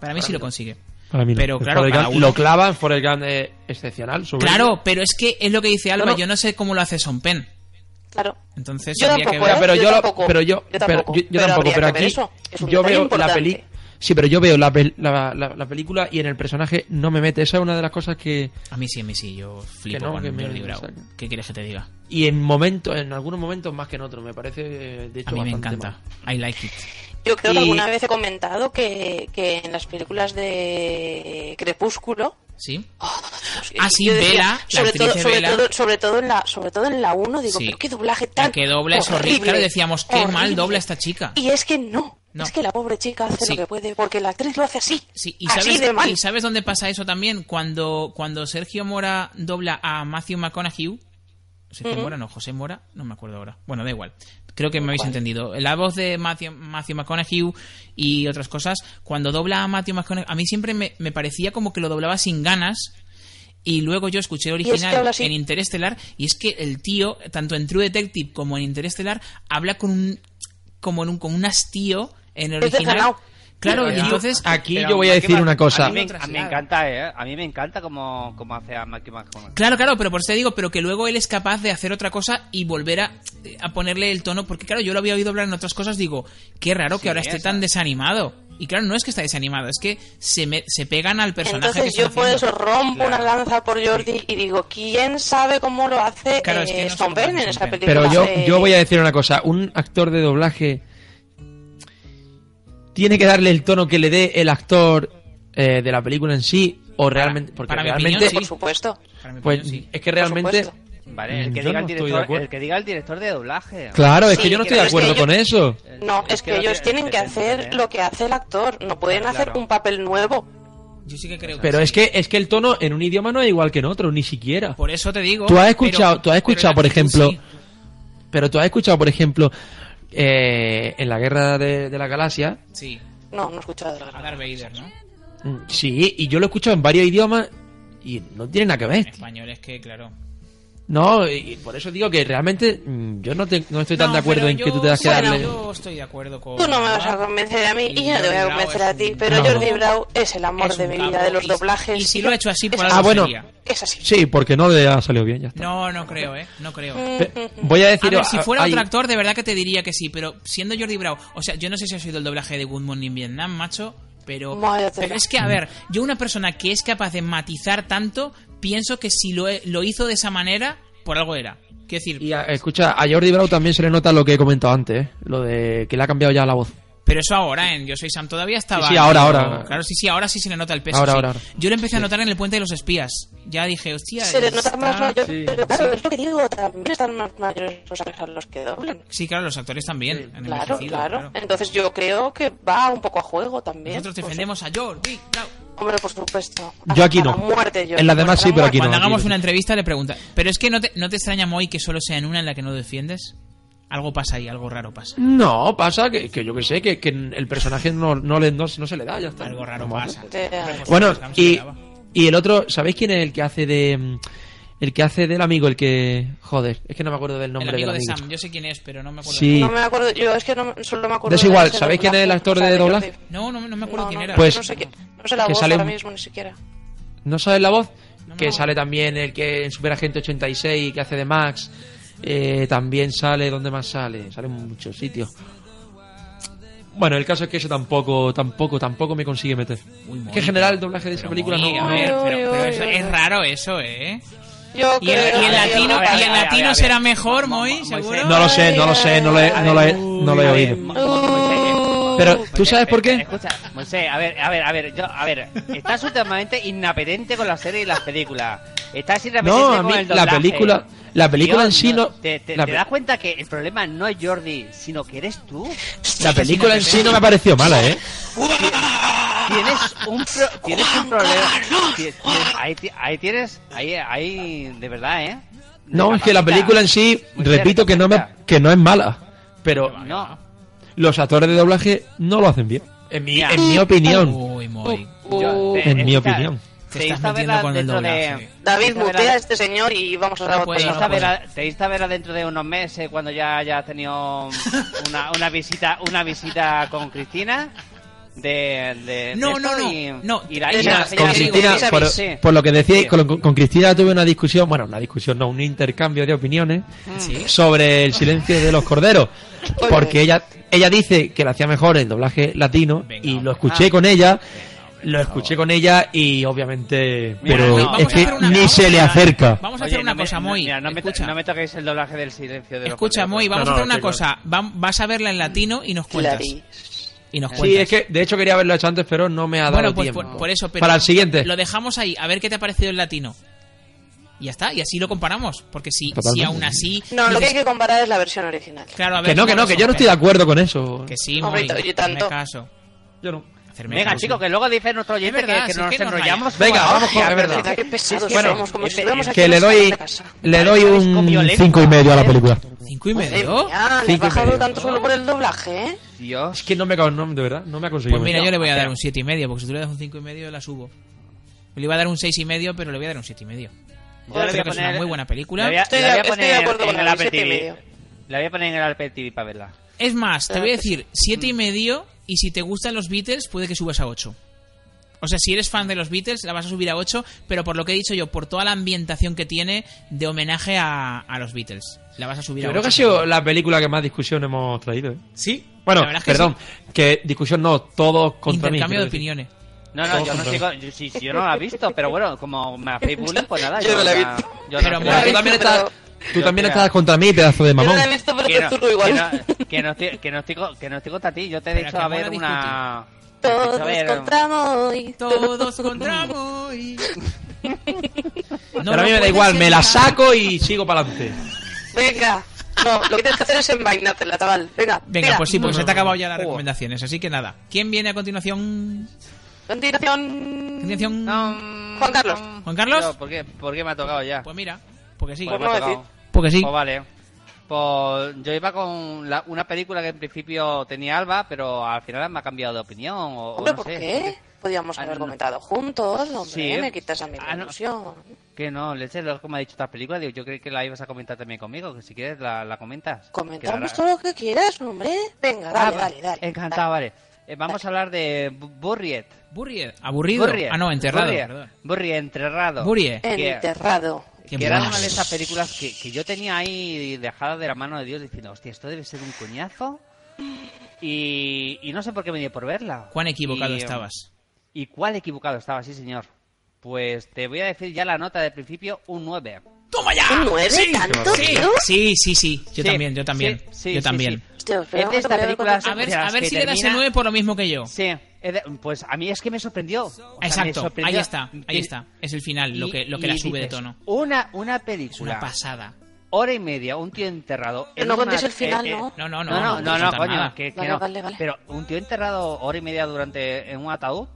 Speaker 2: Para mí sí lo consigue.
Speaker 4: Para mí no.
Speaker 2: Pero
Speaker 4: En
Speaker 2: claro,
Speaker 4: Forrest
Speaker 2: cada
Speaker 4: Gump
Speaker 2: uno-
Speaker 4: lo clavan, Forrest Gump es excepcional. sobre-
Speaker 2: Claro, pero es que es lo que dice Alba.
Speaker 3: No, no.
Speaker 2: Yo no sé cómo lo hace Son Pen.
Speaker 3: Claro.
Speaker 2: Entonces
Speaker 3: Yo
Speaker 2: habría
Speaker 3: tampoco,
Speaker 2: que
Speaker 3: ¿eh?
Speaker 2: ver.
Speaker 4: pero
Speaker 3: yo
Speaker 4: yo, lo-
Speaker 3: tampoco.
Speaker 4: pero yo,
Speaker 3: Yo
Speaker 4: pero
Speaker 3: tampoco.
Speaker 4: yo, yo
Speaker 3: Pero
Speaker 4: tampoco,
Speaker 3: habría
Speaker 4: pero
Speaker 3: que ver
Speaker 4: aquí
Speaker 3: eso. Es un
Speaker 4: yo
Speaker 3: detalle
Speaker 4: veo la
Speaker 3: importante.
Speaker 4: peli, sí, pero yo veo la, pel- la, la- la película y en el personaje no me mete. Esa es una de las cosas que
Speaker 3: ¿eh?
Speaker 2: A mí sí, a mí sí. Yo flipo
Speaker 4: no,
Speaker 2: con
Speaker 4: que me
Speaker 2: Jordi Brau.
Speaker 4: saca.
Speaker 2: ¿Qué quieres que te diga?
Speaker 4: y en momentos, en algunos momentos más que en otros, me parece eh, de hecho
Speaker 2: A mí me
Speaker 4: bastante
Speaker 2: encanta. I like it.
Speaker 3: Yo creo
Speaker 4: Y-
Speaker 3: que alguna vez he comentado que, que en las películas de Crepúsculo.
Speaker 2: Sí.
Speaker 3: eh,
Speaker 2: Ah, sí,
Speaker 3: yo decía,
Speaker 2: Vela, la
Speaker 3: sobre
Speaker 2: actriz
Speaker 3: todo,
Speaker 2: de
Speaker 3: sobre,
Speaker 2: Bella.
Speaker 3: todo, sobre todo en la sobre todo en la 1 digo,
Speaker 2: Sí.
Speaker 3: pero qué doblaje
Speaker 2: La
Speaker 3: tan
Speaker 2: que dobla es horrible. Claro, decíamos, qué mal
Speaker 3: horrible".
Speaker 2: dobla esta chica.
Speaker 3: Y es que no,
Speaker 2: No.
Speaker 3: es que la pobre chica hace
Speaker 2: Sí.
Speaker 3: lo que puede porque la actriz lo hace así.
Speaker 2: Sí, y
Speaker 3: así
Speaker 2: sabes,
Speaker 3: de mal.
Speaker 2: y sabes dónde pasa eso también? Cuando, cuando Sergio Mora dobla a Matthew McConaughey. Sergio
Speaker 3: Ujú.
Speaker 2: Mora, no, José Mora, no me acuerdo ahora. Bueno, da igual. Creo que me habéis entendido. La voz de Matthew, Matthew McConaughey y otras cosas, cuando dobla a Matthew McConaughey, a mí siempre me, me parecía como que lo doblaba sin ganas. Y luego yo escuché el
Speaker 3: Y es que
Speaker 2: original
Speaker 3: habla así.
Speaker 2: en Interestelar y es que el tío, tanto en True Detective como en Interestelar, habla con un como en un, con un hastío en el
Speaker 3: Es
Speaker 2: original.
Speaker 3: desganado.
Speaker 2: Claro,
Speaker 5: Pero
Speaker 2: y
Speaker 5: yo-
Speaker 2: entonces
Speaker 4: aquí
Speaker 5: pero
Speaker 4: yo voy a
Speaker 5: Mackie
Speaker 4: decir
Speaker 5: Mac-
Speaker 4: una cosa.
Speaker 5: A mí, me- a mí me encanta, ¿eh? A mí me encanta cómo, cómo hace a Mackie McConaughey.
Speaker 2: Claro, claro, pero por eso te digo, pero que luego él es capaz de hacer otra cosa y volver a, a ponerle el tono, porque claro, yo lo había oído hablar en otras cosas, digo, qué raro
Speaker 5: Sí,
Speaker 2: que ahora esté
Speaker 5: esa.
Speaker 2: tan desanimado. Y claro, no es que está desanimado, es que se, me- se pegan al personaje
Speaker 3: Entonces
Speaker 2: que
Speaker 3: yo
Speaker 2: está
Speaker 3: por
Speaker 2: haciendo.
Speaker 3: eso rompo una lanza por Jordi y digo, ¿quién sabe cómo lo hace
Speaker 2: Claro, es que
Speaker 3: eh,
Speaker 2: no sé
Speaker 3: Sean
Speaker 2: cómo
Speaker 3: Penn
Speaker 2: lo hace
Speaker 3: en
Speaker 2: Sean
Speaker 3: esa
Speaker 2: Penn.
Speaker 3: película?
Speaker 4: Pero yo,
Speaker 3: Eh,
Speaker 4: yo voy a decir una cosa, un actor de doblaje tiene que darle el tono que le dé el actor eh, de la película en sí o realmente porque
Speaker 2: para mi
Speaker 4: realmente
Speaker 2: opinión,
Speaker 3: Por supuesto.
Speaker 2: Para mi
Speaker 4: pues
Speaker 2: opinión, sí.
Speaker 4: es que realmente
Speaker 3: supuesto.
Speaker 5: Vale, el
Speaker 4: Mm,
Speaker 5: que,
Speaker 4: yo
Speaker 5: diga
Speaker 4: no
Speaker 5: el,
Speaker 4: estoy de
Speaker 5: director,
Speaker 4: acuerdo.
Speaker 5: el que diga el director de doblaje.
Speaker 4: claro, es que
Speaker 3: Sí,
Speaker 4: yo no estoy
Speaker 3: pero
Speaker 4: de
Speaker 3: es que
Speaker 4: acuerdo
Speaker 3: ellos-
Speaker 4: con eso.
Speaker 3: No, es que
Speaker 5: lo
Speaker 3: ellos
Speaker 5: tiene-
Speaker 3: tienen que
Speaker 5: depende, ¿eh?
Speaker 3: hacer lo que hace el actor, no pueden hacer
Speaker 5: Claro.
Speaker 3: un papel nuevo.
Speaker 2: Yo sí que creo
Speaker 4: Pero
Speaker 2: que
Speaker 4: es
Speaker 2: sí.
Speaker 4: que es que el tono en un idioma no es igual que en otro, ni siquiera.
Speaker 2: Por eso te digo.
Speaker 4: Tú has
Speaker 2: pero-
Speaker 4: escuchado, tú has
Speaker 2: pero
Speaker 4: escuchado,
Speaker 2: la
Speaker 4: por
Speaker 2: actitud
Speaker 4: ejemplo,
Speaker 2: sí.
Speaker 4: pero tú has escuchado, por ejemplo, eh, en la Guerra de, de la Galaxia,
Speaker 2: Sí,
Speaker 3: No, no he escuchado de
Speaker 2: a
Speaker 3: la
Speaker 2: Darth Vader, ¿no?
Speaker 4: mm, sí, y yo lo he escuchado en varios idiomas y no tiene nada que ver.
Speaker 2: En español es que, claro.
Speaker 4: No, y y por eso digo que realmente mm, yo no, te- no estoy tan
Speaker 2: No,
Speaker 4: de acuerdo
Speaker 2: pero
Speaker 4: en
Speaker 2: yo-
Speaker 4: que tú te das que
Speaker 2: bueno,
Speaker 4: darle.
Speaker 2: Yo estoy de acuerdo con.
Speaker 3: Tú no me vas a convencer a mí y yo no te voy a
Speaker 2: Jordi Brau
Speaker 3: convencer
Speaker 2: es
Speaker 3: a ti,
Speaker 2: un-
Speaker 3: pero
Speaker 4: No.
Speaker 3: Jordi Brau es el amor
Speaker 2: Es
Speaker 3: de
Speaker 2: un
Speaker 3: mi
Speaker 2: capo,
Speaker 3: vida, de los
Speaker 2: y-
Speaker 3: doblajes.
Speaker 2: y si lo ha hecho así,
Speaker 3: es
Speaker 2: por
Speaker 4: Ah,
Speaker 2: algo
Speaker 4: bueno.
Speaker 2: sería.
Speaker 3: Es así.
Speaker 4: Sí, porque no le ha salido bien,
Speaker 2: [laughs]
Speaker 4: ya está.
Speaker 2: No, no creo, ¿eh? No creo.
Speaker 3: Mm.
Speaker 4: Pe- Voy a decir.
Speaker 2: a ver, si
Speaker 4: ah,
Speaker 2: fuera
Speaker 4: hay-
Speaker 2: otro actor, de verdad que te diría que sí, pero siendo Jordi Brau, o sea, yo no sé si has oído el doblaje de Good Morning Vietnam, macho, pero,
Speaker 3: Vaya tela.
Speaker 2: pero es que, a ver, yo una persona que es capaz de matizar tanto, pienso que si lo, lo hizo de esa manera, por algo era. Quiero decir,
Speaker 4: y a- escucha, a Jordi Brau también se le nota lo que he comentado antes, ¿eh? lo de que le ha cambiado ya la voz.
Speaker 2: pero eso ahora, en Yo Soy Sam todavía estaba...
Speaker 4: Sí, sí, ahora,
Speaker 2: pero-
Speaker 4: ahora.
Speaker 2: Claro, sí, sí, ahora sí se le nota el peso.
Speaker 4: Ahora,
Speaker 2: sí.
Speaker 4: ahora, ahora.
Speaker 2: Yo lo empecé a notar en el Puente de los Espías. Ya dije, hostia...
Speaker 3: Se le nota
Speaker 2: está-
Speaker 3: más mayor,
Speaker 4: sí.
Speaker 3: pero claro, es lo que digo, también están más mayores los actores a los que doblan.
Speaker 2: Sí, claro, los actores también. han
Speaker 3: Claro,
Speaker 2: envejecido,
Speaker 3: claro. Entonces yo creo que va un poco a juego también.
Speaker 2: Nosotros defendemos a Jordi Brau.
Speaker 3: Pues, hombre, por supuesto.
Speaker 4: Yo aquí
Speaker 3: Hasta
Speaker 4: no.
Speaker 3: la muerte, yo.
Speaker 4: En las demás
Speaker 3: Hasta
Speaker 4: sí, pero
Speaker 3: la
Speaker 4: aquí no.
Speaker 2: Cuando hagamos
Speaker 4: sí.
Speaker 2: una entrevista le pregunta, pero es que no te, no te extraña Moy que solo sea en una en la que no defiendes. Algo pasa ahí, algo raro pasa.
Speaker 4: No, pasa que, que yo que sé, que, que el personaje no, no, le, no, no se le da, ya está.
Speaker 2: Algo raro
Speaker 4: Vamos a ver.
Speaker 2: pasa.
Speaker 3: muerte. Eh,
Speaker 4: Bueno,
Speaker 2: Pues, vamos,
Speaker 4: y,
Speaker 2: esperaba.
Speaker 4: y el otro, ¿sabéis quién es el que hace de. mm, El que hace del amigo, el que. Joder, es que no me acuerdo del
Speaker 2: El
Speaker 4: nombre
Speaker 2: amigo
Speaker 4: del
Speaker 2: de
Speaker 4: amigo.
Speaker 2: Sam, yo sé quién es, pero no me acuerdo.
Speaker 4: Sí.
Speaker 3: No me acuerdo, yo es que no, solo me acuerdo.
Speaker 4: Es igual,
Speaker 3: de ese
Speaker 4: ¿sabéis quién es el
Speaker 3: doblaje,
Speaker 4: actor
Speaker 3: o sea,
Speaker 4: de
Speaker 3: Jordi-
Speaker 4: doblaje?
Speaker 2: No, no, no me acuerdo
Speaker 3: No,
Speaker 2: quién
Speaker 3: no,
Speaker 2: era.
Speaker 4: Pues-
Speaker 3: no sé, quién- no sé la
Speaker 4: que
Speaker 3: voz
Speaker 4: sale
Speaker 3: ahora
Speaker 4: un-
Speaker 3: mismo ni siquiera.
Speaker 4: ¿No sabes la voz?
Speaker 2: No,
Speaker 4: que
Speaker 2: no.
Speaker 4: sale también el que en Superagente 86, que hace de Max. eh, también sale, ¿dónde más sale? Sale en muchos sitios. Bueno, el caso es que eso tampoco, tampoco, tampoco me consigue meter.
Speaker 2: Uy,
Speaker 4: es
Speaker 2: Moy,
Speaker 4: que en general el doblaje de esa
Speaker 2: pero
Speaker 4: película
Speaker 2: Moy,
Speaker 4: no.
Speaker 2: a ver,
Speaker 3: Uy,
Speaker 2: pero,
Speaker 3: uy,
Speaker 2: pero
Speaker 3: uy,
Speaker 2: eso-
Speaker 3: uy,
Speaker 2: es
Speaker 3: uy.
Speaker 2: raro eso, ¿eh?
Speaker 3: Yo
Speaker 2: Y el,
Speaker 3: creo
Speaker 2: y el
Speaker 3: que-
Speaker 2: latino,
Speaker 5: a ver,
Speaker 2: y el
Speaker 5: a ver, a
Speaker 2: latino
Speaker 5: ver.
Speaker 2: será mejor, Moy,
Speaker 5: Moisés.
Speaker 2: seguro.
Speaker 4: No lo sé, no lo sé, no lo he, no lo he- no lo he oído.
Speaker 5: Mo- Mo- Moisés,
Speaker 4: Pero,
Speaker 5: Moisés,
Speaker 4: ¿tú sabes por qué?
Speaker 5: espera, Escucha, Moisés, a ver, a ver, a ver, yo, a ver, estás últimamente inapetente con las series y las películas. Estás inapetente
Speaker 4: No, a
Speaker 5: con
Speaker 4: mí
Speaker 5: el
Speaker 4: la
Speaker 5: doblaje.
Speaker 4: película- la película en sí no-
Speaker 5: Te, te-
Speaker 4: la
Speaker 5: te
Speaker 4: pe-
Speaker 5: das cuenta que el problema no es Jordi, sino que eres tú.
Speaker 4: La película en sí no me pareció mala, ¿eh?
Speaker 5: Sí, tienes un,
Speaker 4: Ah,
Speaker 5: pro- tienes un problema. Tienes- tienes- ahí, ti- ahí tienes. Ahí, ahí, de verdad, ¿eh?
Speaker 4: No, es que la película en sí,
Speaker 5: Muy
Speaker 4: repito que no, me, que no es mala, pero
Speaker 5: No.
Speaker 4: los actores de doblaje no lo hacen bien. En mi, Oh. en mi opinión.
Speaker 5: Yo-
Speaker 4: En
Speaker 5: eh,
Speaker 4: mi
Speaker 5: escucha,
Speaker 4: opinión.
Speaker 5: te
Speaker 4: Te
Speaker 5: diste
Speaker 4: estás
Speaker 5: a verla
Speaker 4: metiendo con el
Speaker 5: dentro de-
Speaker 4: doblaje.
Speaker 5: te
Speaker 3: David,
Speaker 5: diste a verla-
Speaker 3: mutea a este señor y vamos a grabar
Speaker 5: te
Speaker 3: otra
Speaker 5: diste a
Speaker 3: cosa.
Speaker 5: verla-
Speaker 2: pues-
Speaker 5: te diste a verla dentro de unos meses cuando ya hayas tenido una, una visita una visita con Cristina de, de- de
Speaker 2: No,
Speaker 5: esto
Speaker 2: no, no,
Speaker 5: y,
Speaker 2: no,
Speaker 5: y la,
Speaker 2: te-
Speaker 5: y
Speaker 2: te-
Speaker 5: la-
Speaker 2: te-
Speaker 5: y la-
Speaker 4: Con Cristina,
Speaker 5: sí,
Speaker 4: por,
Speaker 5: sí.
Speaker 4: por lo que decía,
Speaker 5: Sí.
Speaker 4: con, con Cristina tuve una discusión, bueno, una discusión, no, un intercambio de opiniones
Speaker 5: Mm.
Speaker 2: Sí.
Speaker 4: sobre el silencio de los
Speaker 5: [laughs]
Speaker 4: corderos.
Speaker 5: Pues
Speaker 4: Porque ella, ella dice que lo hacía mejor el doblaje latino y lo
Speaker 5: Ah.
Speaker 4: escuché con ella. Lo escuché con ella y obviamente.
Speaker 5: Mira,
Speaker 4: pero
Speaker 5: no,
Speaker 4: es
Speaker 5: vamos a
Speaker 4: que
Speaker 5: hacer una-
Speaker 4: ni
Speaker 5: vamos
Speaker 4: se le
Speaker 5: a-
Speaker 4: acerca.
Speaker 2: Vamos a hacer
Speaker 5: Oye,
Speaker 2: una
Speaker 5: no me-
Speaker 2: cosa,
Speaker 5: no-
Speaker 2: Muy.
Speaker 5: mira, no, me, no me toquéis el doblaje del silencio de los
Speaker 2: Escucha,
Speaker 5: corderos.
Speaker 2: Moy, vamos a hacer una cosa. Vam- Vas a verla en latino y nos cuentas. Y nos
Speaker 4: Sí,
Speaker 2: cuentas.
Speaker 4: es que de hecho quería haberlo hecho antes, pero no me ha dado
Speaker 2: Bueno, pues
Speaker 4: tiempo.
Speaker 2: por, por eso, pero
Speaker 4: Para el siguiente.
Speaker 2: Lo dejamos ahí, a ver qué te ha parecido el latino. Y ya está, y así lo comparamos. Porque si, si
Speaker 4: Totalmente.
Speaker 2: aún así.
Speaker 3: No, lo que hay
Speaker 2: dices-
Speaker 3: que comparar es la versión original.
Speaker 2: Claro, a ver,
Speaker 4: Que no, que no, que yo no estoy de acuerdo con eso.
Speaker 2: Que sí,
Speaker 3: Hombre,
Speaker 2: Moy,
Speaker 3: yo
Speaker 2: hacerme
Speaker 3: tanto.
Speaker 2: caso.
Speaker 4: Yo no.
Speaker 5: Venga, chicos, que luego dice nuestro oyente
Speaker 2: Es verdad,
Speaker 5: que, que
Speaker 2: si
Speaker 5: no
Speaker 2: es
Speaker 5: nos
Speaker 2: que nos
Speaker 5: enrollamos.
Speaker 4: Venga,
Speaker 5: como
Speaker 4: vamos con la
Speaker 5: hostias,
Speaker 4: verdad.
Speaker 5: ¿verdad?
Speaker 3: Qué pesados
Speaker 5: Bueno,
Speaker 3: somos, como si
Speaker 5: eh,
Speaker 3: estuviéramos aquí
Speaker 4: Que le
Speaker 3: en la sala
Speaker 4: doy,
Speaker 3: de casa.
Speaker 4: le doy
Speaker 5: con
Speaker 4: un
Speaker 5: violencia,
Speaker 4: 5 y medio a la película.
Speaker 2: ¿Cinco y
Speaker 3: Madre
Speaker 2: medio?
Speaker 3: mía, le has
Speaker 4: Cinco y
Speaker 3: bajado
Speaker 4: medio.
Speaker 3: tanto solo por el doblaje, ¿eh?
Speaker 5: Dios.
Speaker 4: Es que no me, ca- no, de verdad, no me ha conseguido.
Speaker 2: Pues mira, yo le voy a dar un siete y medio, porque si tú le das un cinco y medio, la subo. Le iba a dar un seis y medio, pero le voy a dar un siete y medio.
Speaker 5: Yo
Speaker 2: Creo
Speaker 5: le voy a
Speaker 2: que es
Speaker 5: poner-
Speaker 2: una muy buena película.
Speaker 5: La voy a,
Speaker 3: Estoy
Speaker 5: la voy a
Speaker 3: de- estoy de
Speaker 5: poner
Speaker 3: acuerdo con
Speaker 5: en el
Speaker 3: David,
Speaker 5: Apple
Speaker 3: siete y
Speaker 5: TV.
Speaker 3: medio.
Speaker 5: La voy a poner en el Apple TV para verla.
Speaker 2: Es más, te voy a decir siete y medio y si te gustan los Beatles puede que subas a 8. O sea, si eres fan de los Beatles la vas a subir a 8, pero por lo que he dicho yo, por toda la ambientación que tiene de homenaje a, a los Beatles, la vas a subir
Speaker 4: Yo
Speaker 2: a
Speaker 4: creo que ha
Speaker 2: 8.
Speaker 4: sido la película que más discusión hemos traído. ¿eh?
Speaker 2: Sí.
Speaker 4: Bueno,
Speaker 2: La verdad es que
Speaker 4: perdón, que discusión no, todos contra mí.
Speaker 2: Intercambio de
Speaker 4: quiero decir.
Speaker 2: opiniones.
Speaker 4: [laughs]
Speaker 5: No, no,
Speaker 4: Todos
Speaker 5: yo no
Speaker 4: contra
Speaker 5: sigo, yo, si, si yo no la he visto, pero bueno, como me hacéis bullying, pues nada.
Speaker 3: Yo no la he
Speaker 5: la-
Speaker 3: visto.
Speaker 5: yo
Speaker 2: Pero
Speaker 5: no-
Speaker 4: Pero tú también estás, tú
Speaker 5: Yo
Speaker 4: también
Speaker 5: creo-
Speaker 4: estás contra mí, pedazo de
Speaker 3: Yo no
Speaker 4: mamón.
Speaker 3: la he visto, pero
Speaker 5: que
Speaker 3: te
Speaker 5: no,
Speaker 3: zurro
Speaker 5: que
Speaker 3: igual.
Speaker 5: no, que no estoy- que no estoy co- que no estoy contra ti, yo te he
Speaker 2: Pero
Speaker 5: dicho
Speaker 2: que
Speaker 5: a
Speaker 2: mola
Speaker 5: ver una...
Speaker 3: Todos
Speaker 5: a ver,
Speaker 3: encontramos y
Speaker 2: Todos contra
Speaker 4: [laughs]
Speaker 2: Moy. No
Speaker 4: pero a
Speaker 2: lo
Speaker 4: mí me da
Speaker 2: puedes
Speaker 4: igual, me la
Speaker 2: evitar.
Speaker 4: saco y sigo para adelante.
Speaker 3: Venga. No, lo que tienes que hacer es envainártela, chaval. Venga,
Speaker 2: Venga,
Speaker 3: tira.
Speaker 2: pues sí, porque
Speaker 4: No,
Speaker 2: se
Speaker 4: no,
Speaker 2: te ha
Speaker 4: no.
Speaker 2: acabado ya las
Speaker 5: Oh.
Speaker 4: Joder.
Speaker 2: recomendaciones, así que nada. ¿Quién viene a continuación?
Speaker 3: Continuación.
Speaker 2: ¿Continuación?
Speaker 5: Mm, No,
Speaker 3: Juan Carlos.
Speaker 5: no.
Speaker 2: ¿Juan Carlos?
Speaker 5: Yo, ¿por, qué, ¿Por qué me ha tocado ya?
Speaker 2: Pues mira, porque sí.
Speaker 5: Pues me
Speaker 3: no
Speaker 5: ha
Speaker 3: decir.
Speaker 5: tocado.
Speaker 2: Porque sí.
Speaker 5: Pues vale. Pues yo iba con la- una película que en principio tenía Alba, pero al final me ha cambiado de opinión. O, o
Speaker 3: Hombre,
Speaker 5: Oh, no
Speaker 3: ¿por
Speaker 5: sé.
Speaker 3: qué? Podíamos haber
Speaker 5: Ah, no.
Speaker 3: comentado juntos, hombre,
Speaker 5: Sí.
Speaker 3: me quitas a mí la
Speaker 5: Ah, no.
Speaker 3: ilusión.
Speaker 5: Que no, Leche, lo que me ha dicho esta película, digo, yo creo que la ibas a comentar también conmigo, que si quieres la, la comentas.
Speaker 3: Comentamos
Speaker 5: Que la-
Speaker 3: todo lo que quieras, hombre. Venga,
Speaker 5: Ah,
Speaker 3: dale,
Speaker 5: va-
Speaker 3: dale, dale.
Speaker 5: Encantado, vale. Eh, vamos a hablar de Bu- Burriet.
Speaker 2: Burrier. eh, Aburrido.
Speaker 5: Burriet.
Speaker 2: Ah, no, enterrado.
Speaker 5: Burriet.
Speaker 2: perdón.
Speaker 5: Burriet, enterrado.
Speaker 2: Burriet.
Speaker 5: Que-
Speaker 3: Enterrado.
Speaker 2: Qué
Speaker 5: que era
Speaker 2: buenas.
Speaker 5: una de esas películas que, que yo tenía ahí dejada de la mano de Dios diciendo, hostia, esto debe ser un coñazo. Y, y no sé por qué me dio por verla.
Speaker 2: Cuán equivocado
Speaker 5: Y, um, em,
Speaker 2: estabas.
Speaker 5: ¿Y cuál equivocado estaba? Sí, señor. Pues te voy a decir ya la nota de principio, un 9.
Speaker 2: ¡Toma ya!
Speaker 3: ¿Un nueve?
Speaker 2: Sí,
Speaker 3: ¿Tanto,
Speaker 2: sí,
Speaker 3: tío?
Speaker 2: sí, sí, sí. Yo
Speaker 5: Sí,
Speaker 2: también, yo también.
Speaker 5: sí, sí,
Speaker 2: yo
Speaker 5: sí,
Speaker 2: también.
Speaker 5: sí.
Speaker 3: Hostia, pero
Speaker 5: Es de
Speaker 3: vamos a
Speaker 5: esta
Speaker 3: cambiar de
Speaker 5: película.
Speaker 3: concepto.
Speaker 2: A ver,
Speaker 5: De las
Speaker 2: a ver
Speaker 5: que
Speaker 2: si le das el
Speaker 5: termina-
Speaker 2: 9 por lo mismo que yo.
Speaker 5: Sí, es de- pues a mí es que me sorprendió. O sea, me
Speaker 2: Exacto, ahí
Speaker 5: sorprendió.
Speaker 2: está, ahí está. Es el final, lo
Speaker 5: Y-
Speaker 2: que, lo que
Speaker 5: y
Speaker 2: la sube de
Speaker 5: dices,
Speaker 2: tono.
Speaker 5: Una, una
Speaker 2: Es una
Speaker 5: película,
Speaker 2: pasada.
Speaker 5: hora y media, un tío enterrado.
Speaker 3: Pero
Speaker 5: en
Speaker 3: no
Speaker 5: una-
Speaker 3: contéis el final, ¿no?
Speaker 2: No, no, no.
Speaker 5: No, no, no, no,
Speaker 2: contar
Speaker 5: coño,
Speaker 2: nada.
Speaker 5: que, que
Speaker 3: Vale,
Speaker 5: no.
Speaker 3: vale, vale.
Speaker 5: Pero un tío enterrado hora y media durante en un ataúd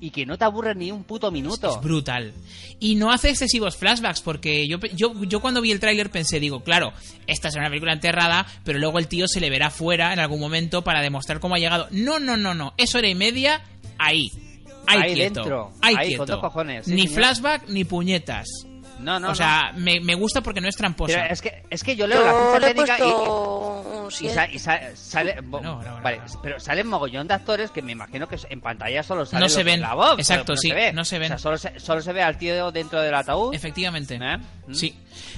Speaker 5: y que no te aburre ni un puto minuto.
Speaker 2: Es brutal. Y no hace excesivos flashbacks, porque yo, pe- yo, yo cuando vi el tráiler pensé, digo, claro, esta es una película enterrada, pero luego el tío se le verá fuera en algún momento para demostrar cómo ha llegado. No, no, no, no. Es hora y media ahí. Ahí,
Speaker 5: Ahí
Speaker 2: quieto.
Speaker 5: dentro.
Speaker 2: Ahí,
Speaker 5: Ahí,
Speaker 2: quieto.
Speaker 5: con dos cojones, sí,
Speaker 2: ni
Speaker 5: señor.
Speaker 2: flashback ni puñetas.
Speaker 5: no, no,
Speaker 2: o sea, me, me gusta porque no es
Speaker 5: no. Pero
Speaker 2: tramposa.
Speaker 5: es que, es que yo leo la
Speaker 3: Yo
Speaker 5: ficha
Speaker 3: le he
Speaker 5: técnica y-
Speaker 3: puesto un
Speaker 5: y, y
Speaker 3: 7.
Speaker 5: sa- y sa- sale, bo-
Speaker 2: No, no, no,
Speaker 5: vale,
Speaker 2: no.
Speaker 5: pero salen mogollón de actores que me imagino que en pantalla solo sale
Speaker 2: No
Speaker 5: lo
Speaker 2: se
Speaker 5: que es
Speaker 2: ven.
Speaker 5: la voz,
Speaker 2: Exacto,
Speaker 5: pero
Speaker 2: sí, no se ven.
Speaker 5: O sea, solo se, solo se ve al tío dentro del ataúd.
Speaker 2: Efectivamente.
Speaker 5: ¿Eh?
Speaker 2: Sí.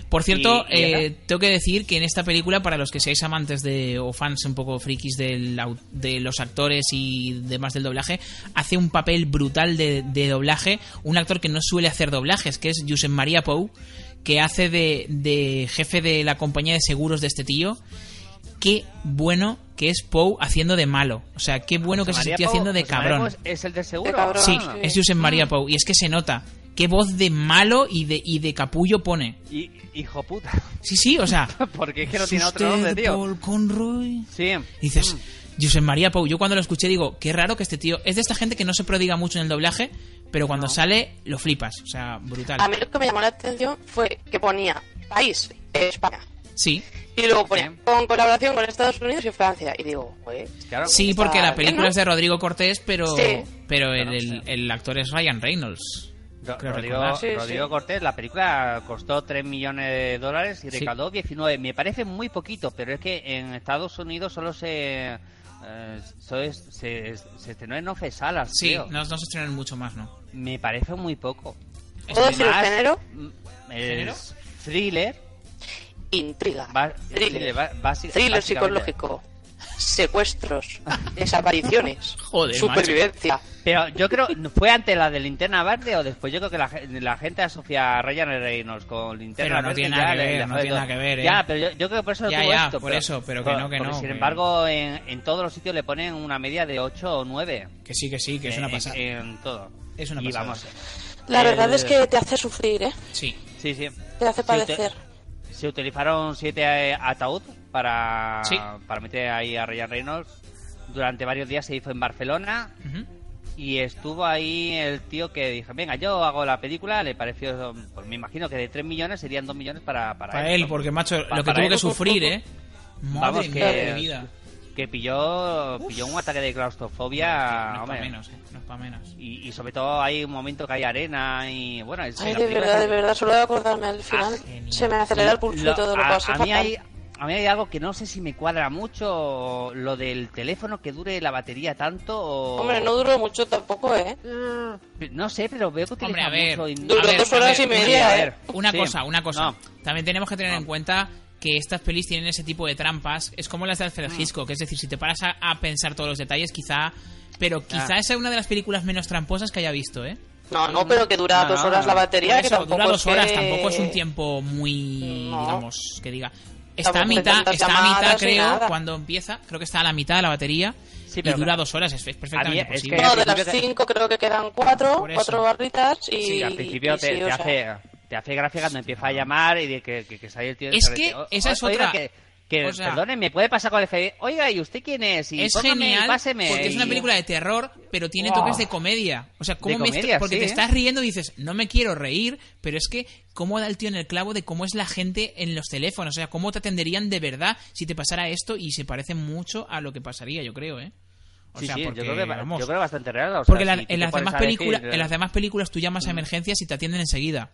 Speaker 2: Por cierto,
Speaker 5: ¿Y- y
Speaker 2: eh,
Speaker 5: era?
Speaker 2: tengo que decir que en esta película, para los que seáis amantes de, o fans un poco frikis del au- de los actores y demás del doblaje, hace un papel brutal de, de doblaje un actor que no suele hacer doblajes, que es Josep María Pou, que hace de, de jefe de la compañía de seguros de este tío. Qué bueno que es Pou haciendo de malo. O sea, qué bueno que
Speaker 5: José
Speaker 2: se
Speaker 5: Ah, María
Speaker 2: sintió
Speaker 5: Pau-
Speaker 2: haciendo de
Speaker 5: José María
Speaker 2: cabrón.
Speaker 5: Pau es el de seguro.
Speaker 3: De cabrón.
Speaker 2: Sí,
Speaker 3: Ah.
Speaker 2: es Josep María Pou. Y es que se nota. Qué voz de malo y de, y de capullo pone.
Speaker 5: Y, hijo puta.
Speaker 2: Sí, sí, o sea.
Speaker 5: Porque [laughs] es que no
Speaker 2: ¿es
Speaker 5: tiene otro
Speaker 2: usted
Speaker 5: nombre, tío.
Speaker 2: Paul Conroy?
Speaker 5: Sí. Mm.
Speaker 2: Dices, Josep María Pou, yo cuando lo escuché digo, qué raro que este tío. Es de esta gente que no se prodiga mucho en el doblaje, pero cuando sale lo flipas. O sea, brutal.
Speaker 3: A mí lo que me llamó la atención fue que ponía país eh, España.
Speaker 2: Sí.
Speaker 3: Y luego ponía con colaboración con Estados Unidos y Francia. Y digo, "Joder,
Speaker 2: Sí,
Speaker 3: está
Speaker 2: porque la
Speaker 3: bien,
Speaker 2: película
Speaker 3: ¿no?".
Speaker 2: es de Rodrigo Cortés, pero,
Speaker 3: Sí.
Speaker 2: pero el, el- el actor es Ryan Reynolds. creo
Speaker 5: Rodrigo,
Speaker 2: recordar.
Speaker 5: Rodrigo Cortés, la película costó 3 millones de dólares y
Speaker 2: Sí.
Speaker 5: recaudó 19. Me parece muy poquito, pero es que en Estados Unidos solo se. eh, solo es- se, se estrenó en 11 salas.
Speaker 2: Sí,
Speaker 5: creo.
Speaker 2: no, no se estrenan mucho más, ¿no?
Speaker 5: Me parece muy poco.
Speaker 3: ¿Puedo decir el
Speaker 5: Además,
Speaker 3: género?
Speaker 5: mm, es Thriller.
Speaker 3: Intriga.
Speaker 5: Ba-
Speaker 3: Thriller.
Speaker 5: thriller, ba- basi-
Speaker 3: Thriller
Speaker 5: básicamente.
Speaker 3: psicológico.
Speaker 5: [laughs]
Speaker 3: Secuestros. desapariciones. Supervivencia.
Speaker 5: Pero yo creo, ¿fue antes la de Linterna Verde o después? Yo creo que la, ge- la gente asocia a Ryan Reynolds con Linterna
Speaker 2: Pero no
Speaker 5: Verde.
Speaker 2: tiene
Speaker 5: y
Speaker 2: nada
Speaker 5: ya
Speaker 2: que
Speaker 5: le-
Speaker 2: ver,
Speaker 5: le
Speaker 2: no
Speaker 5: jode
Speaker 2: tiene
Speaker 5: todo.
Speaker 2: nada que ver, ¿eh?
Speaker 5: Ya, pero yo, yo creo que por eso
Speaker 2: Ya,
Speaker 5: tuvo
Speaker 2: ya,
Speaker 5: esto,
Speaker 2: por eso, pero que no, que
Speaker 5: porque
Speaker 2: no,
Speaker 5: Sin
Speaker 2: que-
Speaker 5: embargo, en, en todos los sitios le ponen una media de 8 o 9.
Speaker 2: Que sí, que sí, que es
Speaker 5: En-
Speaker 2: una pasada.
Speaker 5: En, en todo.
Speaker 2: Es una
Speaker 5: y
Speaker 2: pasada.
Speaker 5: Vamos,
Speaker 3: La
Speaker 5: el-
Speaker 3: verdad es que te hace sufrir, ¿eh?
Speaker 2: Sí.
Speaker 5: Sí, sí.
Speaker 3: Te hace
Speaker 5: Se
Speaker 3: padecer.
Speaker 5: uti- Se utilizaron siete eh, ataúd para,
Speaker 2: Sí.
Speaker 5: para meter ahí a Ryan Reynolds. Durante varios días se hizo en Barcelona.
Speaker 2: Ujú.
Speaker 5: Y estuvo ahí el tío que dijo, venga, yo hago la película. Le pareció, pues me imagino que de 3 millones serían 2 millones para, para,
Speaker 2: Para él,
Speaker 5: ¿no?
Speaker 2: porque macho,
Speaker 5: Pa-
Speaker 2: lo que
Speaker 5: para
Speaker 2: tuvo
Speaker 5: él.
Speaker 2: que sufrir,
Speaker 5: [laughs]
Speaker 2: ¿eh? Madre
Speaker 5: Vamos,
Speaker 2: mía
Speaker 5: que-
Speaker 2: de mi vida.
Speaker 5: Que pilló, pilló un ataque de claustrofobia.
Speaker 2: No es
Speaker 5: hombre.
Speaker 2: para menos, ¿eh? No es para menos.
Speaker 5: Y, y sobre todo hay un momento que hay arena y bueno... es-
Speaker 3: Ay,
Speaker 5: la
Speaker 3: de
Speaker 5: película
Speaker 3: verdad,
Speaker 5: se-
Speaker 3: de verdad. Solo de acordarme al final. se me acelera el pulso y todo lo
Speaker 5: a-
Speaker 3: paso
Speaker 5: a, mí
Speaker 3: fatal.
Speaker 5: hay, a mí hay algo que no sé si me cuadra mucho, lo del teléfono que dure la batería tanto o...
Speaker 3: Hombre, no duró mucho tampoco, ¿eh?
Speaker 5: No sé, pero veo que
Speaker 2: Hombre,
Speaker 5: utiliza
Speaker 2: a ver.
Speaker 5: mucho... y-
Speaker 3: Duró dos horas y media,
Speaker 5: a
Speaker 3: ¿eh?
Speaker 5: ver.
Speaker 2: Una
Speaker 5: Sí.
Speaker 2: cosa, una cosa.
Speaker 5: No.
Speaker 2: También tenemos que tener en cuenta que estas pelis tienen ese tipo de trampas. Es como las de Alfred
Speaker 5: Mm.
Speaker 2: Hitchcock. Es decir, si te paras a, a pensar todos los detalles, quizá... Pero quizá
Speaker 5: Ah.
Speaker 2: esa es una de las películas menos tramposas que haya visto, ¿eh?
Speaker 3: No, no, pero que dura dos horas la batería,
Speaker 2: Por
Speaker 3: que
Speaker 2: eso,
Speaker 3: tampoco
Speaker 2: dura dos
Speaker 3: es
Speaker 2: horas,
Speaker 3: que-
Speaker 2: tampoco es un tiempo muy, digamos, que diga. Está a
Speaker 3: Tampoco hay
Speaker 2: mitad,
Speaker 3: tantas
Speaker 2: está a mitad,
Speaker 3: llamadas ni
Speaker 2: creo,
Speaker 3: nada.
Speaker 2: cuando empieza. Creo que está a la mitad de la batería
Speaker 5: pero
Speaker 2: y dura
Speaker 5: claro.
Speaker 2: dos horas. Es, es perfectamente
Speaker 5: es que-
Speaker 2: posible.
Speaker 3: No, de
Speaker 5: creo
Speaker 3: las
Speaker 5: que-
Speaker 3: cinco creo que quedan cuatro,
Speaker 2: Por eso.
Speaker 3: cuatro barritas y...
Speaker 5: Sí, al principio
Speaker 3: y
Speaker 5: te,
Speaker 3: sí,
Speaker 5: te
Speaker 3: o sea,
Speaker 5: hace, te hace gracia cuando empieza a llamar y de que, que, que sale el tío...
Speaker 2: Es
Speaker 5: sale el
Speaker 2: que
Speaker 5: tío, "O-
Speaker 2: esa es
Speaker 5: oiga,
Speaker 2: otra.
Speaker 5: que- que,
Speaker 2: O sea-
Speaker 5: perdone, me puede pasar con el FBI. Oiga, ¿y usted quién es? Y
Speaker 2: es
Speaker 5: póngame,
Speaker 2: genial
Speaker 5: páseme",
Speaker 2: porque es una
Speaker 5: y-
Speaker 2: película de terror, pero tiene
Speaker 5: Wow.
Speaker 2: toques de comedia. O sea, ¿cómo
Speaker 5: De
Speaker 2: me
Speaker 5: comedia,
Speaker 2: estoy- porque
Speaker 5: sí,
Speaker 2: te
Speaker 5: ¿eh?
Speaker 2: estás riendo y dices, no me quiero reír, pero es que cómo da el tío en el clavo de cómo es la gente en los teléfonos, o sea, cómo te atenderían de verdad si te pasara esto y se parece mucho a lo que pasaría, yo creo, ¿eh? O
Speaker 5: Sí,
Speaker 2: sea,
Speaker 5: sí,
Speaker 2: porque,
Speaker 5: yo, creo que,
Speaker 2: vamos,
Speaker 5: yo creo que bastante real. o sea,
Speaker 2: porque la-
Speaker 5: si tú te
Speaker 2: en, las
Speaker 5: pones
Speaker 2: demás
Speaker 5: a eh.
Speaker 2: películas,
Speaker 5: decir,
Speaker 2: en las demás películas tú llamas a emergencias y te atienden enseguida.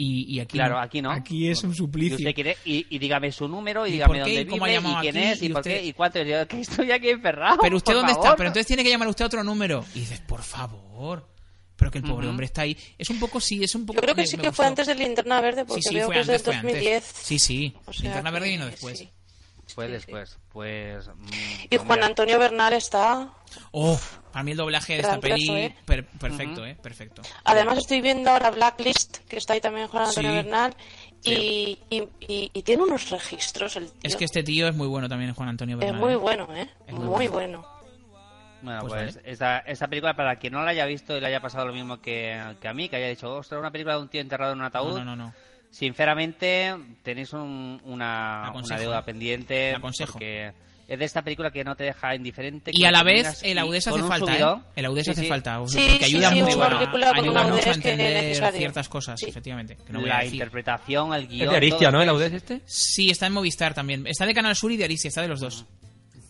Speaker 2: Y, y aquí
Speaker 5: Claro,
Speaker 2: no.
Speaker 5: aquí no.
Speaker 2: Aquí es un
Speaker 5: Y
Speaker 2: suplicio.
Speaker 5: usted quiere, y, y dígame su número, y,
Speaker 2: ¿Y
Speaker 5: dígame
Speaker 2: por qué?
Speaker 5: dónde
Speaker 2: ¿Y cómo ha
Speaker 5: vive, y
Speaker 2: llamado
Speaker 5: quién
Speaker 2: aquí?
Speaker 5: es, y,
Speaker 2: ¿Y
Speaker 5: por
Speaker 2: usted-
Speaker 5: qué, y cuánto. Yo, que estoy
Speaker 3: [laughs]
Speaker 5: aquí enferrado.
Speaker 2: Pero usted
Speaker 5: por
Speaker 2: dónde está?
Speaker 5: favor.
Speaker 2: Pero entonces tiene que llamar usted a otro número. Y dices, por favor. Pero que el pobre
Speaker 3: Ujú.
Speaker 2: hombre está ahí. Es un poco, sí, es un poco.
Speaker 3: Yo creo que
Speaker 2: me-
Speaker 3: sí
Speaker 2: me
Speaker 3: que fue
Speaker 2: gustó.
Speaker 3: antes de Linterna Verde, porque
Speaker 2: Sí, sí,
Speaker 3: creo
Speaker 2: fue
Speaker 3: que
Speaker 2: antes,
Speaker 3: es del
Speaker 2: fue antes.
Speaker 3: 2010.
Speaker 2: Sí, sí.
Speaker 3: O sea
Speaker 2: Linterna Verde
Speaker 3: que
Speaker 2: vino después.
Speaker 3: sí.
Speaker 5: Fue
Speaker 2: eh,
Speaker 5: después, pues. mm,
Speaker 3: Y
Speaker 5: pues
Speaker 3: Juan
Speaker 5: mira.
Speaker 3: Antonio Bernal está...
Speaker 2: Oh, para mí el doblaje de esta
Speaker 3: Gran
Speaker 2: peli.
Speaker 3: caso, ¿eh?
Speaker 2: per- perfecto, ¿eh? Perfecto.
Speaker 3: Además estoy viendo ahora Blacklist, que está ahí también Juan Antonio
Speaker 2: Sí.
Speaker 3: Bernal, y, y, y- y tiene unos registros el tío.
Speaker 2: Es que este tío es muy bueno también, Juan Antonio
Speaker 3: Es
Speaker 2: Bernal.
Speaker 3: muy
Speaker 2: ¿eh?
Speaker 3: bueno, ¿eh? Muy bueno.
Speaker 5: Bueno,
Speaker 2: Pues
Speaker 5: pues, esta, esta película, para quien no la haya visto y le haya pasado lo mismo que, que a mí, que haya dicho, ostras, una película de un tío enterrado en un ataúd.
Speaker 2: No, no, no.
Speaker 5: Sinceramente, tenéis un-
Speaker 2: La
Speaker 5: una,
Speaker 2: aconsejo,
Speaker 5: una deuda
Speaker 2: ¿eh?
Speaker 5: pendiente.
Speaker 2: La aconsejo.
Speaker 5: Porque es de esta película que no te deja indiferente.
Speaker 2: Y
Speaker 5: que
Speaker 2: a la
Speaker 5: terminas
Speaker 2: vez, el
Speaker 5: y
Speaker 2: Audes
Speaker 5: con
Speaker 2: hace
Speaker 5: un
Speaker 2: falta,
Speaker 5: subidón.
Speaker 2: ¿eh? El Audes
Speaker 5: Sí,
Speaker 2: hace
Speaker 5: sí.
Speaker 2: falta.
Speaker 3: Sí,
Speaker 2: Porque
Speaker 3: sí,
Speaker 2: ayuda
Speaker 3: sí,
Speaker 2: mucho
Speaker 3: una
Speaker 2: a,
Speaker 3: película con
Speaker 2: ayuda
Speaker 3: un
Speaker 2: mucho a
Speaker 3: Audes que es
Speaker 2: entender
Speaker 3: necesario.
Speaker 2: ciertas cosas, efectivamente. Que no voy a
Speaker 5: la
Speaker 2: decir.
Speaker 5: interpretación, el guión.
Speaker 2: de Aristia,
Speaker 5: todo,
Speaker 2: ¿no? El
Speaker 5: es-
Speaker 2: Audes
Speaker 4: este?
Speaker 2: Sí, está en Movistar también. Está de Canal Sur y de Aristia, está de los dos.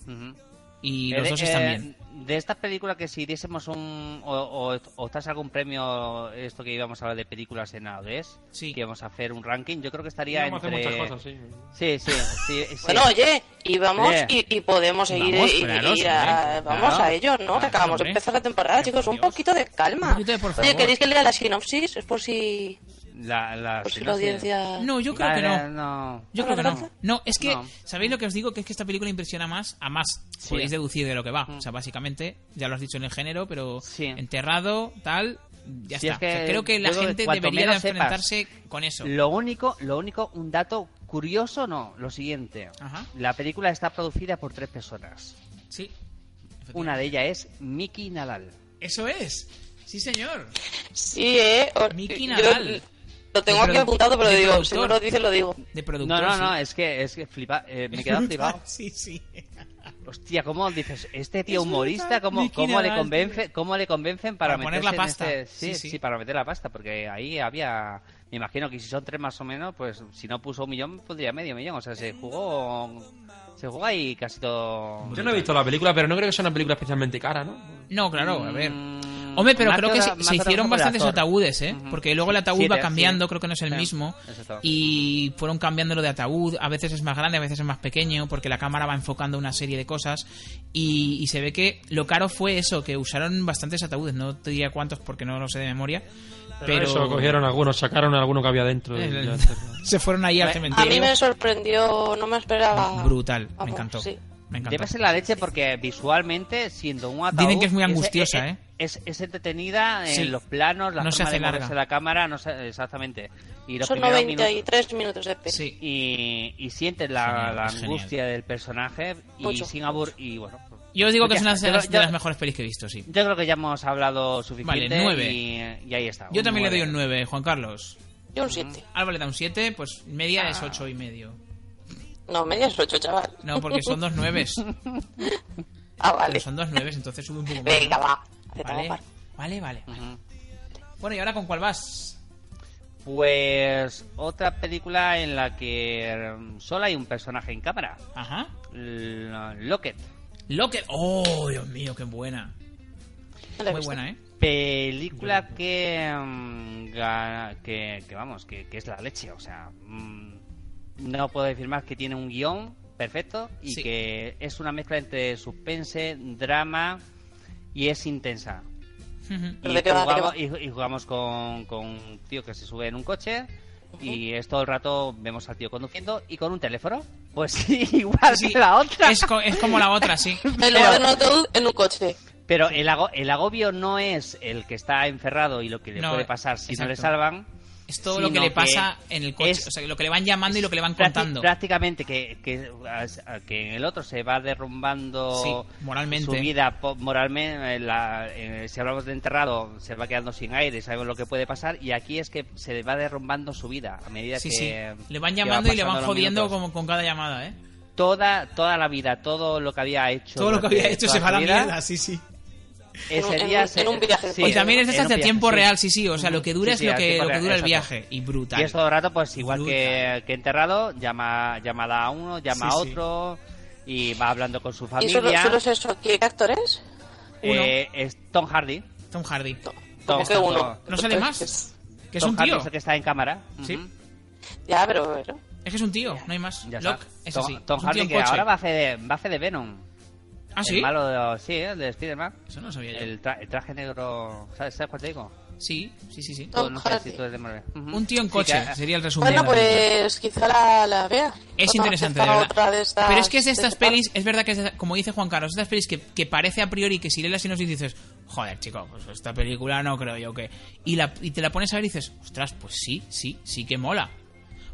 Speaker 5: Ujú.
Speaker 2: Y
Speaker 5: Eh,
Speaker 2: los dos
Speaker 5: eh,
Speaker 2: están bien.
Speaker 5: De estas películas que si diésemos un. o, o, o estás algún premio, esto que íbamos a hablar de películas en AODES, que íbamos a hacer un ranking, yo creo que estaría
Speaker 6: Íbamos a hacer
Speaker 5: entre.
Speaker 6: muchas cosas, sí.
Speaker 5: Sí, sí, sí, sí.
Speaker 3: [laughs] Bueno, oye, y vamos
Speaker 5: Bien.
Speaker 3: y, y podemos seguir
Speaker 5: Vamos,
Speaker 3: y- y
Speaker 5: claro,
Speaker 3: ir a,
Speaker 5: hombre,
Speaker 3: vamos
Speaker 5: claro.
Speaker 3: a ello, ¿no? que acabamos de
Speaker 5: hombre.
Speaker 3: empezar la temporada, chicos, un poquito de calma. Oye,
Speaker 5: favor.
Speaker 3: ¿queréis que lea la sinopsis? Es por si,
Speaker 5: La, la,
Speaker 3: por si
Speaker 5: si
Speaker 3: la
Speaker 5: no, sí.
Speaker 3: audiencia...
Speaker 2: No, yo creo que
Speaker 5: eh, Vale,
Speaker 2: no.
Speaker 5: no.
Speaker 2: Yo creo que no. No, es que,
Speaker 5: No.
Speaker 2: ¿sabéis lo que os digo? Que es que esta película impresiona más, a más
Speaker 5: Sí. Mm.
Speaker 2: podéis deducir de lo que va. O sea, básicamente, ya lo has dicho en el género, pero
Speaker 5: Sí.
Speaker 2: enterrado, tal, ya
Speaker 5: Sí,
Speaker 2: está.
Speaker 5: es que
Speaker 2: O sea, creo que la
Speaker 5: yo creo que
Speaker 2: gente
Speaker 5: cuanto
Speaker 2: debería de
Speaker 5: menos sepas,
Speaker 2: enfrentarse con eso.
Speaker 5: Lo único, lo único, un dato curioso, no, lo siguiente.
Speaker 2: Ajá.
Speaker 5: La película está producida por tres personas.
Speaker 2: Sí.
Speaker 5: Una de ellas es Miki Nadal.
Speaker 2: Eso es. Sí, señor.
Speaker 3: Sí, ¿eh? O-
Speaker 5: [laughs]
Speaker 2: Miki
Speaker 3: yo
Speaker 2: Nadal.
Speaker 3: Lo tengo
Speaker 2: De
Speaker 3: aquí
Speaker 2: produ-
Speaker 3: apuntado, pero
Speaker 2: de
Speaker 3: digo, si
Speaker 2: productor.
Speaker 3: no lo dice, lo digo.
Speaker 2: De productor.
Speaker 5: No, no, no,
Speaker 2: sí. [laughs]
Speaker 5: es que, es que flipa, eh, me he quedado flipado.
Speaker 2: Sí, sí.
Speaker 5: Hostia, ¿cómo dices? Este tío
Speaker 2: Es
Speaker 5: humorista,
Speaker 2: verdad,
Speaker 5: ¿cómo,
Speaker 2: Nicky
Speaker 5: cómo, le
Speaker 2: Nadal,
Speaker 5: convence, ¿cómo le convencen para,
Speaker 2: Para poner la
Speaker 5: meterse en
Speaker 2: pasta.
Speaker 5: este- Sí,
Speaker 2: Sí,
Speaker 5: sí,
Speaker 2: sí.
Speaker 5: para meter la pasta, porque ahí había... Me imagino que si son tres más o menos, pues si no puso un millón, pondría medio millón. O sea, se jugó... Se jugó ahí casi todo...
Speaker 6: Yo no he visto la película, pero no creo que sea una película especialmente cara, ¿no?
Speaker 2: No, claro, a ver. Hombre, pero
Speaker 5: Mm, más
Speaker 2: creo que
Speaker 5: que
Speaker 2: se,
Speaker 5: otra- más
Speaker 2: se
Speaker 5: que otra
Speaker 2: hicieron
Speaker 5: cosa por el
Speaker 2: bastantes
Speaker 5: actor.
Speaker 2: ataúdes, ¿eh?
Speaker 5: Ujú.
Speaker 2: Porque luego el ataúd
Speaker 5: Siete,
Speaker 2: va cambiando,
Speaker 5: sí.
Speaker 2: creo que no es el
Speaker 5: Sí,
Speaker 2: mismo.
Speaker 5: eso está.
Speaker 2: Y fueron cambiándolo de ataúd. A veces es más grande, a veces es más pequeño, porque la cámara va enfocando una serie de cosas. Y, y se ve que lo caro fue eso, que usaron bastantes ataúdes. No te diría cuántos porque no lo sé de memoria. Pero,
Speaker 6: Pero eso, cogieron algunos, sacaron alguno que había dentro. y
Speaker 2: [laughs] El-
Speaker 6: ya
Speaker 2: el-
Speaker 6: está.
Speaker 2: se fueron ahí al
Speaker 3: A
Speaker 2: cementerio.
Speaker 3: mí me sorprendió, no me esperaba.
Speaker 5: Ah,
Speaker 2: Brutal, me
Speaker 5: pues,
Speaker 3: Vamos,
Speaker 2: encantó.
Speaker 3: sí.
Speaker 2: Me encantó.
Speaker 5: Debe ser la leche porque visualmente, siendo un ataúd...
Speaker 2: Dicen que es muy
Speaker 5: ese-
Speaker 2: angustiosa,
Speaker 5: eh,
Speaker 2: ¿eh?
Speaker 5: Es, es entretenida en
Speaker 2: Sí.
Speaker 5: los planos, la
Speaker 2: No se
Speaker 5: forma
Speaker 2: hace
Speaker 5: de moverse
Speaker 2: larga.
Speaker 5: la cámara, no sé exactamente. Y los
Speaker 3: Son
Speaker 5: primeros
Speaker 3: 93 minutos de peli.
Speaker 5: y, y sientes la,
Speaker 2: Genial,
Speaker 5: la
Speaker 2: es genial.
Speaker 5: angustia del personaje y
Speaker 3: Mucho.
Speaker 5: sin abur y bueno
Speaker 2: Yo os digo que
Speaker 5: Ya,
Speaker 2: es una de
Speaker 5: yo-
Speaker 2: las, de
Speaker 5: yo-
Speaker 2: las mejores pelis que he visto, sí.
Speaker 5: yo creo que ya hemos hablado suficiente
Speaker 2: Vale, nueve.
Speaker 5: Y, y ahí está
Speaker 2: Yo
Speaker 5: un
Speaker 2: también le doy
Speaker 5: nueve.
Speaker 2: un 9, Juan Carlos.
Speaker 3: Yo un 7.
Speaker 2: Álvaro le da un 7, pues media es 8 y medio.
Speaker 5: Mm.
Speaker 3: No, media es 8, chaval.
Speaker 2: No, porque son dos 9.
Speaker 3: Ah, vale.
Speaker 2: Son dos 9, entonces sube un poco más.
Speaker 3: Venga,
Speaker 2: ¿no?
Speaker 3: va. Te
Speaker 2: Vale,
Speaker 3: tomo par.
Speaker 2: vale, vale. vale. Bueno, ¿y ahora con cuál vas?
Speaker 5: pues otra película en la que mm, solo hay un personaje en cámara
Speaker 2: Ajá.
Speaker 5: L- Locket
Speaker 2: Locket. Oh, Dios mío, qué buena.
Speaker 3: la he
Speaker 2: Muy
Speaker 3: visto.
Speaker 2: buena, ¿eh?
Speaker 5: película que, mm, ga- que que vamos que, que es la leche o sea mm, no puedo decir más que tiene un guión perfecto y
Speaker 2: Sí.
Speaker 5: que es una mezcla entre suspense drama y es intensa y
Speaker 3: ¿Pero de qué va? ¿De qué
Speaker 5: jugamos,
Speaker 3: va?
Speaker 5: y- y jugamos con, con un tío que se sube en un coche y es todo el rato vemos al tío conduciendo y con un teléfono pues [laughs] sí,
Speaker 3: Ah,
Speaker 5: igual
Speaker 2: Sí,
Speaker 5: que la otra
Speaker 2: Es, co- es como la otra, sí.
Speaker 3: En lugar de un autobús, en un coche.
Speaker 5: Pero el, ago- el agobio no es el que está encerrado y lo que le
Speaker 2: No,
Speaker 5: puede pasar si no le
Speaker 2: exacto.
Speaker 5: salvan.
Speaker 2: Es todo lo que
Speaker 5: sino
Speaker 2: le pasa en el coche.
Speaker 5: es-
Speaker 2: o sea, lo que le van llamando y lo que le van
Speaker 5: prácti-
Speaker 2: contando.
Speaker 5: Prácticamente que, que, que en el otro se va derrumbando
Speaker 2: Sí, moralmente.
Speaker 5: su vida po- moralmente. en la- en- si hablamos de enterrado, se va quedando sin aire, sabemos lo que puede pasar. Y aquí es que se le va derrumbando su vida a medida
Speaker 2: Sí,
Speaker 5: que.
Speaker 2: sí. Le van
Speaker 5: que va
Speaker 2: llamando y le
Speaker 5: pasando
Speaker 2: van
Speaker 5: los
Speaker 2: jodiendo
Speaker 5: minutos.
Speaker 2: como con cada llamada, ¿eh?
Speaker 5: Toda, toda la vida, todo lo que había hecho.
Speaker 2: Todo lo que
Speaker 5: durante
Speaker 2: había hecho
Speaker 5: toda
Speaker 2: se
Speaker 5: su
Speaker 2: va a la
Speaker 5: vida,
Speaker 2: mierda, sí, sí.
Speaker 5: Ese
Speaker 3: En un-
Speaker 5: día
Speaker 3: en
Speaker 5: se-
Speaker 3: un viaje.
Speaker 5: sí,
Speaker 2: y también
Speaker 5: en-
Speaker 2: es de
Speaker 5: en
Speaker 2: estas
Speaker 5: un
Speaker 2: de
Speaker 5: viaje,
Speaker 2: tiempo
Speaker 5: sí.
Speaker 2: real, sí, sí. O sea, lo que dura
Speaker 5: Sí,
Speaker 2: es
Speaker 5: sí,
Speaker 2: lo
Speaker 5: a
Speaker 2: que,
Speaker 5: tiempo
Speaker 2: lo que
Speaker 5: real,
Speaker 2: dura el
Speaker 5: exacto.
Speaker 2: viaje. Y brutal.
Speaker 5: Y es todo el rato, pues igual
Speaker 2: Brutal.
Speaker 5: que, que enterrado, llama, llamada a uno, llama
Speaker 2: Sí,
Speaker 5: a
Speaker 2: sí.
Speaker 5: otro y va hablando con su
Speaker 3: ¿Y
Speaker 5: familia.
Speaker 3: solo, solo es eso? ¿Qué actor es?
Speaker 5: Eh, es Tom Hardy.
Speaker 2: Tom Hardy.
Speaker 3: Como
Speaker 5: Tom-
Speaker 3: que uno.
Speaker 2: No sale más. Que es
Speaker 5: Tom
Speaker 2: un
Speaker 5: Hardy
Speaker 2: tío.
Speaker 5: es el que está en cámara.
Speaker 2: Sí.
Speaker 5: Ujú.
Speaker 3: Ya, pero bueno.
Speaker 2: Es que es un tío, no hay más.
Speaker 5: Ya está.
Speaker 2: Locke, es
Speaker 5: Tom,
Speaker 2: así.
Speaker 5: Tom
Speaker 2: es un tío
Speaker 5: Hardy
Speaker 2: en
Speaker 5: que
Speaker 2: coche.
Speaker 5: ahora va a hacer de, va a hacer de Venom.
Speaker 2: Ah, sí.
Speaker 5: El malo de, sí, eh, de Spider-Man.
Speaker 2: Eso no lo sabía yo.
Speaker 5: El, tra- el traje negro. ¿Sabes, sabes cuál te digo?
Speaker 2: Sí, sí, sí. sí.
Speaker 5: Tú no sabes
Speaker 3: Hardy.
Speaker 5: si tú eres de Marvel. Ujú.
Speaker 2: Un tío en
Speaker 5: Mm. Sí,
Speaker 2: coche,
Speaker 5: que-
Speaker 2: sería el resumen.
Speaker 3: Bueno,
Speaker 2: de la película.
Speaker 3: pues quizá la, la vea.
Speaker 2: Es
Speaker 3: Otra-
Speaker 2: interesante, de
Speaker 3: quizá
Speaker 2: verdad.
Speaker 3: otra de estas-
Speaker 2: Pero es que es de estas
Speaker 3: este palo.
Speaker 2: pelis, es verdad que es de- como dice Juan Carlos, es de estas pelis que, que parece a priori que si lees y nos dices, joder, chico, pues esta película no creo yo que. Y, la, y te la pones a ver y dices, ostras, pues sí, sí, sí que mola.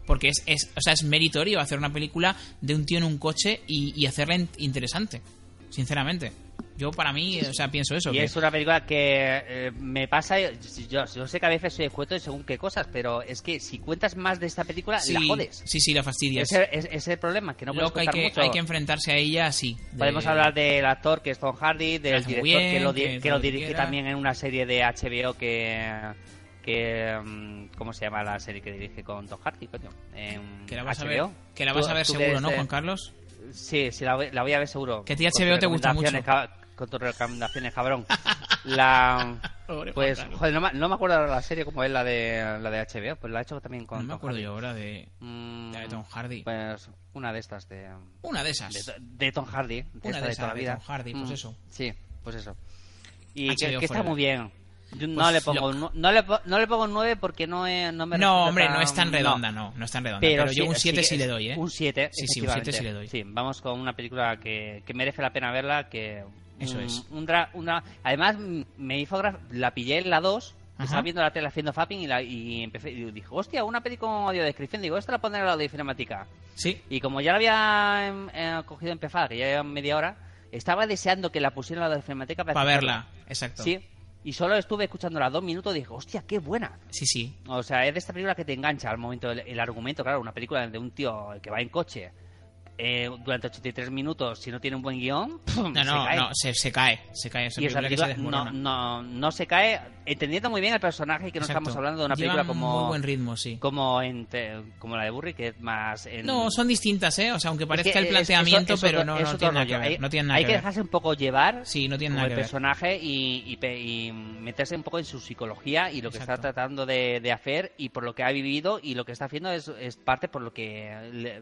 Speaker 2: Porque es, es, o sea, es meritorio hacer una película de un tío en un coche y, y hacerla in- interesante. Sinceramente. Yo para mí, o sea, pienso eso.
Speaker 5: Y
Speaker 2: que-
Speaker 5: es una película que eh, me pasa. Yo, yo sé que a veces soy escueto de según qué cosas, pero es que si cuentas más de esta película,
Speaker 2: sí,
Speaker 5: la jodes.
Speaker 2: Sí, sí, la fastidias.
Speaker 5: Ese es, es el problema, que no puedes
Speaker 2: Loca, hay
Speaker 5: contar
Speaker 2: que,
Speaker 5: mucho.
Speaker 2: hay que enfrentarse a ella así. de-
Speaker 5: Podemos hablar del actor que es Tom Hardy, del
Speaker 2: hace muy
Speaker 5: director
Speaker 2: bien,
Speaker 5: que lo, di-
Speaker 2: que
Speaker 5: que
Speaker 2: todo
Speaker 5: lo
Speaker 2: lo que
Speaker 5: dirige
Speaker 2: quiera.
Speaker 5: también en una serie de HBO que. que mm, ¿Cómo se llama la serie que dirige con Tom Hardy, coño? En
Speaker 2: Que la vas a ver,
Speaker 5: HBO.
Speaker 2: que la
Speaker 5: Tú-
Speaker 2: vas a ver
Speaker 5: tú que
Speaker 2: seguro,
Speaker 5: eres
Speaker 2: ¿no,
Speaker 5: de- este.
Speaker 2: Juan Carlos?
Speaker 5: Sí, sí, la voy, la voy a ver seguro.
Speaker 2: Que a ti
Speaker 5: Con
Speaker 2: HBO
Speaker 5: tus
Speaker 2: te gusta mucho.
Speaker 5: recomendaciones, ca- Con tus
Speaker 2: [laughs]
Speaker 5: recomendaciones, cabrón. La...
Speaker 2: Pobre
Speaker 5: Pues,
Speaker 2: Juan Carlos.
Speaker 5: joder, no, me- no me acuerdo ahora la serie como es la de, la de HBO. Pues la he hecho también con...
Speaker 2: No me
Speaker 5: Tom
Speaker 2: acuerdo
Speaker 5: Hardy. Mm.
Speaker 2: yo ahora de, la de Tom Hardy.
Speaker 5: Pues una de estas de...
Speaker 2: Una de esas.
Speaker 5: De, de Tom Hardy. De
Speaker 2: Una
Speaker 5: esta
Speaker 2: de
Speaker 5: de
Speaker 2: esas
Speaker 5: toda la
Speaker 2: de
Speaker 5: vida. Mm.
Speaker 2: Tom Hardy, pues eso.
Speaker 5: Sí, pues eso. Y
Speaker 2: HBO
Speaker 5: que, que está
Speaker 2: forever.
Speaker 5: muy bien. Yo no,
Speaker 2: Pues
Speaker 5: le pongo, un nu- no, le, po- no le pongo un 9 porque no, eh, no me
Speaker 2: No,
Speaker 5: resulta
Speaker 2: hombre, no es tan redonda,
Speaker 5: no.
Speaker 2: no, no, es tan redonda. Pero, yo un 7 sí,
Speaker 5: que-
Speaker 2: le doy, ¿eh?
Speaker 5: Un 7,
Speaker 2: Sí, sí, un 7 sí le doy.
Speaker 5: Sí, vamos con una película que, que merece la pena verla, que...
Speaker 2: Eso
Speaker 5: un-
Speaker 2: es.
Speaker 5: un dra- una, además, mm, me hizo... gra- La pillé en la 2,
Speaker 2: Ajá.
Speaker 5: estaba viendo la tele haciendo fapping y, la, y empecé y dije, hostia, una peli con audiodescripción. Digo, esta la pondré en la audiocinemática.
Speaker 2: Sí.
Speaker 5: Y como ya la había em, eh, cogido en Pefar, que ya lleva media hora, estaba deseando que la pusieran en la audiocinemática
Speaker 2: Para verla, exacto.
Speaker 5: Sí. Y solo estuve escuchándola dos minutos y dije, hostia, qué buena.
Speaker 2: Sí, sí.
Speaker 5: O sea, es de esta película que te engancha al momento del el argumento, claro, una película de un tío que va en coche, eh, durante 83 minutos, si no tiene un buen guión,
Speaker 2: [laughs] no, no,
Speaker 5: Mm, se cae.
Speaker 2: no, se, se cae, se cae. Es una
Speaker 5: y esa
Speaker 2: película que
Speaker 5: película
Speaker 2: se
Speaker 5: no,
Speaker 2: desmorona.
Speaker 5: no, no se cae, entendiendo muy bien el personaje, que no
Speaker 2: Exacto.
Speaker 5: estamos hablando de una
Speaker 2: Lleva
Speaker 5: película como...
Speaker 2: muy buen ritmo, sí.
Speaker 5: Como, en te- como la de Burry, que es más... en-
Speaker 2: No, son distintas, ¿eh? O sea, aunque
Speaker 5: Es que
Speaker 2: parezca el
Speaker 5: es-
Speaker 2: planteamiento,
Speaker 5: es otro-
Speaker 2: pero no,
Speaker 5: es
Speaker 2: no
Speaker 5: otro
Speaker 2: tiene nada
Speaker 5: rollo.
Speaker 2: que ver.
Speaker 5: Hay-
Speaker 2: No tiene nada
Speaker 5: hay que
Speaker 2: ver.
Speaker 5: dejarse un poco llevar
Speaker 2: Sí, no tiene
Speaker 5: como
Speaker 2: nada
Speaker 5: el
Speaker 2: que ver.
Speaker 5: personaje y, y pe- y meterse un poco en su psicología y lo que está
Speaker 2: Exacto.
Speaker 5: tratando de, de hacer y por lo que ha vivido y lo que está haciendo es, es parte por lo que le,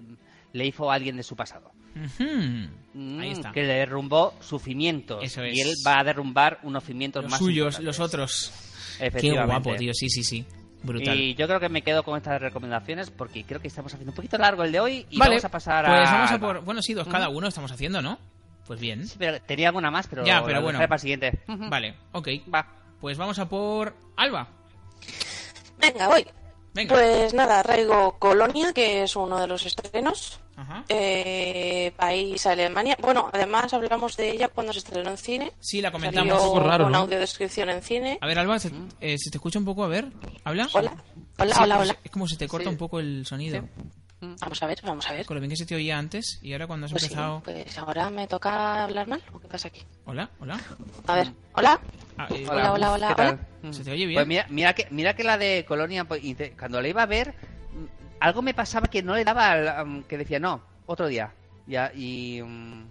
Speaker 5: le hizo a alguien de su pasado.
Speaker 2: Ujú. Ahí
Speaker 5: Mm,
Speaker 2: está.
Speaker 5: Que le derrumbó sufrimientos.
Speaker 2: Eso
Speaker 5: Y
Speaker 2: es.
Speaker 5: él va a derrumbar unos cimientos
Speaker 2: Los
Speaker 5: más
Speaker 2: suyos,
Speaker 5: importantes.
Speaker 2: los otros. Qué
Speaker 5: Efectivamente.
Speaker 2: guapo, tío. Sí, sí, sí. Brutal.
Speaker 5: Y yo creo que me quedo con estas recomendaciones porque creo que estamos haciendo un poquito largo el de hoy y
Speaker 2: vale,
Speaker 5: vamos a pasar
Speaker 2: pues
Speaker 5: a...
Speaker 2: vamos a por... Bueno, sí, dos cada
Speaker 5: Ujú.
Speaker 2: uno estamos haciendo, ¿no? Pues bien.
Speaker 5: Pero tenía alguna más, pero,
Speaker 2: ya, pero
Speaker 5: la
Speaker 2: bueno.
Speaker 5: dejaré para el siguiente. Ujú.
Speaker 2: Vale, ok.
Speaker 5: Va.
Speaker 2: Pues vamos a por Alba.
Speaker 3: Venga, voy.
Speaker 2: Venga.
Speaker 3: Pues nada, traigo Colonia, que es uno de los estrenos.
Speaker 2: Ajá.
Speaker 3: Eh, país Alemania. Bueno, además hablamos de ella cuando se estrenó en cine.
Speaker 2: Sí, la comentamos.
Speaker 3: Salió
Speaker 2: Un poco raro,
Speaker 3: con
Speaker 2: ¿no?
Speaker 3: audiodescripción en cine.
Speaker 2: A ver, Alba, se, eh, ¿se te escucha un poco? A ver, ¿habla?
Speaker 3: Hola, hola,
Speaker 2: Sí,
Speaker 3: hola,
Speaker 2: como
Speaker 3: hola.
Speaker 2: se- Es como se te corta
Speaker 3: Sí.
Speaker 2: un poco el sonido.
Speaker 3: Vamos a ver, vamos a ver.
Speaker 2: Con lo bien que se te oía antes y ahora cuando has
Speaker 3: Pues sí,
Speaker 2: empezado...
Speaker 3: pues ahora me toca hablar mal. ¿o ¿Qué pasa aquí?
Speaker 2: Hola, hola.
Speaker 3: A ver, hola.
Speaker 2: Ah, eh,
Speaker 3: Hola, hola, hola,
Speaker 5: ¿Qué tal?
Speaker 2: ¿Se te oye bien?
Speaker 5: Pues mira, mira que, mira que la de Colonia, pues, inte- cuando la iba a ver, mm, algo me pasaba que no le daba, al- um, que decía, no, otro día. Ya, y... um,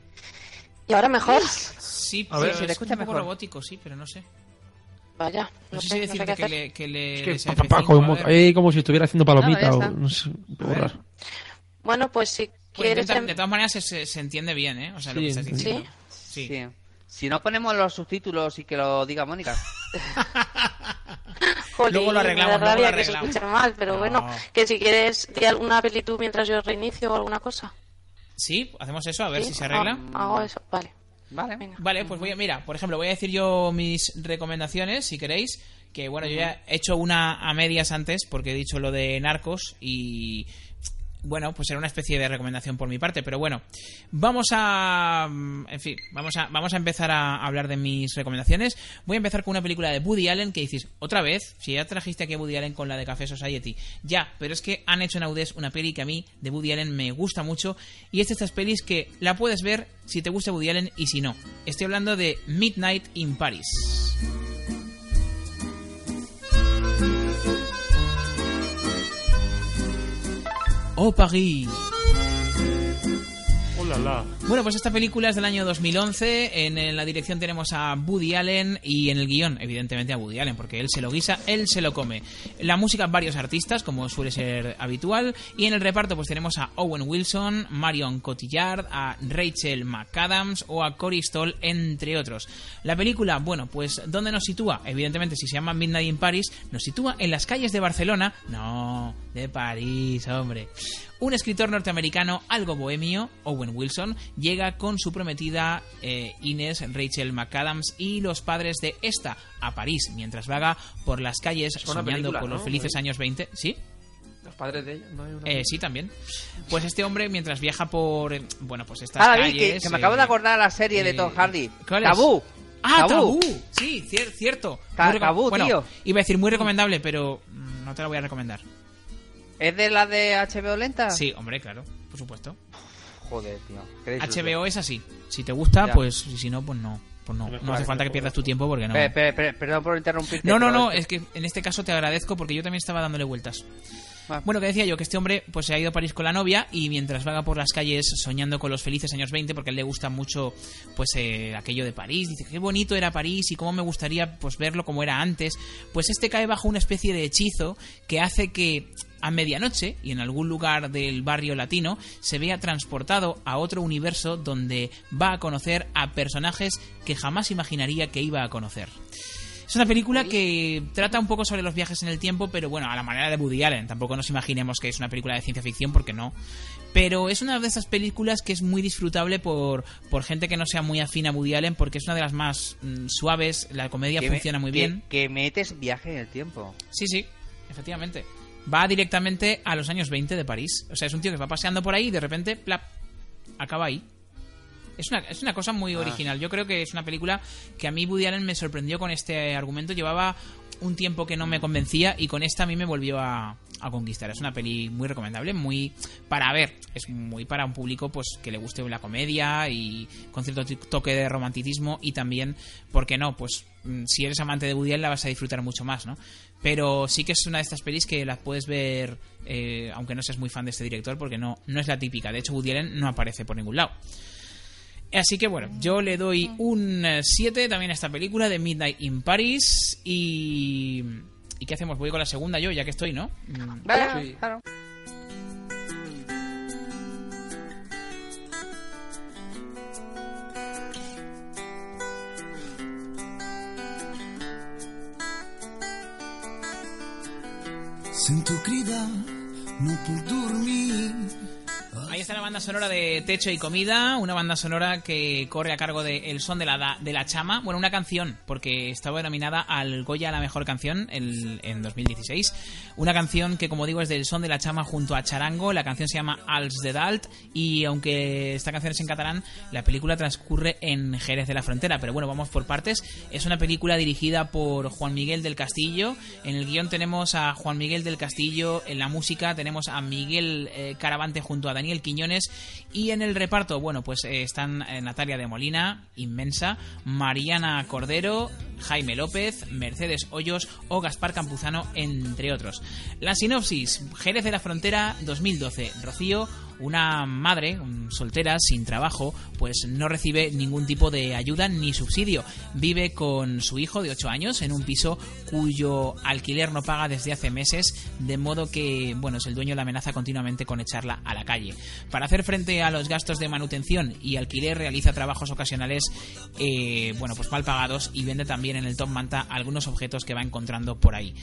Speaker 3: ¿Y ahora mejor?
Speaker 2: Sí,
Speaker 5: A ver.
Speaker 2: pero
Speaker 5: Se te
Speaker 2: es un
Speaker 5: escucha
Speaker 2: poco
Speaker 5: mejor.
Speaker 2: robótico, sí, pero no sé.
Speaker 3: Vaya,
Speaker 2: No,
Speaker 3: no
Speaker 2: sé si
Speaker 3: sé, no sé
Speaker 2: decirte
Speaker 3: qué
Speaker 2: que
Speaker 3: hacer.
Speaker 2: le, que le...
Speaker 4: Es que
Speaker 2: les
Speaker 4: pa- pa-
Speaker 2: F5,
Speaker 4: como,
Speaker 2: a ver.
Speaker 4: ahí como si estuviera haciendo palomita
Speaker 2: Nada, ya
Speaker 4: o
Speaker 2: está.
Speaker 4: no sé, un poco raro.
Speaker 3: Bueno, pues si
Speaker 2: Pues
Speaker 3: quieres...
Speaker 2: intenta-
Speaker 3: em-
Speaker 2: de todas maneras se, se- se entiende bien, ¿eh? O sea, lo
Speaker 5: Sí,
Speaker 2: que estás
Speaker 5: entiendo.
Speaker 2: diciendo. Sí.
Speaker 5: sí. Si no ponemos los subtítulos y que lo diga
Speaker 2: [laughs]
Speaker 5: Mónica.
Speaker 3: Jolín,
Speaker 2: Luego lo arreglamos,
Speaker 3: me da
Speaker 2: luego lo
Speaker 3: rabia que se
Speaker 2: arreglamos.
Speaker 3: escucha mal, pero
Speaker 2: No.
Speaker 3: bueno, que si quieres di alguna peli tú mientras yo reinicio o alguna cosa.
Speaker 2: Sí, hacemos eso, a ver
Speaker 3: ¿Sí?
Speaker 2: si se arregla.
Speaker 3: Ah, hago eso, vale.
Speaker 5: Vale.
Speaker 2: Vale, pues voy a, mira, por ejemplo, voy a decir yo mis recomendaciones, si queréis, que bueno, yo ya he hecho una a medias antes porque he dicho lo de narcos y bueno, pues era una especie de recomendación por mi parte, pero bueno, vamos a, mm, en fin, vamos a, vamos a empezar a hablar de mis recomendaciones. Voy a empezar con una película de Woody Allen que dices, otra vez, si ya trajiste aquí a Woody Allen con la de Café Society, ya, pero es que han hecho en Audes una peli que a mí de Woody Allen me gusta mucho y es de estas pelis que la puedes ver si te gusta Woody Allen y si no. Estoy hablando de Midnight in Paris. Oh Paris. Bueno, pues esta película es del año 2011. En, en la dirección tenemos a Woody Allen y en el guión, evidentemente, a Woody Allen, porque él se lo guisa, él se lo come. La música, varios artistas, como suele ser habitual. Y en el reparto, pues tenemos a Owen Wilson, Marion Cotillard, a Rachel McAdams o a Cory Stoll, entre otros. La película, bueno, pues, ¿dónde nos sitúa? Evidentemente, si se llama Midnight in Paris, nos sitúa en las calles de Barcelona. No, de París, hombre. Un escritor norteamericano algo bohemio, Owen Wilson, llega con su prometida eh, Inés Rachel McAdams y los padres de esta a París mientras vaga por las calles
Speaker 6: una
Speaker 2: soñando
Speaker 6: película,
Speaker 2: con los
Speaker 6: ¿no?
Speaker 2: felices años 20. ¿Sí?
Speaker 6: Los padres de ella, no hay una.
Speaker 2: Eh, sí, también. Pues este hombre, mientras viaja por. eh, Bueno, pues estas
Speaker 5: Ah, vi,
Speaker 2: calles.
Speaker 5: que, que me
Speaker 2: eh,
Speaker 5: acabo de acordar la serie de
Speaker 2: eh,
Speaker 5: Tom Hardy.
Speaker 2: ¿cuál es?
Speaker 5: Tabú.
Speaker 2: Ah,
Speaker 5: Tabú.
Speaker 2: tabú. Sí, cier- cierto.
Speaker 5: Ta-
Speaker 2: Muy reco-
Speaker 5: tabú,
Speaker 2: bueno,
Speaker 5: tío.
Speaker 2: Iba a decir muy recomendable, pero mm, no te la voy a recomendar.
Speaker 5: ¿Es de la de HBO Lenta?
Speaker 2: Sí, hombre, claro, por supuesto.
Speaker 5: Joder, tío. qué disgusto.
Speaker 2: HBO es así. Si te gusta,
Speaker 5: Ya.
Speaker 2: pues y si no, pues no. Pues no. No hace falta que pierdas tu tiempo porque no.
Speaker 5: Pe- pe- pe- perdón por interrumpirte.
Speaker 2: No, no,
Speaker 5: pero
Speaker 2: no,
Speaker 5: es
Speaker 2: es que en este caso te agradezco porque yo también estaba dándole vueltas. Bueno, que decía yo que este hombre pues se ha ido a París con la novia y mientras vaga por las calles soñando con los felices años 20 porque a él le gusta mucho pues eh, aquello de París, dice qué bonito era París y cómo me gustaría pues verlo como era antes, pues este cae bajo una especie de hechizo que hace que a medianoche y en algún lugar del barrio latino se vea transportado a otro universo donde va a conocer a personajes que jamás imaginaría que iba a conocer. Es una película que trata un poco sobre los viajes en el tiempo, pero bueno, a la manera de Woody Allen. Tampoco nos imaginemos que es una película de ciencia ficción, porque no. Pero es una de esas películas que es muy disfrutable por, por gente que no sea muy afín a Woody Allen, porque es una de las más mm, suaves, la comedia
Speaker 5: que me-
Speaker 2: funciona muy
Speaker 5: que-
Speaker 2: bien.
Speaker 5: Que metes viaje en el tiempo.
Speaker 2: Sí, sí, efectivamente. Va directamente a los años 20 de París. O sea, es un tío que va paseando por ahí y de repente, plap, acaba ahí. Es una, es una cosa muy
Speaker 5: Ah.
Speaker 2: original. Yo creo que es una película que a mí Woody Allen me sorprendió con este argumento. Llevaba un tiempo que no me convencía y con esta a mí me volvió a, a conquistar. Es una peli muy recomendable, muy para ver. Es muy para un público pues que le guste la comedia y con cierto ti- toque de romanticismo y también, ¿por qué no? Pues mm, si eres amante de Woody Allen la vas a disfrutar mucho más, ¿no? Pero sí que es una de estas pelis que las puedes ver eh, aunque no seas muy fan de este director porque no, no es la típica. De hecho, Woody Allen no aparece por ningún lado. Así que bueno, yo le doy un eh, 7 también a esta película de Midnight in Paris. Y. ¿Y qué hacemos? Voy con la segunda yo, ya que estoy, ¿no? Mm.
Speaker 6: Vale, claro.
Speaker 20: Sento crida, no puc dormir.
Speaker 2: Ahí está la banda sonora de Techo y Comida, una banda sonora que corre a cargo de El Son de la, Da- de la Chama. Bueno, una canción, porque estaba nominada al Goya a la mejor canción el- en 2016. Una canción que, como digo, es del Son de la Chama junto a Charango. La canción se llama Als de Dalt. Y aunque esta canción es en catalán, la película transcurre en Jerez de la Frontera. Pero bueno, vamos por partes. Es una película dirigida por Juan Miguel del Castillo. En el guión tenemos a Juan Miguel del Castillo. En la música tenemos a Miguel eh, Caravante junto a Daniel Quiñones. Y en el reparto, bueno, pues eh, están eh, Natalia de Molina, inmensa, Mariana Cordero, Jaime López, Mercedes Hoyos o Gaspar Campuzano, entre otros. La sinopsis, Jerez de la Frontera 2012, Rocío, una madre mm, soltera sin trabajo, pues no recibe ningún tipo de ayuda ni subsidio. Vive con su hijo de 8 años en un piso cuyo alquiler no paga desde hace meses, de modo que, bueno, es el dueño la amenaza continuamente con echarla a la calle. Para hacer frente a los gastos de manutención y alquiler realiza trabajos ocasionales, eh, bueno, pues mal pagados y vende también en el Top Manta algunos objetos que va encontrando por ahí.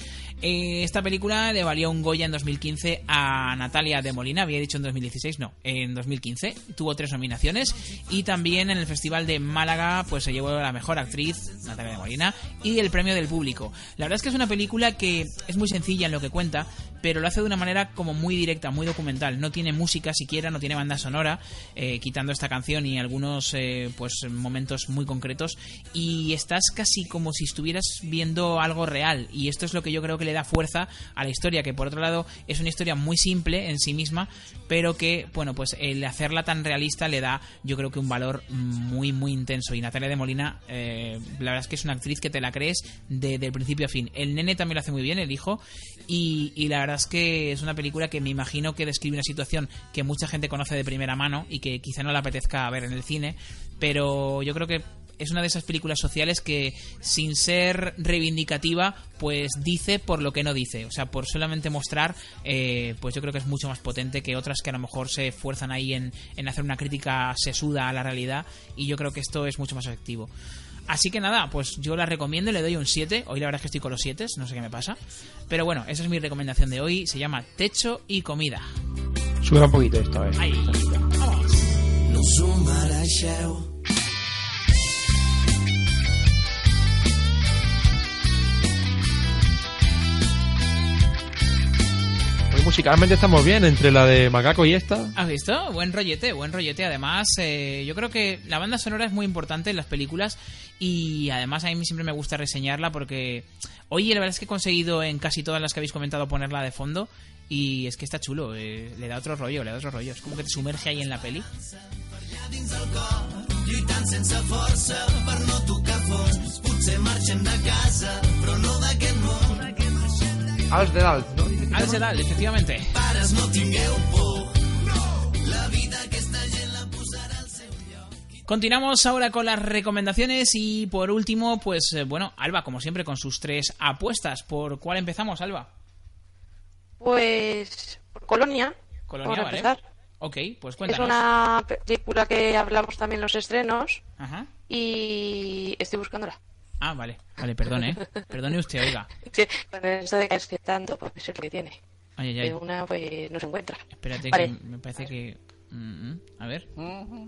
Speaker 2: Eh, esta película le valió un Goya en 2015 a Natalia de Molina, había dicho en 2016, no, en 2015. Tuvo tres nominaciones y también en el Festival de Málaga pues se llevó la mejor actriz, Natalia de Molina, y el premio del público. La verdad es que es una película que es muy sencilla en lo que cuenta, pero lo hace de una manera como muy directa, muy documental. No tiene música siquiera, no tiene banda sonora, eh, quitando esta canción y algunos eh, pues momentos muy concretos. Y estás casi como si estuvieras viendo algo real. Y esto es lo que yo creo que le da fuerza a la historia, que por otro lado es una historia muy simple en sí misma, pero que, bueno, pues el hacerla tan realista le da, yo creo que un valor muy, muy intenso. Y Natalia de Molina, eh, la verdad es que es una actriz que te la crees de, del principio a fin. El nene también lo hace muy bien, el hijo, y, y la verdad es que es una película que me imagino que describe una situación que mucha gente conoce de primera mano y que quizá no le apetezca ver en el cine, pero yo creo que es una de esas películas sociales que sin ser reivindicativa pues dice por lo que no dice o sea por solamente mostrar eh, pues yo creo que es mucho más potente que otras que a lo mejor se esfuerzan ahí en, en hacer una crítica sesuda a la realidad y yo creo que esto es mucho más efectivo Así que nada, pues yo la recomiendo, le doy un 7. Hoy la verdad es que estoy con los 7, no sé qué me pasa. Pero bueno, esa es mi recomendación de hoy. Se llama Techo y Comida.
Speaker 4: Sube un poquito esto, a ver.
Speaker 2: Ahí.
Speaker 20: No s'ho mereixeu.
Speaker 4: Hoy musicalmente estamos bien, entre la de Macaco y esta.
Speaker 2: ¿Has visto? Buen rollete, buen rollete. Además, eh, yo creo que la banda sonora es muy importante en las películas y además a mí siempre me gusta reseñarla porque hoy la verdad es que he conseguido en casi todas las que habéis comentado ponerla de fondo y es que está chulo, eh, le da otro rollo, le da otro rollo. Es como que te sumerge ahí en la peli.
Speaker 20: dins del cor, lluitant sense força per no tocar fons. Potser marxem de casa, però no d'aquest món.
Speaker 6: Als de dalt, ¿no?
Speaker 2: Al Sedal, efectivamente.
Speaker 20: Pares, no tingueu por. oh, La vida aquesta gent la posarà al seu
Speaker 2: Continuamos ahora con las recomendaciones y por último, pues eh, bueno, Alba, como siempre, con sus tres apuestas. ¿Por cuál empezamos, Alba?
Speaker 3: Pues por Colonia.
Speaker 2: Colonia,
Speaker 3: por
Speaker 2: ¿vale?
Speaker 3: empezar.
Speaker 2: Ok, pues
Speaker 3: Es
Speaker 2: cuéntanos.
Speaker 3: una película que hablamos también en los estrenos
Speaker 2: Ajá.
Speaker 3: y estoy buscándola.
Speaker 2: Ah, vale, vale, perdone, ¿eh? Perdone usted, oiga.
Speaker 3: Sí, con eso de que es que tanto, pues es lo que tiene.
Speaker 2: Ay, ay, ay.
Speaker 3: De una, pues no se encuentra.
Speaker 2: Espérate,
Speaker 3: Vale.
Speaker 2: que me parece que. Mm, mm, A ver,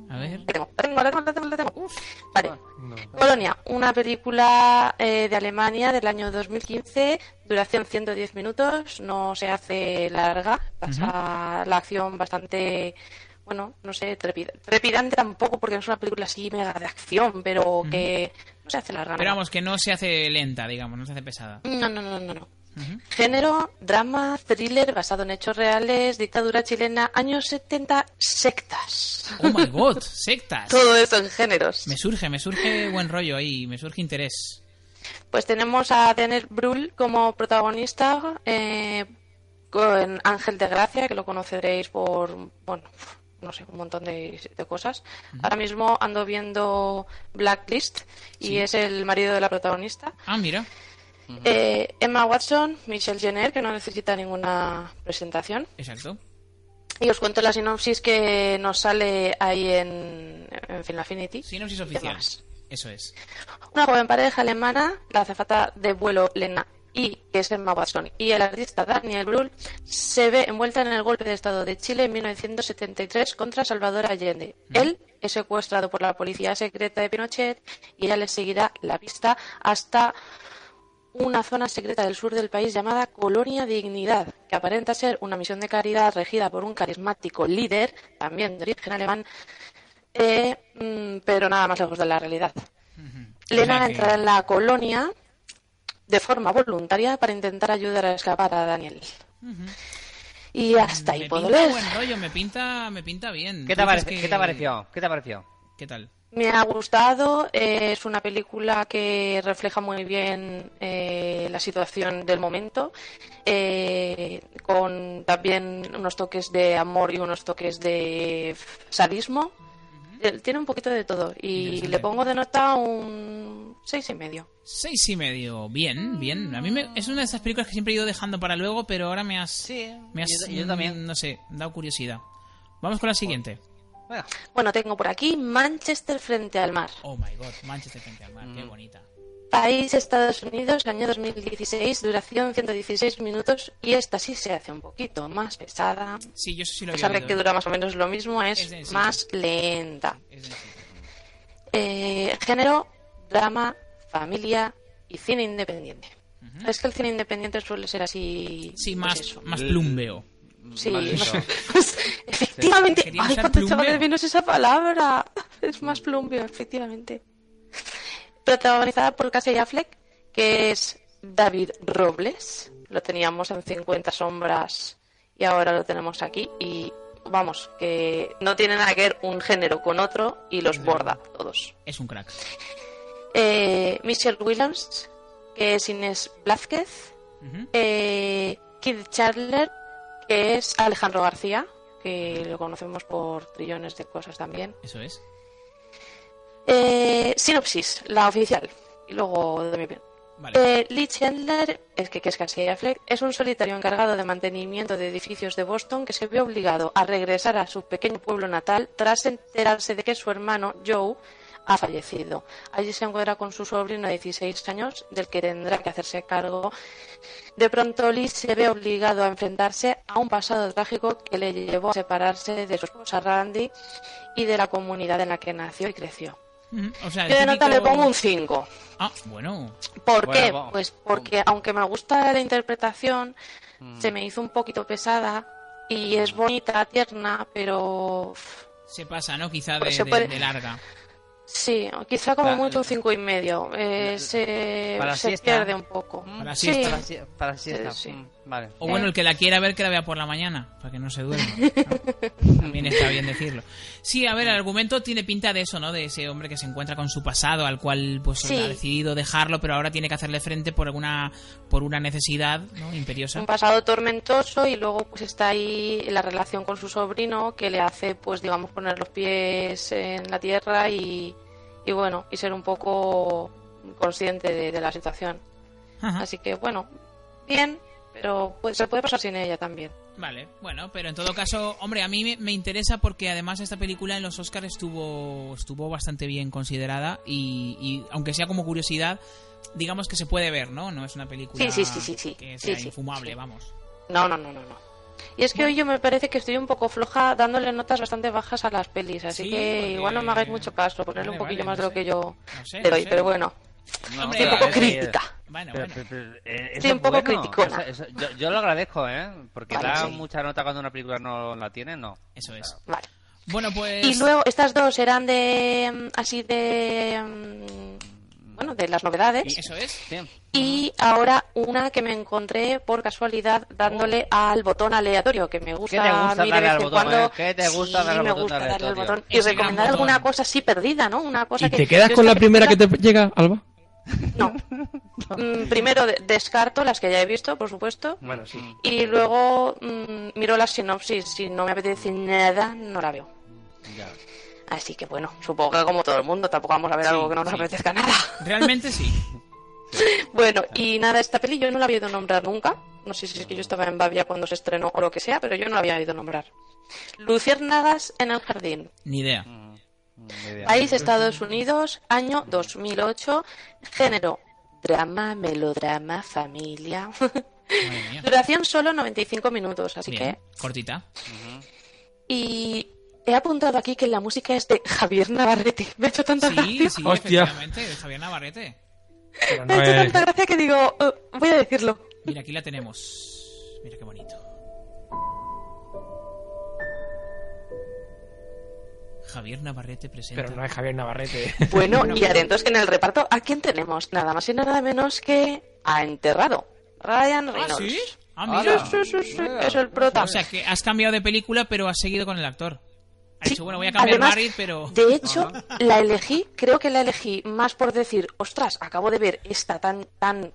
Speaker 2: a ver.
Speaker 3: La tengo, la tengo, la tengo, la tengo, la tengo. Vale. Colonia, una película eh, de Alemania del año 2015, duración 110 minutos, no se hace larga, pasa la acción bastante, bueno, no sé, trepida- trepidante tampoco porque no es una película así mega de acción, pero que no se hace larga.
Speaker 2: Pero
Speaker 3: ¿no?
Speaker 2: vamos, que no se hace lenta, digamos, no se hace pesada.
Speaker 3: No, no, no, no, no. Género, drama, thriller basado en hechos reales, dictadura chilena, años 70, sectas.
Speaker 2: Oh my god, sectas.
Speaker 3: Todo eso en géneros.
Speaker 2: Me surge, me surge buen rollo ahí, me surge interés.
Speaker 3: Pues tenemos a Daniel Brühl como protagonista, eh, con Ángel de Gracia, que lo conoceréis por, bueno, no sé, un montón de, de cosas. Ahora mismo ando viendo Blacklist y
Speaker 2: Sí.
Speaker 3: es el marido de la protagonista.
Speaker 2: Ah, mira.
Speaker 3: Eh, Emma Watson, Michelle Jenner, que no necesita ninguna presentación.
Speaker 2: Exacto.
Speaker 3: Y os cuento la sinopsis que nos sale ahí en, en Film Affinity.
Speaker 2: Sinopsis oficial. Eso es.
Speaker 3: Una joven pareja alemana, la azafata de vuelo Lena y que es Emma Watson y el artista Daniel Brühl se ve envuelta en el golpe de estado de Chile en 1973 contra Salvador Allende. Él es secuestrado por la policía secreta de Pinochet y ella le seguirá la pista hasta una zona secreta del sur del país llamada Colonia Dignidad, que aparenta ser una misión de caridad regida por un carismático líder, también de origen alemán, eh, mm, pero nada más lejos de la realidad.
Speaker 8: O sea
Speaker 3: Lena
Speaker 8: que-
Speaker 3: entrará en la colonia de forma voluntaria para intentar ayudar a escapar a Daniel. Y hasta ahí
Speaker 2: Me
Speaker 3: puedo
Speaker 2: pinta
Speaker 3: leer.
Speaker 2: buen rollo, me pinta, me pinta bien.
Speaker 5: ¿Qué
Speaker 2: Tú
Speaker 5: te,
Speaker 2: dices
Speaker 5: parece-
Speaker 2: que-
Speaker 5: ¿Qué te pareció? ¿Qué te pareció?
Speaker 2: ¿Qué tal?
Speaker 3: Me ha gustado, eh, es una película que refleja muy bien eh, la situación del momento, eh, con también unos toques de amor y unos toques de sadismo. Eh, Tiene un poquito de todo y le pongo de nota un seis y medio.
Speaker 2: Seis y medio. Bien, bien. A mí me- es una de esas películas que siempre he ido dejando para luego, pero ahora me has. me has, mm,
Speaker 5: yo- yo también.
Speaker 2: No sé, dado curiosidad. Vamos con la siguiente.
Speaker 3: Bueno, tengo por aquí Manchester frente al mar.
Speaker 2: Oh my god, Manchester frente al mar,
Speaker 5: Mm.
Speaker 2: qué bonita.
Speaker 3: País Estados Unidos, año 2016, duración 116 minutos y esta sí se hace un poquito más pesada.
Speaker 2: Sí, yo eso sí lo
Speaker 3: A
Speaker 2: había
Speaker 3: pesar de
Speaker 2: oído.
Speaker 3: que dura más o menos lo mismo, es,
Speaker 2: Es densa.
Speaker 3: más lenta. Eh, género, drama, familia y cine independiente. Es que el cine independiente suele ser así.
Speaker 2: Sí,
Speaker 3: pues
Speaker 2: más,
Speaker 3: eso.
Speaker 2: más plumbeo.
Speaker 3: Sí,
Speaker 2: más
Speaker 3: más- [laughs]
Speaker 2: eso.
Speaker 3: más- efectivamente.
Speaker 2: Quería
Speaker 3: Ay,
Speaker 2: usar
Speaker 3: cuánto
Speaker 2: plumbeo.
Speaker 3: chavales menos esa palabra. Es más plumbeo, efectivamente. Protagonizada por Casey Affleck, que es David Robles. Lo teníamos en 50 sombras y ahora lo tenemos aquí. Y vamos, que no tiene nada que ver un género con otro y los borda todos.
Speaker 2: Es un crack.
Speaker 3: Eh, Michelle Williams, que es Inés Blázquez. Eh, Kid Chandler, que es Alejandro García, que lo conocemos por trillones de cosas también.
Speaker 2: Eso es.
Speaker 3: Eh, sinopsis, la oficial. Y luego de mi opinión. Eh, Lee Chandler, es que, que es Casey Affleck, es un solitario encargado de mantenimiento de edificios de Boston que se ve obligado a regresar a su pequeño pueblo natal tras enterarse de que su hermano Joe ha fallecido. Allí se encuentra con su sobrino de 16 años, del que tendrá que hacerse cargo. De pronto Lee se ve obligado a enfrentarse a un pasado trágico que le llevó a separarse de su esposa Randy y de la comunidad en la que nació y creció.
Speaker 2: Ujú, O sea, Ah, el
Speaker 3: Yo de nota le
Speaker 2: típico-
Speaker 3: pongo un 5.
Speaker 2: Ah, bueno.
Speaker 3: ¿Por
Speaker 2: Bueno,
Speaker 3: qué?
Speaker 2: vamos.
Speaker 3: Pues porque aunque me gusta la interpretación, se me hizo un poquito pesada y es bonita, tierna, pero uf,
Speaker 2: Se pasa, ¿no? Quizá de,
Speaker 3: Pues se
Speaker 2: de-
Speaker 3: puede-
Speaker 2: de larga.
Speaker 3: sí, quizá como
Speaker 5: La-
Speaker 3: mucho un cinco y medio. Eh, se
Speaker 5: para la
Speaker 3: se
Speaker 5: siesta.
Speaker 3: pierde un poco.
Speaker 5: Para la
Speaker 3: Sí.
Speaker 5: siesta, mm, para la sie- para la siesta.
Speaker 3: Sí, sí.
Speaker 5: Mm, Vale.
Speaker 3: Eh.
Speaker 2: O bueno, el que la quiera ver, que la vea por la mañana, para que no se
Speaker 3: [laughs]
Speaker 2: duerma. Ah, También está bien decirlo. Sí, a ver, el argumento tiene pinta de eso, ¿no? De ese hombre que se encuentra con su pasado, al cual pues
Speaker 3: Sí.
Speaker 2: ha decidido dejarlo, pero ahora tiene que hacerle frente por alguna por una necesidad ¿no? imperiosa.
Speaker 3: un pasado tormentoso y luego pues está ahí la relación con su sobrino que le hace pues digamos poner los pies en la tierra y, y bueno y ser un poco consciente de, de la situación así que bueno bien pero pues, se puede pasar sin ella también
Speaker 2: Vale, bueno, pero en todo caso, hombre, a mí me, me interesa porque además esta película en los Oscars estuvo, estuvo bastante bien considerada y, y aunque sea como curiosidad, digamos que se puede ver, ¿no? No es una película
Speaker 3: Sí, sí, sí, sí, sí.
Speaker 2: que sea
Speaker 3: Sí, sí,
Speaker 2: infumable,
Speaker 3: sí.
Speaker 2: vamos.
Speaker 3: no no no no no y es que hoy yo me parece que estoy un poco floja dándole notas bastante bajas a las pelis así
Speaker 2: Sí,
Speaker 3: que
Speaker 2: porque-
Speaker 3: igual no me hagáis mucho caso ponerle
Speaker 2: Vale,
Speaker 3: un poquillo
Speaker 2: vale,
Speaker 3: más
Speaker 2: no
Speaker 3: de lo
Speaker 2: sé.
Speaker 3: que yo
Speaker 2: No sé,
Speaker 3: le
Speaker 2: no
Speaker 3: doy
Speaker 2: sé.
Speaker 3: pero bueno estoy
Speaker 5: No,
Speaker 3: un
Speaker 2: eh,
Speaker 5: pero
Speaker 3: poco
Speaker 5: es que-
Speaker 3: crítica
Speaker 2: Bueno,
Speaker 5: Pero-
Speaker 2: bueno.
Speaker 5: pero- pero, eh, eso
Speaker 3: Estoy un
Speaker 5: es
Speaker 3: poco
Speaker 5: bueno.
Speaker 3: criticona.
Speaker 5: Eso- eso- yo, yo lo agradezco, ¿eh? Porque
Speaker 2: Vale,
Speaker 5: da
Speaker 2: sí.
Speaker 5: mucha nota cuando una película no la tiene, no.
Speaker 2: Eso es.
Speaker 3: Vale.
Speaker 2: Bueno, pues.
Speaker 3: Y luego estas dos eran de. mm, así de. mm, Bueno, de las novedades.
Speaker 2: Eso es.
Speaker 3: Y ahora una que me encontré por casualidad dándole al botón aleatorio, que me gusta,
Speaker 5: ¿Qué te gusta
Speaker 3: a mí de
Speaker 5: darle al
Speaker 3: vez en
Speaker 5: botón,
Speaker 3: cuando.
Speaker 5: eh? ¿Qué te gusta
Speaker 3: Sí,
Speaker 5: darle al
Speaker 3: me
Speaker 5: botón
Speaker 3: gusta darle al
Speaker 5: aleatorio?
Speaker 3: botón. Y
Speaker 5: Es un gran
Speaker 3: recomendar
Speaker 5: botón.
Speaker 3: alguna cosa así perdida, ¿no? Una cosa
Speaker 4: ¿Y
Speaker 3: que
Speaker 4: te quedas
Speaker 3: yo
Speaker 4: con
Speaker 3: sé
Speaker 4: la primera que te llega, Alba?
Speaker 3: Mm, primero de- descarto las que ya he visto, por supuesto,
Speaker 8: Bueno, sí.
Speaker 3: y luego mm, miro la sinopsis. Si no me apetece nada, no la veo. Así que bueno, supongo que como todo el mundo, tampoco vamos a ver
Speaker 2: Sí,
Speaker 3: algo que no nos
Speaker 2: sí.
Speaker 3: apetezca nada.
Speaker 2: Realmente sí.
Speaker 3: Bueno, y nada, esta peli yo no la había oído nombrar nunca. No sé si es que yo estaba en Bavia cuando se estrenó o lo que sea, pero yo no la había oído nombrar. Luciérnagas en el jardín.
Speaker 2: Ni idea.
Speaker 3: Mm. País Estados Unidos, año 2008, género drama, melodrama, familia. Duración solo 95 minutos, así
Speaker 2: Bien,
Speaker 3: que [laughs]
Speaker 2: cortita.
Speaker 3: y he apuntado aquí que la música es de Javier Navarrete. [laughs] Me ha hecho tanta
Speaker 2: Sí,
Speaker 3: gracia.
Speaker 2: sí,
Speaker 4: Hostia.
Speaker 2: efectivamente, de Javier Navarrete.
Speaker 3: Me ha hecho tanta gracia que digo, "Eh, voy a decirlo.
Speaker 2: Mira, aquí la tenemos. Mira qué bonito. Javier Navarrete presenta.
Speaker 8: Pero no es Javier
Speaker 4: [laughs]
Speaker 8: Navarrete.
Speaker 3: Bueno, y
Speaker 2: pues
Speaker 3: atentos que en el reparto, ¿a quién tenemos? Nada más y nada menos que a Enterrado. Ryan Reynolds.
Speaker 2: sí? Ah, mira.
Speaker 3: Sí, sí, sí, sí, es el prota.
Speaker 2: O sea, que has cambiado de película, pero has seguido con el actor. Ha dicho, bueno, voy a cambiar
Speaker 3: Además,
Speaker 2: Barry, pero...
Speaker 3: de hecho, la elegí, creo que la elegí más por decir, ostras, acabo de ver esta tan, tan,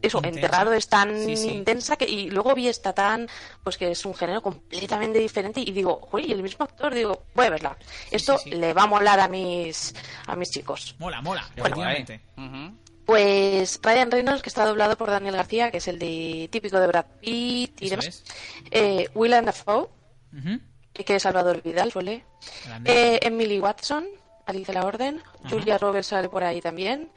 Speaker 3: eso,
Speaker 2: Intensa.
Speaker 3: enterrado, es tan
Speaker 2: Sí, sí.
Speaker 3: intensa que, y luego vi esta tan, pues que es un género completamente diferente y digo, joder, y el mismo actor, digo, voy a verla. Esto le va a molar a mis, a mis chicos.
Speaker 2: Mola, mola,
Speaker 3: Bueno.
Speaker 2: efectivamente.
Speaker 3: Pues Ryan Reynolds, que está doblado por Daniel García, que es el de típico de Brad Pitt y demás. Eh, Willem Dafoe,
Speaker 2: Ujú.
Speaker 3: que es Salvador Vidal, suele.
Speaker 2: Grande.
Speaker 3: Eh, Emily Watson, Alice de la Orden, Julia Roberts sale por ahí también.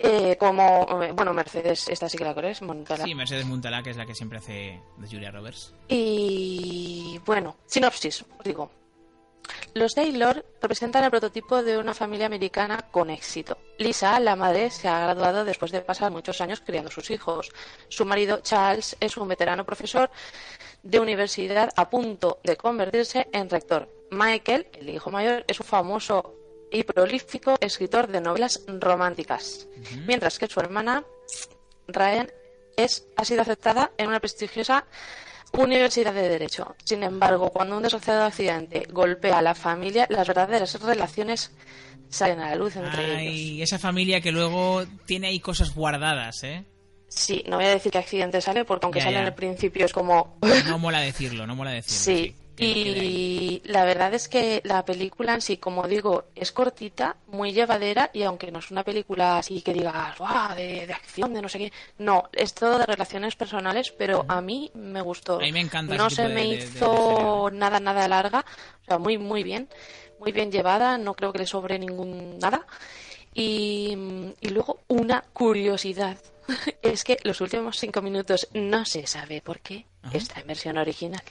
Speaker 3: Eh, como, eh, bueno, Mercedes, esta sí que la conoces, Montala.
Speaker 2: Sí, Mercedes Muntalá, que es la que siempre hace de Julia Roberts.
Speaker 3: Y bueno, sinopsis, os digo. Los Taylor representan el prototipo de una familia americana con éxito. Lisa, la madre, se ha graduado después de pasar muchos años criando sus hijos. Su marido, Charles, es un veterano profesor de universidad a punto de convertirse en rector. Michael, el hijo mayor, es un famoso y prolífico escritor de novelas románticas. Mientras que su hermana, Ryan, es, ha sido aceptada en una prestigiosa Universidad de Derecho. Sin embargo, cuando un desgraciado accidente golpea a la familia, las verdaderas relaciones salen a la luz entre ellos.
Speaker 2: Ay, esa familia que luego tiene ahí cosas guardadas,
Speaker 3: [laughs]
Speaker 2: ¿eh?
Speaker 3: Sí, no voy a decir que accidente sale, porque aunque
Speaker 2: Ya,
Speaker 3: sale
Speaker 2: ya.
Speaker 3: en el principio es como
Speaker 2: No mola decirlo, no mola decirlo.
Speaker 3: Sí, y la verdad es que la película en sí, como digo, es cortita, muy llevadera y aunque no es una película así que digas, "Guau, de, de acción, de no sé qué, no, es todo de relaciones personales, pero a mí me gustó.
Speaker 2: A mí me encanta
Speaker 3: No
Speaker 2: ese
Speaker 3: se
Speaker 2: tipo de-
Speaker 3: me
Speaker 2: de- de- de
Speaker 3: hizo nada, nada larga, o sea, muy, muy bien, muy bien llevada, no creo que le sobre ningún nada. Y, y luego una curiosidad. [laughs] Es que los últimos cinco minutos no se sabe por qué está en versión original.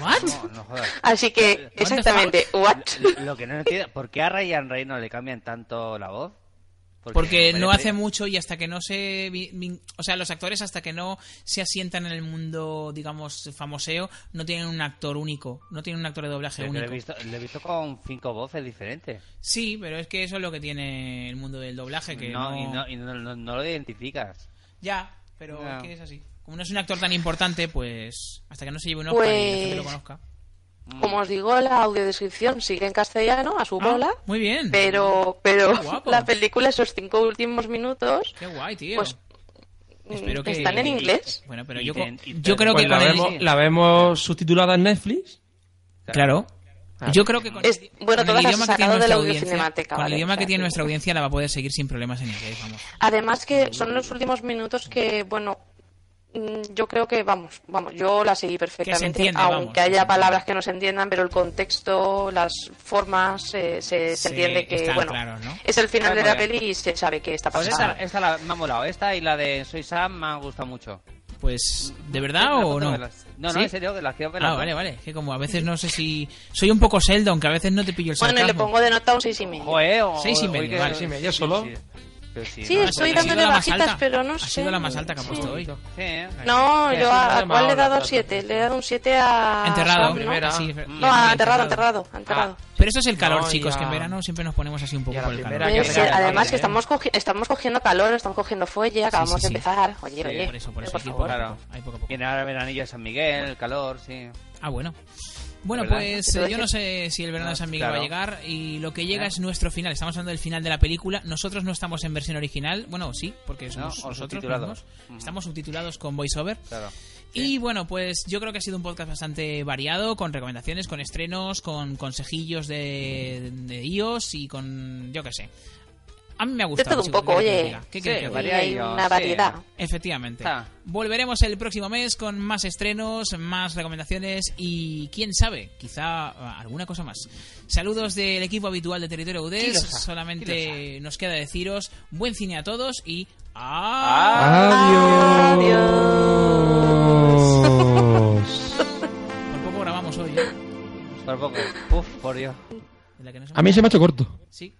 Speaker 2: ¿What?
Speaker 5: No, no jodas.
Speaker 3: Así que,
Speaker 5: the
Speaker 3: exactamente, ¿what?
Speaker 5: Lo, lo que no entiendo, ¿por qué a Ryan Reynolds le cambian tanto la voz?
Speaker 2: Porque no
Speaker 5: merece-
Speaker 2: hace mucho y hasta que no se... vi- vi- O sea, los actores hasta que no se asientan en el mundo, digamos, famoseo, no tienen un actor único, no tienen un actor de doblaje
Speaker 5: Pero que
Speaker 2: único.
Speaker 5: Lo he, visto, lo he visto con cinco voces diferentes.
Speaker 2: Sí, pero es que eso es lo que tiene el mundo del doblaje, que
Speaker 5: no,
Speaker 2: no...
Speaker 5: Y no, y no- no- no lo identificas.
Speaker 2: Ya, pero
Speaker 5: No.
Speaker 2: es que es así. Como no es un actor tan importante, pues hasta que no se lleve un Oscar y la gente
Speaker 3: Pues,
Speaker 2: lo conozca.
Speaker 3: como os digo, la audiodescripción sigue en castellano, a su bola.
Speaker 2: Muy bien.
Speaker 3: Pero, pero
Speaker 2: Ah. Qué guapo.
Speaker 3: la película, esos cinco últimos minutos,
Speaker 2: Qué guay, tío.
Speaker 3: Pues,
Speaker 2: Espero que...
Speaker 3: están en inglés.
Speaker 2: Bueno, pero yo, co-
Speaker 5: ten- y
Speaker 2: yo
Speaker 5: ten-
Speaker 2: creo que
Speaker 4: Pues la,
Speaker 2: con el-
Speaker 4: vemos, la vemos subtitulada en Netflix.
Speaker 2: Claro. Yo creo que con,
Speaker 3: Es- bueno,
Speaker 2: con el
Speaker 3: todas las
Speaker 2: idioma
Speaker 3: has
Speaker 2: que tiene
Speaker 3: sacado de la
Speaker 2: nuestra audiencia,
Speaker 3: audiocinemática.
Speaker 2: con el
Speaker 3: ¿vale?
Speaker 2: idioma
Speaker 3: O
Speaker 2: que
Speaker 3: sea,
Speaker 2: tiene nuestra audiencia la va a poder seguir sin problemas en inglés, vamos.
Speaker 3: Además que son los últimos minutos que, bueno, mm, yo creo que, vamos, vamos, yo la seguí perfectamente,
Speaker 2: entienda, vamos,
Speaker 3: aunque haya palabras que no se entiendan, pero el contexto, las formas, eh, se, se
Speaker 5: Sí,
Speaker 3: entiende que,
Speaker 5: está
Speaker 3: bueno,
Speaker 5: claro, ¿no?
Speaker 3: es el final
Speaker 5: Ah,
Speaker 3: de la
Speaker 5: muy bien.
Speaker 3: peli y se sabe que está
Speaker 2: Ah.
Speaker 5: Pues esta,
Speaker 3: pasando.
Speaker 5: esta la, me ha molado. Esta y la de Soy Sam me han gustado mucho.
Speaker 2: Pues, ¿de
Speaker 5: Sí, me
Speaker 2: verdad
Speaker 5: la
Speaker 2: o
Speaker 5: apunto
Speaker 2: no?
Speaker 5: de las- No, no,
Speaker 2: ¿Sí?
Speaker 5: en serio, pues- de las quiero ver las
Speaker 2: Ah,
Speaker 5: dos.
Speaker 2: vale, vale. Que como a veces no sé si... Soy un poco Sheldon, que a veces no te pillo el
Speaker 3: Bueno, y le
Speaker 2: sarcasmo.
Speaker 3: pongo de nota un seis y medio.
Speaker 5: Joder, o-
Speaker 2: Seis y
Speaker 5: o-
Speaker 2: medio,
Speaker 5: que-
Speaker 2: vale.
Speaker 5: sí,
Speaker 2: Seis y
Speaker 4: medio solo.
Speaker 5: sí. Pero si
Speaker 3: Sí,
Speaker 5: no-
Speaker 3: estoy
Speaker 2: Ha sido
Speaker 3: dándole
Speaker 2: la más
Speaker 3: bajitas,
Speaker 2: alta.
Speaker 3: pero no
Speaker 2: Ha
Speaker 3: sé.
Speaker 2: sido la más alta que ha
Speaker 3: Sí.
Speaker 2: puesto hoy.
Speaker 3: No,
Speaker 2: Sí, ha
Speaker 3: yo
Speaker 2: sido
Speaker 3: a,
Speaker 2: de
Speaker 3: ¿a cuál le he
Speaker 2: Mahoma,
Speaker 3: dado
Speaker 2: trato.
Speaker 3: 7? Le he dado un 7 a.
Speaker 2: Enterrado.
Speaker 3: Sam, ¿no?
Speaker 2: Primera,
Speaker 5: Mm.
Speaker 2: Mm, sí,
Speaker 3: No, a Ah, enterrado, enterrado, a enterrado.
Speaker 2: Pero esto es el calor,
Speaker 3: No, y
Speaker 2: chicos,
Speaker 3: a-
Speaker 2: que en verano siempre nos ponemos así un poco por el calor.
Speaker 3: Oye, sí, además que estamos, cogi- estamos cogiendo calor, estamos cogiendo fuelle, acabamos
Speaker 2: sí, sí.
Speaker 3: de empezar. Oye,
Speaker 5: Sí,
Speaker 3: oye.
Speaker 2: eso,
Speaker 3: por
Speaker 2: hay que
Speaker 3: favor.
Speaker 2: parar.
Speaker 5: Claro. Viene ahora veranillo de San Miguel, el calor, sí.
Speaker 2: Ah, bueno. Bueno,
Speaker 5: ¿Verdad?
Speaker 2: pues eh, yo no sé si el verano de San Miguel va a
Speaker 5: Claro.
Speaker 2: llegar y lo que llega
Speaker 5: ¿Eh?
Speaker 2: es nuestro final. Estamos hablando del final de la película. Nosotros no estamos en versión original. Bueno, sí, porque somos
Speaker 5: o
Speaker 2: nosotros
Speaker 5: subtitulados.
Speaker 2: mismos.
Speaker 5: Ujú.
Speaker 2: Estamos subtitulados con voiceover.
Speaker 5: Claro.
Speaker 2: Y bueno, pues yo creo que ha sido un podcast bastante variado, con recomendaciones, con estrenos, con consejillos de, de iOS y con, yo qué sé. A mí me ha gustado.
Speaker 3: todo un
Speaker 2: chicos,
Speaker 3: poco,
Speaker 2: ¿qué queréis que os
Speaker 3: oye.
Speaker 2: diga? ¿Qué
Speaker 3: Sí,
Speaker 2: queréis que os
Speaker 3: y
Speaker 2: diga?
Speaker 3: hay una Sí. variedad.
Speaker 2: Efectivamente.
Speaker 3: Está.
Speaker 2: Volveremos el próximo mes con más estrenos, más recomendaciones y quién sabe, quizá ah, alguna cosa más. Saludos del equipo habitual de Territorio UDES.
Speaker 5: Quilosa,
Speaker 2: Solamente nos queda deciros buen cine a todos y
Speaker 4: Ah. Adiós.
Speaker 2: Por poco grabamos hoy. ¿eh?
Speaker 5: Por poco. Uf, por Dios.
Speaker 2: De la que no se
Speaker 4: A mí se me ha hecho corto.
Speaker 2: Sí.